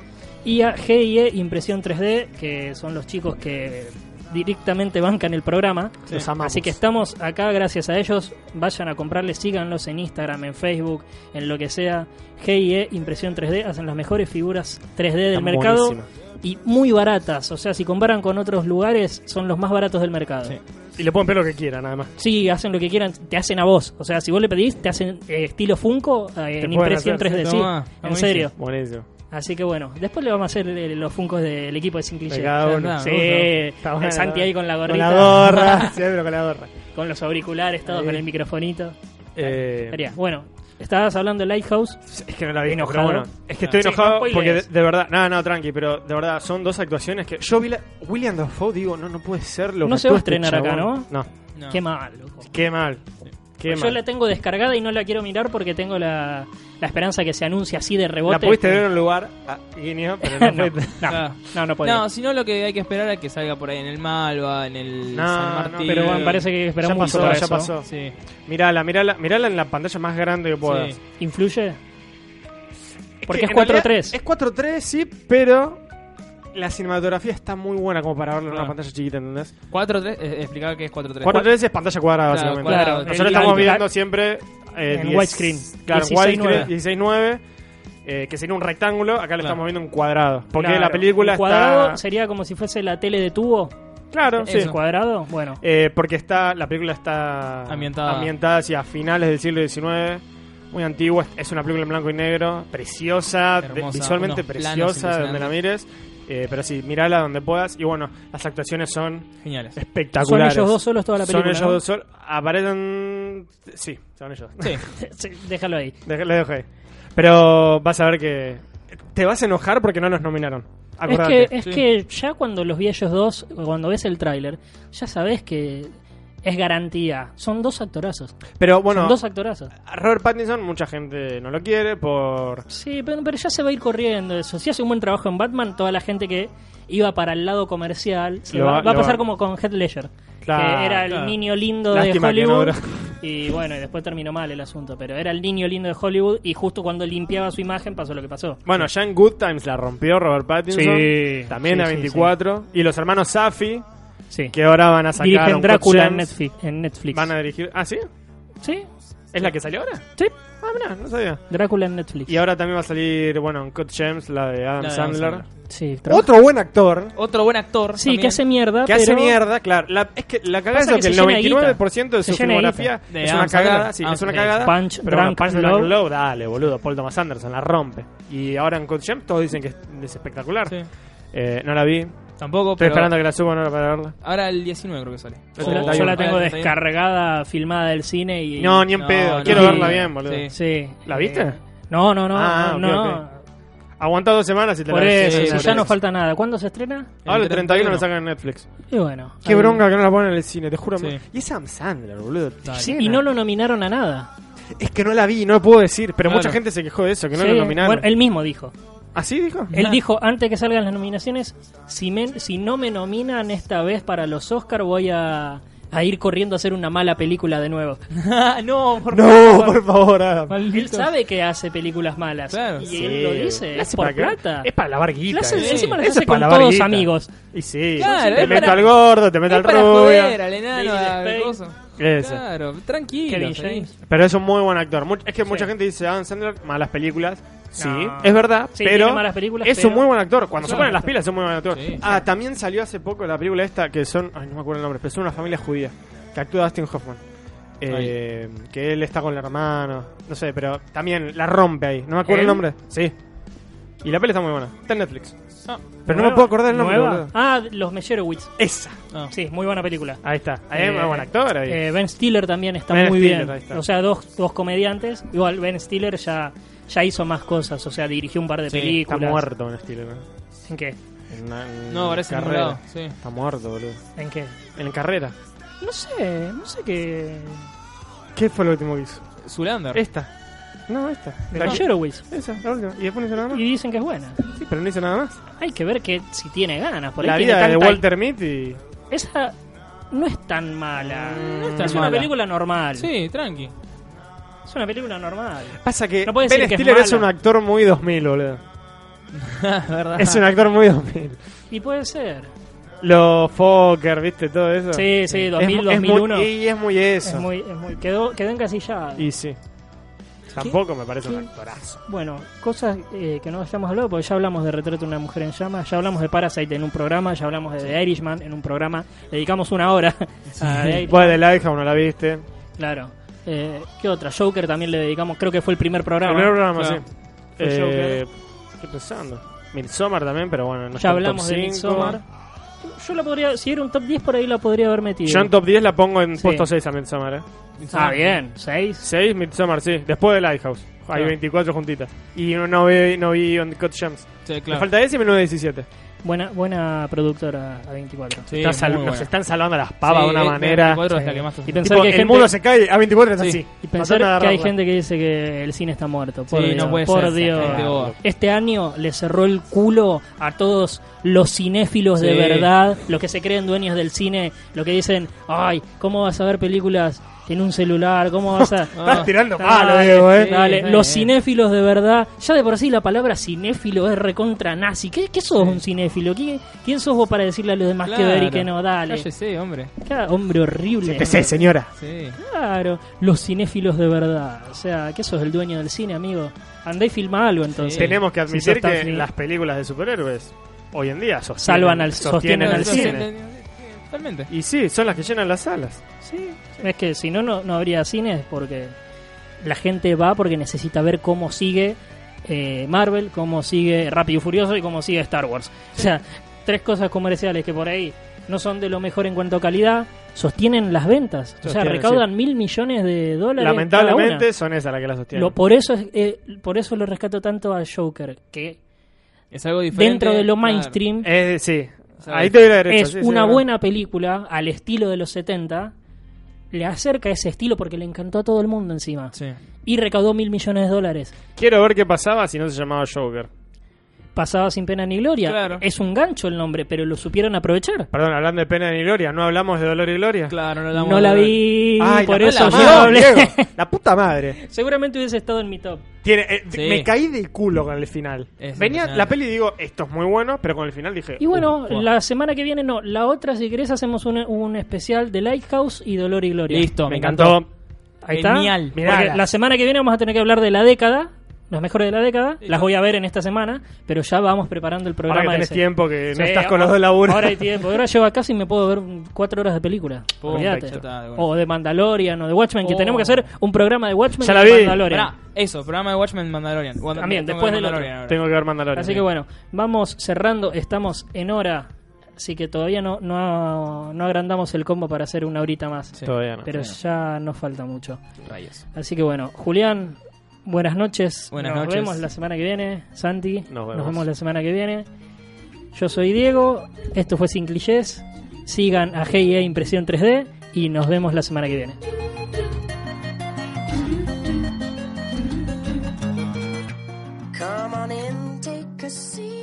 [SPEAKER 1] Y a GIE Impresión 3D, que son los chicos que directamente bancan el programa.
[SPEAKER 3] Sí.
[SPEAKER 2] Los amamos.
[SPEAKER 1] Así que estamos acá gracias a ellos. Vayan a comprarles, síganlos en Instagram, en Facebook, en lo que sea. GIE Impresión 3D hacen las mejores figuras 3D del
[SPEAKER 2] Están
[SPEAKER 1] mercado
[SPEAKER 2] buenísimas.
[SPEAKER 1] y muy baratas. O sea, si comparan con otros lugares, son los más baratos del mercado.
[SPEAKER 3] Sí.
[SPEAKER 2] Y le pueden pedir lo que quieran, además.
[SPEAKER 1] Sí, hacen lo que quieran, te hacen a vos. O sea, si vos le pedís, te hacen eh, estilo Funko eh, en
[SPEAKER 2] pueden
[SPEAKER 1] impresión
[SPEAKER 2] hacer,
[SPEAKER 1] 3D,
[SPEAKER 3] sí.
[SPEAKER 1] sí.
[SPEAKER 3] Tomá,
[SPEAKER 1] en
[SPEAKER 3] buenísimo.
[SPEAKER 1] serio.
[SPEAKER 2] Buenísimo.
[SPEAKER 1] Así que bueno, después le vamos a hacer eh, los Funcos del equipo de Sin Cliché.
[SPEAKER 2] De cada uno.
[SPEAKER 3] anda,
[SPEAKER 1] Sí,
[SPEAKER 3] me
[SPEAKER 2] Está
[SPEAKER 1] el
[SPEAKER 2] bueno,
[SPEAKER 1] Santi ahí con la
[SPEAKER 2] Con la
[SPEAKER 1] gorrita.
[SPEAKER 2] gorra. siempre con la gorra.
[SPEAKER 1] con los auriculares, todo,
[SPEAKER 2] Ahí.
[SPEAKER 1] con el microfonito.
[SPEAKER 2] Eh,
[SPEAKER 1] Estaría. Bueno, estabas hablando de Lighthouse.
[SPEAKER 2] Es que no la vi, pero
[SPEAKER 1] ¿Enojado?
[SPEAKER 2] bueno, es que estoy
[SPEAKER 1] Sí, no
[SPEAKER 2] enojado
[SPEAKER 1] spoilees.
[SPEAKER 2] porque de, de verdad, no, no, tranqui, pero de verdad son dos actuaciones que yo vi la, William Dafoe digo, no no puede ser lo
[SPEAKER 1] No
[SPEAKER 2] que
[SPEAKER 1] se va a
[SPEAKER 2] actúa este
[SPEAKER 1] estrenar acá,
[SPEAKER 2] chabón. No,
[SPEAKER 3] No.
[SPEAKER 1] Qué mal, loco.
[SPEAKER 2] qué mal. Qué
[SPEAKER 1] Pues Yo
[SPEAKER 2] mal.
[SPEAKER 1] la tengo descargada y no la quiero mirar porque tengo la, la esperanza que se anuncie así de rebote.
[SPEAKER 2] La pudiste ver en un lugar, ah, Guinea, pero no,
[SPEAKER 1] este-
[SPEAKER 2] Ah.
[SPEAKER 1] no,
[SPEAKER 2] fue-
[SPEAKER 1] no, no, no podía.
[SPEAKER 3] No, sino lo que hay que esperar a que salga por ahí en el Malva, en el
[SPEAKER 2] No,
[SPEAKER 3] San
[SPEAKER 2] no,
[SPEAKER 3] Martín.
[SPEAKER 1] Pero bueno, parece que
[SPEAKER 2] Ya
[SPEAKER 1] esperamos mucho
[SPEAKER 2] pasó,
[SPEAKER 1] para
[SPEAKER 2] ya
[SPEAKER 1] eso.
[SPEAKER 2] pasó.
[SPEAKER 3] Sí.
[SPEAKER 2] Mirala, mirala, mirala en la pantalla más grande que puedas.
[SPEAKER 3] Sí.
[SPEAKER 1] ¿Influye? Porque
[SPEAKER 2] que
[SPEAKER 1] es
[SPEAKER 2] en realidad
[SPEAKER 1] 4:3.
[SPEAKER 2] Es 4-3, sí, pero la cinematografía está muy buena como para verla en una
[SPEAKER 3] Claro.
[SPEAKER 2] pantalla chiquita, ¿entendés?
[SPEAKER 3] 4-3, eh, explicaba que es 4-3.
[SPEAKER 2] 4-3 es pantalla cuadrada, básicamente.
[SPEAKER 3] cuadrada. Claro,
[SPEAKER 2] Nosotros
[SPEAKER 1] el-
[SPEAKER 2] estamos
[SPEAKER 1] el-
[SPEAKER 2] mirando siempre... eh,
[SPEAKER 1] en
[SPEAKER 2] 10,
[SPEAKER 1] widescreen.
[SPEAKER 2] Claro,
[SPEAKER 1] 16:9.
[SPEAKER 2] 16 9 eh, que sería un rectángulo, acá lo
[SPEAKER 3] Claro.
[SPEAKER 2] estamos viendo en cuadrado. Porque
[SPEAKER 1] Claro,
[SPEAKER 2] la película
[SPEAKER 1] el cuadrado
[SPEAKER 2] está...
[SPEAKER 1] sería como si fuese la tele de tubo.
[SPEAKER 2] Claro, sí.
[SPEAKER 1] ¿El cuadrado? Bueno.
[SPEAKER 2] Eh, porque está la película está
[SPEAKER 3] Ambientada.
[SPEAKER 2] ambientada hacia finales del siglo XIX, muy antigua. Es una película en blanco y negro, preciosa,
[SPEAKER 3] Hermosa,
[SPEAKER 2] de- visualmente
[SPEAKER 3] unos planos
[SPEAKER 2] preciosa, donde la
[SPEAKER 3] impresionantes.
[SPEAKER 2] mires. Eh, pero sí, mirala donde puedas. Y bueno, las actuaciones son
[SPEAKER 3] Geniales.
[SPEAKER 1] Son
[SPEAKER 2] espectaculares.
[SPEAKER 1] ellos dos solos toda la
[SPEAKER 2] Son
[SPEAKER 1] película.
[SPEAKER 2] ellos dos solos. Aparecen. Sí, son ellos.
[SPEAKER 3] Sí.
[SPEAKER 1] ¿no? Sí, déjalo ahí.
[SPEAKER 2] Dej- lo dejo ahí. Pero vas a ver que. Te vas a enojar porque no los nominaron.
[SPEAKER 1] Es
[SPEAKER 2] Acordate.
[SPEAKER 1] que, es que ya cuando los vi a ellos dos, cuando ves el tráiler, ya sabes que es garantía. Son dos actorazos.
[SPEAKER 2] Pero bueno,
[SPEAKER 1] Son dos actorazos.
[SPEAKER 2] Robert Pattinson, mucha gente no lo quiere por.
[SPEAKER 1] Sí, pero, pero ya se va a ir corriendo eso. Si hace un buen trabajo en Batman, toda la gente que iba para el lado comercial se
[SPEAKER 2] Lo
[SPEAKER 1] va,
[SPEAKER 2] va-
[SPEAKER 1] va a
[SPEAKER 2] lo
[SPEAKER 1] pasar
[SPEAKER 2] va-
[SPEAKER 1] como con Heath Ledger,
[SPEAKER 2] Claro,
[SPEAKER 1] que era el
[SPEAKER 2] claro.
[SPEAKER 1] niño lindo
[SPEAKER 2] Lástima que
[SPEAKER 1] de
[SPEAKER 2] no
[SPEAKER 1] Hollywood.
[SPEAKER 2] duró.
[SPEAKER 1] y bueno, y después terminó mal el asunto, pero era el niño lindo de Hollywood y justo cuando limpiaba su imagen pasó lo que pasó.
[SPEAKER 2] Bueno, ya en Good Times la rompió Robert Pattinson.
[SPEAKER 1] Sí.
[SPEAKER 2] También
[SPEAKER 1] Sí,
[SPEAKER 2] a
[SPEAKER 1] sí,
[SPEAKER 2] 24. Y los hermanos Safi,
[SPEAKER 1] Sí.
[SPEAKER 2] que ahora van a sacar.
[SPEAKER 1] Dirigen
[SPEAKER 2] un
[SPEAKER 1] Drácula
[SPEAKER 2] Hot
[SPEAKER 1] en
[SPEAKER 2] Gems,
[SPEAKER 1] Netflix. En Netflix.
[SPEAKER 2] Van a dirigir. Ah, ¿sí?
[SPEAKER 1] Sí,
[SPEAKER 2] ¿Es la que salió ahora?
[SPEAKER 1] sí.
[SPEAKER 2] Ah, mirá, no sabía.
[SPEAKER 1] Drácula en Netflix.
[SPEAKER 2] Y ahora también va a salir, bueno, en Cut Gems, la de Adam
[SPEAKER 3] La de Adam
[SPEAKER 2] Sandler.
[SPEAKER 3] Sandler.
[SPEAKER 1] Sí, trabaja-
[SPEAKER 2] Otro buen actor.
[SPEAKER 3] Otro buen actor.
[SPEAKER 1] Sí,
[SPEAKER 3] también.
[SPEAKER 1] que hace mierda.
[SPEAKER 2] Que hace
[SPEAKER 1] Ah, pero-
[SPEAKER 2] mierda, claro. La- es que la cagada es
[SPEAKER 1] Pasa
[SPEAKER 2] lo
[SPEAKER 1] que
[SPEAKER 2] que el
[SPEAKER 1] se llena de guita.
[SPEAKER 2] 99% de su
[SPEAKER 1] Se llena de
[SPEAKER 2] filmografía
[SPEAKER 3] guita. De
[SPEAKER 2] es una
[SPEAKER 3] Adam Sandler.
[SPEAKER 2] cagada. Sí,
[SPEAKER 3] Ah,
[SPEAKER 2] es una
[SPEAKER 3] sí.
[SPEAKER 2] cagada.
[SPEAKER 1] Punch,
[SPEAKER 2] pero bueno,
[SPEAKER 1] Drunk
[SPEAKER 2] Punch,
[SPEAKER 1] Love.
[SPEAKER 2] Drunk Love, dale, boludo. Paul Thomas Anderson la rompe. Y ahora en Cut Gems todos dicen que es, es espectacular.
[SPEAKER 3] Sí.
[SPEAKER 2] Eh, no la vi,
[SPEAKER 3] Tampoco,
[SPEAKER 2] Estoy
[SPEAKER 3] pero
[SPEAKER 2] esperando a que la suban ahora para verla.
[SPEAKER 3] ahora el 19 creo que sale.
[SPEAKER 2] Yo
[SPEAKER 1] Yo
[SPEAKER 2] la-
[SPEAKER 1] la, yo la tengo
[SPEAKER 3] Ah, el 31.
[SPEAKER 1] descargada, filmada del cine y...
[SPEAKER 2] No, ni en
[SPEAKER 3] No,
[SPEAKER 2] pedo.
[SPEAKER 3] no.
[SPEAKER 2] Quiero
[SPEAKER 1] Sí.
[SPEAKER 2] verla bien, boludo.
[SPEAKER 3] Sí.
[SPEAKER 1] Sí. Eh,
[SPEAKER 2] ¿La viste?
[SPEAKER 1] No, no, no.
[SPEAKER 2] Ah,
[SPEAKER 1] no,
[SPEAKER 2] ok,
[SPEAKER 1] no.
[SPEAKER 2] ok. Aguanta dos semanas y te la
[SPEAKER 1] Por
[SPEAKER 2] ves.
[SPEAKER 1] eso,
[SPEAKER 3] sí,
[SPEAKER 1] si
[SPEAKER 3] por
[SPEAKER 1] ya no
[SPEAKER 3] eso.
[SPEAKER 1] falta nada. ¿Cuándo se estrena?
[SPEAKER 2] Ahora el
[SPEAKER 3] El
[SPEAKER 2] 31 lo
[SPEAKER 3] 31.
[SPEAKER 2] sacan en Netflix.
[SPEAKER 1] Y bueno.
[SPEAKER 2] Qué
[SPEAKER 1] ahí-
[SPEAKER 2] bronca que no la ponen en el cine, te juro.
[SPEAKER 3] Sí.
[SPEAKER 2] man. Y es Sam Sandler, boludo.
[SPEAKER 3] Dale.
[SPEAKER 2] Sí,
[SPEAKER 1] Y no lo nominaron a nada.
[SPEAKER 2] Es que no la vi, no lo puedo decir. Pero
[SPEAKER 3] Claro.
[SPEAKER 2] mucha gente se quejó de eso, que no
[SPEAKER 1] Sí,
[SPEAKER 2] lo nominaron. Ah.
[SPEAKER 1] Bueno, Eh, él mismo dijo.
[SPEAKER 2] ¿Así dijo?
[SPEAKER 1] Él dijo, antes que salgan las nominaciones, si, me- si no me nominan esta vez para los Oscar, voy a, a ir corriendo a hacer una mala película de nuevo.
[SPEAKER 3] Ah, no, por
[SPEAKER 2] No, por favor, Adam.
[SPEAKER 1] Él sabe que hace películas malas.
[SPEAKER 3] Claro.
[SPEAKER 1] y
[SPEAKER 2] Sí.
[SPEAKER 1] él lo dice.
[SPEAKER 2] La
[SPEAKER 1] Es
[SPEAKER 2] hace
[SPEAKER 1] por
[SPEAKER 2] para que-
[SPEAKER 1] plata.
[SPEAKER 2] Es para lavar guita.
[SPEAKER 1] La hace-
[SPEAKER 2] eh.
[SPEAKER 1] Encima las
[SPEAKER 2] Eso
[SPEAKER 1] hace
[SPEAKER 2] es para
[SPEAKER 1] con
[SPEAKER 2] lavar
[SPEAKER 1] todos
[SPEAKER 2] guita.
[SPEAKER 1] amigos.
[SPEAKER 2] Y sí.
[SPEAKER 3] Claro,
[SPEAKER 2] te
[SPEAKER 3] es
[SPEAKER 2] mete
[SPEAKER 3] para-
[SPEAKER 2] al gordo, te mete al
[SPEAKER 3] Es para
[SPEAKER 2] rubio.
[SPEAKER 3] joder, al enano,
[SPEAKER 1] Lady
[SPEAKER 3] al
[SPEAKER 1] Spade.
[SPEAKER 3] coso.
[SPEAKER 2] Ese.
[SPEAKER 3] Claro, tranquilo.
[SPEAKER 1] Kevin
[SPEAKER 3] feliz.
[SPEAKER 1] James.
[SPEAKER 2] Pero es un muy buen actor. Much- es que mucha
[SPEAKER 1] Sí.
[SPEAKER 2] gente dice Adam Sandler, malas películas. Sí,
[SPEAKER 1] No.
[SPEAKER 2] es verdad,
[SPEAKER 1] Sí,
[SPEAKER 2] pero
[SPEAKER 1] tiene malas películas,
[SPEAKER 2] es un
[SPEAKER 1] pero-
[SPEAKER 2] muy buen actor. Cuando
[SPEAKER 1] Es
[SPEAKER 2] se
[SPEAKER 1] un
[SPEAKER 2] ponen
[SPEAKER 1] buen
[SPEAKER 2] las
[SPEAKER 1] actor.
[SPEAKER 2] pilas es un muy buen actor.
[SPEAKER 3] Sí.
[SPEAKER 2] ah, también salió hace poco la película esta que son, ay, no me acuerdo el nombre, pero son una familia judía que actúa Dustin Hoffman. Eh, que él está con el hermano, no sé, pero también la rompe ahí. No me acuerdo el
[SPEAKER 1] ¿Él?
[SPEAKER 2] nombre. Sí. Y la peli está muy buena. Está en Netflix.
[SPEAKER 3] Ah,
[SPEAKER 2] Pero no me puedo acordar el nombre.
[SPEAKER 1] ¿Nueva?
[SPEAKER 2] boludo.
[SPEAKER 1] Ah, Los Meyerowitz.
[SPEAKER 2] Esa.
[SPEAKER 3] no.
[SPEAKER 1] Sí, muy buena película.
[SPEAKER 2] Ahí está. Ahí
[SPEAKER 1] Eh,
[SPEAKER 2] es muy buen actor. Ahí.
[SPEAKER 1] Eh, ben Stiller también está
[SPEAKER 2] Ben
[SPEAKER 1] muy
[SPEAKER 2] Stiller, ahí
[SPEAKER 1] bien.
[SPEAKER 2] está.
[SPEAKER 1] O sea, dos, dos comediantes. Igual Ben Stiller ya, ya hizo más cosas. O sea, dirigió un par de
[SPEAKER 3] Sí, está
[SPEAKER 2] está
[SPEAKER 1] películas.
[SPEAKER 2] muerto en estilo, ¿no?
[SPEAKER 1] ¿En qué?
[SPEAKER 2] En una- en
[SPEAKER 3] No, parece
[SPEAKER 2] carrera.
[SPEAKER 3] anulado, sí.
[SPEAKER 2] Está muerto, boludo.
[SPEAKER 1] ¿En qué?
[SPEAKER 2] En carrera.
[SPEAKER 1] No sé, no sé qué.
[SPEAKER 2] ¿Qué fue lo último que hizo?
[SPEAKER 3] Zulander.
[SPEAKER 2] Este. Esta. No, esta.
[SPEAKER 1] De
[SPEAKER 2] La
[SPEAKER 1] Los
[SPEAKER 2] que-
[SPEAKER 1] Meyerowitz.
[SPEAKER 2] Esa, la última. Y después no hizo nada más.
[SPEAKER 1] Y dicen que es buena.
[SPEAKER 2] Sí, pero no hizo nada más.
[SPEAKER 1] Hay que ver que si tiene ganas. Por ahí
[SPEAKER 2] La
[SPEAKER 1] tiene
[SPEAKER 2] vida de
[SPEAKER 1] tanta-
[SPEAKER 2] Walter Mitty.
[SPEAKER 1] Esa no es tan mala.
[SPEAKER 2] Mm,
[SPEAKER 3] No es
[SPEAKER 1] es
[SPEAKER 3] tan
[SPEAKER 1] una
[SPEAKER 3] mala.
[SPEAKER 1] película normal.
[SPEAKER 3] Sí, tranqui.
[SPEAKER 1] Es una película normal.
[SPEAKER 2] Pasa que
[SPEAKER 1] No puede
[SPEAKER 2] Ben
[SPEAKER 1] decir que es
[SPEAKER 2] Stiller es, un
[SPEAKER 1] mala.
[SPEAKER 2] actor muy 2000, boludo.
[SPEAKER 3] ¿Verdad?
[SPEAKER 2] Es un actor muy 2000.
[SPEAKER 1] Y puede ser.
[SPEAKER 2] Los Fokker, ¿viste? Todo eso.
[SPEAKER 1] Sí, sí, 2000,
[SPEAKER 2] es, mu- es muy-
[SPEAKER 1] 2001.
[SPEAKER 2] y es muy eso.
[SPEAKER 1] Es muy, es muy, quedó, quedó encasillado.
[SPEAKER 2] Y sí. Tampoco me parece un actorazo.
[SPEAKER 1] Bueno, cosas eh, que no hayamos hablado, porque ya hablamos de Retrato de una mujer en llamas, ya hablamos de Parasite en un programa, ya hablamos de The Irishman en un programa, dedicamos una hora a The Irishman,
[SPEAKER 2] Vos de Lighthouse no la viste.
[SPEAKER 1] Claro. Eh, ¿Qué otra? Joker también le dedicamos, creo que fue el primer programa.
[SPEAKER 2] Primer programa,
[SPEAKER 3] Claro.
[SPEAKER 2] sí.
[SPEAKER 1] Fue
[SPEAKER 2] Eh, estoy pensando. Midsommar también, pero bueno, no está
[SPEAKER 1] ya
[SPEAKER 2] en
[SPEAKER 1] hablamos
[SPEAKER 2] top
[SPEAKER 1] de
[SPEAKER 2] cinco.
[SPEAKER 1] Midsommar. Yo la podría, si era un top 10 por ahí la podría haber metido.
[SPEAKER 2] Yo en top 10 la pongo en
[SPEAKER 1] Sí.
[SPEAKER 2] puesto 6 a Midsommar, ¿eh?
[SPEAKER 1] Ah, bien, 6.
[SPEAKER 2] 6 Midsommar, sí. Después de Lighthouse. Hay
[SPEAKER 3] Claro.
[SPEAKER 2] 24 juntitas. Y no, no vi, no vi On Cut Gems.
[SPEAKER 3] Sí,
[SPEAKER 2] Me
[SPEAKER 3] claro.
[SPEAKER 2] falta ese y menudo 17.
[SPEAKER 1] Buena, buena productora A24.
[SPEAKER 3] Sí,
[SPEAKER 2] Está sal-
[SPEAKER 3] muy
[SPEAKER 2] nos
[SPEAKER 3] buena.
[SPEAKER 2] están salvando las pavas de una manera.
[SPEAKER 3] El es la
[SPEAKER 1] sí.
[SPEAKER 3] que más te-
[SPEAKER 1] Y pensar
[SPEAKER 2] Tipo,
[SPEAKER 1] que hay
[SPEAKER 2] el
[SPEAKER 1] gente-
[SPEAKER 2] mundo se cae, A24 es
[SPEAKER 3] Sí.
[SPEAKER 2] así.
[SPEAKER 1] Y pensar
[SPEAKER 2] Tratan de
[SPEAKER 1] que hay
[SPEAKER 2] agarrarla.
[SPEAKER 1] gente que dice que el cine está muerto. Por
[SPEAKER 3] Sí,
[SPEAKER 1] Dios,
[SPEAKER 3] no puede
[SPEAKER 1] por
[SPEAKER 3] ser,
[SPEAKER 1] Dios.
[SPEAKER 3] gente boba.
[SPEAKER 1] Este año le cerró el culo a todos los cinéfilos de
[SPEAKER 3] Sí.
[SPEAKER 1] verdad, los que se creen dueños del cine, los que dicen, ay, ¿cómo vas a ver películas en un celular? ¿Cómo vas a...?
[SPEAKER 3] Ah.
[SPEAKER 2] Estás tirando palo,
[SPEAKER 1] Dale,
[SPEAKER 2] Diego, eh.
[SPEAKER 3] sí.
[SPEAKER 1] dale.
[SPEAKER 3] está
[SPEAKER 1] los
[SPEAKER 3] bien.
[SPEAKER 1] cinéfilos de verdad. Ya de por sí la palabra cinéfilo es recontra nazi. ¿Qué, qué sos
[SPEAKER 3] Sí.
[SPEAKER 1] un cinéfilo? ¿Qui- ¿Quién, sos vos para decirle a los demás que
[SPEAKER 3] Claro.
[SPEAKER 1] ver y que no? Dale.
[SPEAKER 3] Cállese, hombre.
[SPEAKER 1] Cada hombre horrible.
[SPEAKER 2] Te sé, señora.
[SPEAKER 3] Sí.
[SPEAKER 1] Claro, los cinéfilos de verdad. O sea, que sos el dueño del cine, amigo. Andá y filma algo entonces.
[SPEAKER 3] Sí.
[SPEAKER 2] Tenemos que
[SPEAKER 1] Si sos
[SPEAKER 2] admitir
[SPEAKER 1] tan
[SPEAKER 2] que
[SPEAKER 1] fini-
[SPEAKER 2] las películas de superhéroes hoy en día sostienen,
[SPEAKER 1] Salvan al- sostienen
[SPEAKER 2] sostienen al
[SPEAKER 1] al
[SPEAKER 2] cine.
[SPEAKER 3] Totalmente.
[SPEAKER 2] Y sí, son las que llenan las salas.
[SPEAKER 1] Es que si no, no, no habría cines porque la gente va porque necesita ver cómo sigue eh, Marvel, cómo sigue Rápido y Furioso y cómo sigue Star Wars. O sea, tres cosas comerciales que por ahí no son de lo mejor en cuanto a calidad, sostienen las ventas. O sea,
[SPEAKER 2] Sostienen,
[SPEAKER 1] recaudan mil millones de dólares. cada una.
[SPEAKER 2] Lamentablemente son esas las que las sostienen.
[SPEAKER 1] Lo, por, eso es, eh, por eso lo rescato tanto a Joker, que
[SPEAKER 3] Es algo diferente.
[SPEAKER 1] dentro de lo
[SPEAKER 3] claro.
[SPEAKER 1] mainstream
[SPEAKER 2] Eh, sí,
[SPEAKER 3] sea,
[SPEAKER 2] ahí te doy la derecha.
[SPEAKER 1] es
[SPEAKER 2] sí, sí,
[SPEAKER 1] una
[SPEAKER 2] verdad.
[SPEAKER 1] buena película al estilo de los 70. Le acerca ese estilo porque le encantó a todo el mundo encima.
[SPEAKER 3] Sí.
[SPEAKER 1] Y recaudó mil millones de dólares.
[SPEAKER 2] Quiero ver qué pasaba si no se llamaba Joker.
[SPEAKER 1] Pasaba sin pena ni gloria.
[SPEAKER 3] Claro.
[SPEAKER 1] Es un gancho el nombre, pero lo supieron aprovechar.
[SPEAKER 2] Perdón, hablando de pena ni gloria, ¿no hablamos de dolor y gloria?
[SPEAKER 3] Claro, no,
[SPEAKER 1] No la vi,
[SPEAKER 2] Ay,
[SPEAKER 1] por
[SPEAKER 2] la
[SPEAKER 1] eso
[SPEAKER 2] puta
[SPEAKER 1] yo
[SPEAKER 2] madre,
[SPEAKER 1] hablé.
[SPEAKER 2] Diego, la puta madre.
[SPEAKER 1] Seguramente hubiese estado en mi top.
[SPEAKER 2] Tiene, eh,
[SPEAKER 3] Sí.
[SPEAKER 2] Me caí del culo con el final.
[SPEAKER 3] Es
[SPEAKER 2] Venía
[SPEAKER 3] impresionante.
[SPEAKER 2] la peli y digo, esto es muy bueno, pero con el final dije.
[SPEAKER 1] Y bueno,
[SPEAKER 2] uh, fua.
[SPEAKER 1] la semana que viene no. La otra, si querés, hacemos un, un especial de Lighthouse y Dolor y Gloria.
[SPEAKER 3] Listo,
[SPEAKER 2] me encantó.
[SPEAKER 1] Ahí está.
[SPEAKER 3] Genial.
[SPEAKER 1] Porque
[SPEAKER 2] Mirala.
[SPEAKER 1] la semana que viene vamos a tener que hablar de la década, los mejores de la década.
[SPEAKER 3] Sí.
[SPEAKER 1] Las voy a ver en esta semana, pero ya vamos preparando el programa.
[SPEAKER 2] Ahora que tenés
[SPEAKER 1] ese.
[SPEAKER 2] tiempo, que no
[SPEAKER 1] Sí,
[SPEAKER 2] estás con
[SPEAKER 1] ahora-
[SPEAKER 2] los dos laburos.
[SPEAKER 1] Ahora hay tiempo. Ahora llego a casa y me puedo ver mm, cuatro horas de película.
[SPEAKER 3] Pum,
[SPEAKER 1] Olvídate.
[SPEAKER 3] perfecto. Ya está, de una.
[SPEAKER 1] O de Mandalorian o de Watchmen, que
[SPEAKER 3] Oh.
[SPEAKER 1] tenemos que hacer un programa de Watchmen
[SPEAKER 2] Ya
[SPEAKER 1] y
[SPEAKER 2] la
[SPEAKER 1] de
[SPEAKER 2] vi.
[SPEAKER 1] Mandalorian.
[SPEAKER 3] Pará, eso, programa de Watchmen Mandalorian. Wanda-
[SPEAKER 1] También,
[SPEAKER 3] tengo
[SPEAKER 1] después
[SPEAKER 3] que
[SPEAKER 1] del
[SPEAKER 3] Mandalorian
[SPEAKER 1] otro.
[SPEAKER 3] ahora.
[SPEAKER 2] Tengo que ver Mandalorian.
[SPEAKER 1] Así que bueno, vamos cerrando. Estamos en hora, así que todavía no, no, no agrandamos el combo para hacer una horita más.
[SPEAKER 3] Sí.
[SPEAKER 2] Todavía no.
[SPEAKER 1] Pero
[SPEAKER 3] Bueno.
[SPEAKER 1] ya nos falta mucho.
[SPEAKER 3] Rayos.
[SPEAKER 1] Así que bueno, Julián, buenas noches.
[SPEAKER 3] Buenas
[SPEAKER 1] Nos
[SPEAKER 3] noches.
[SPEAKER 1] vemos la semana que viene. Santi,
[SPEAKER 2] Nos vemos.
[SPEAKER 1] la semana que viene. Yo soy Diego, esto fue Sin Clichés. Sigan a GIE Impresión 3D y nos vemos la semana que viene.
[SPEAKER 6] Come on in, take a seat.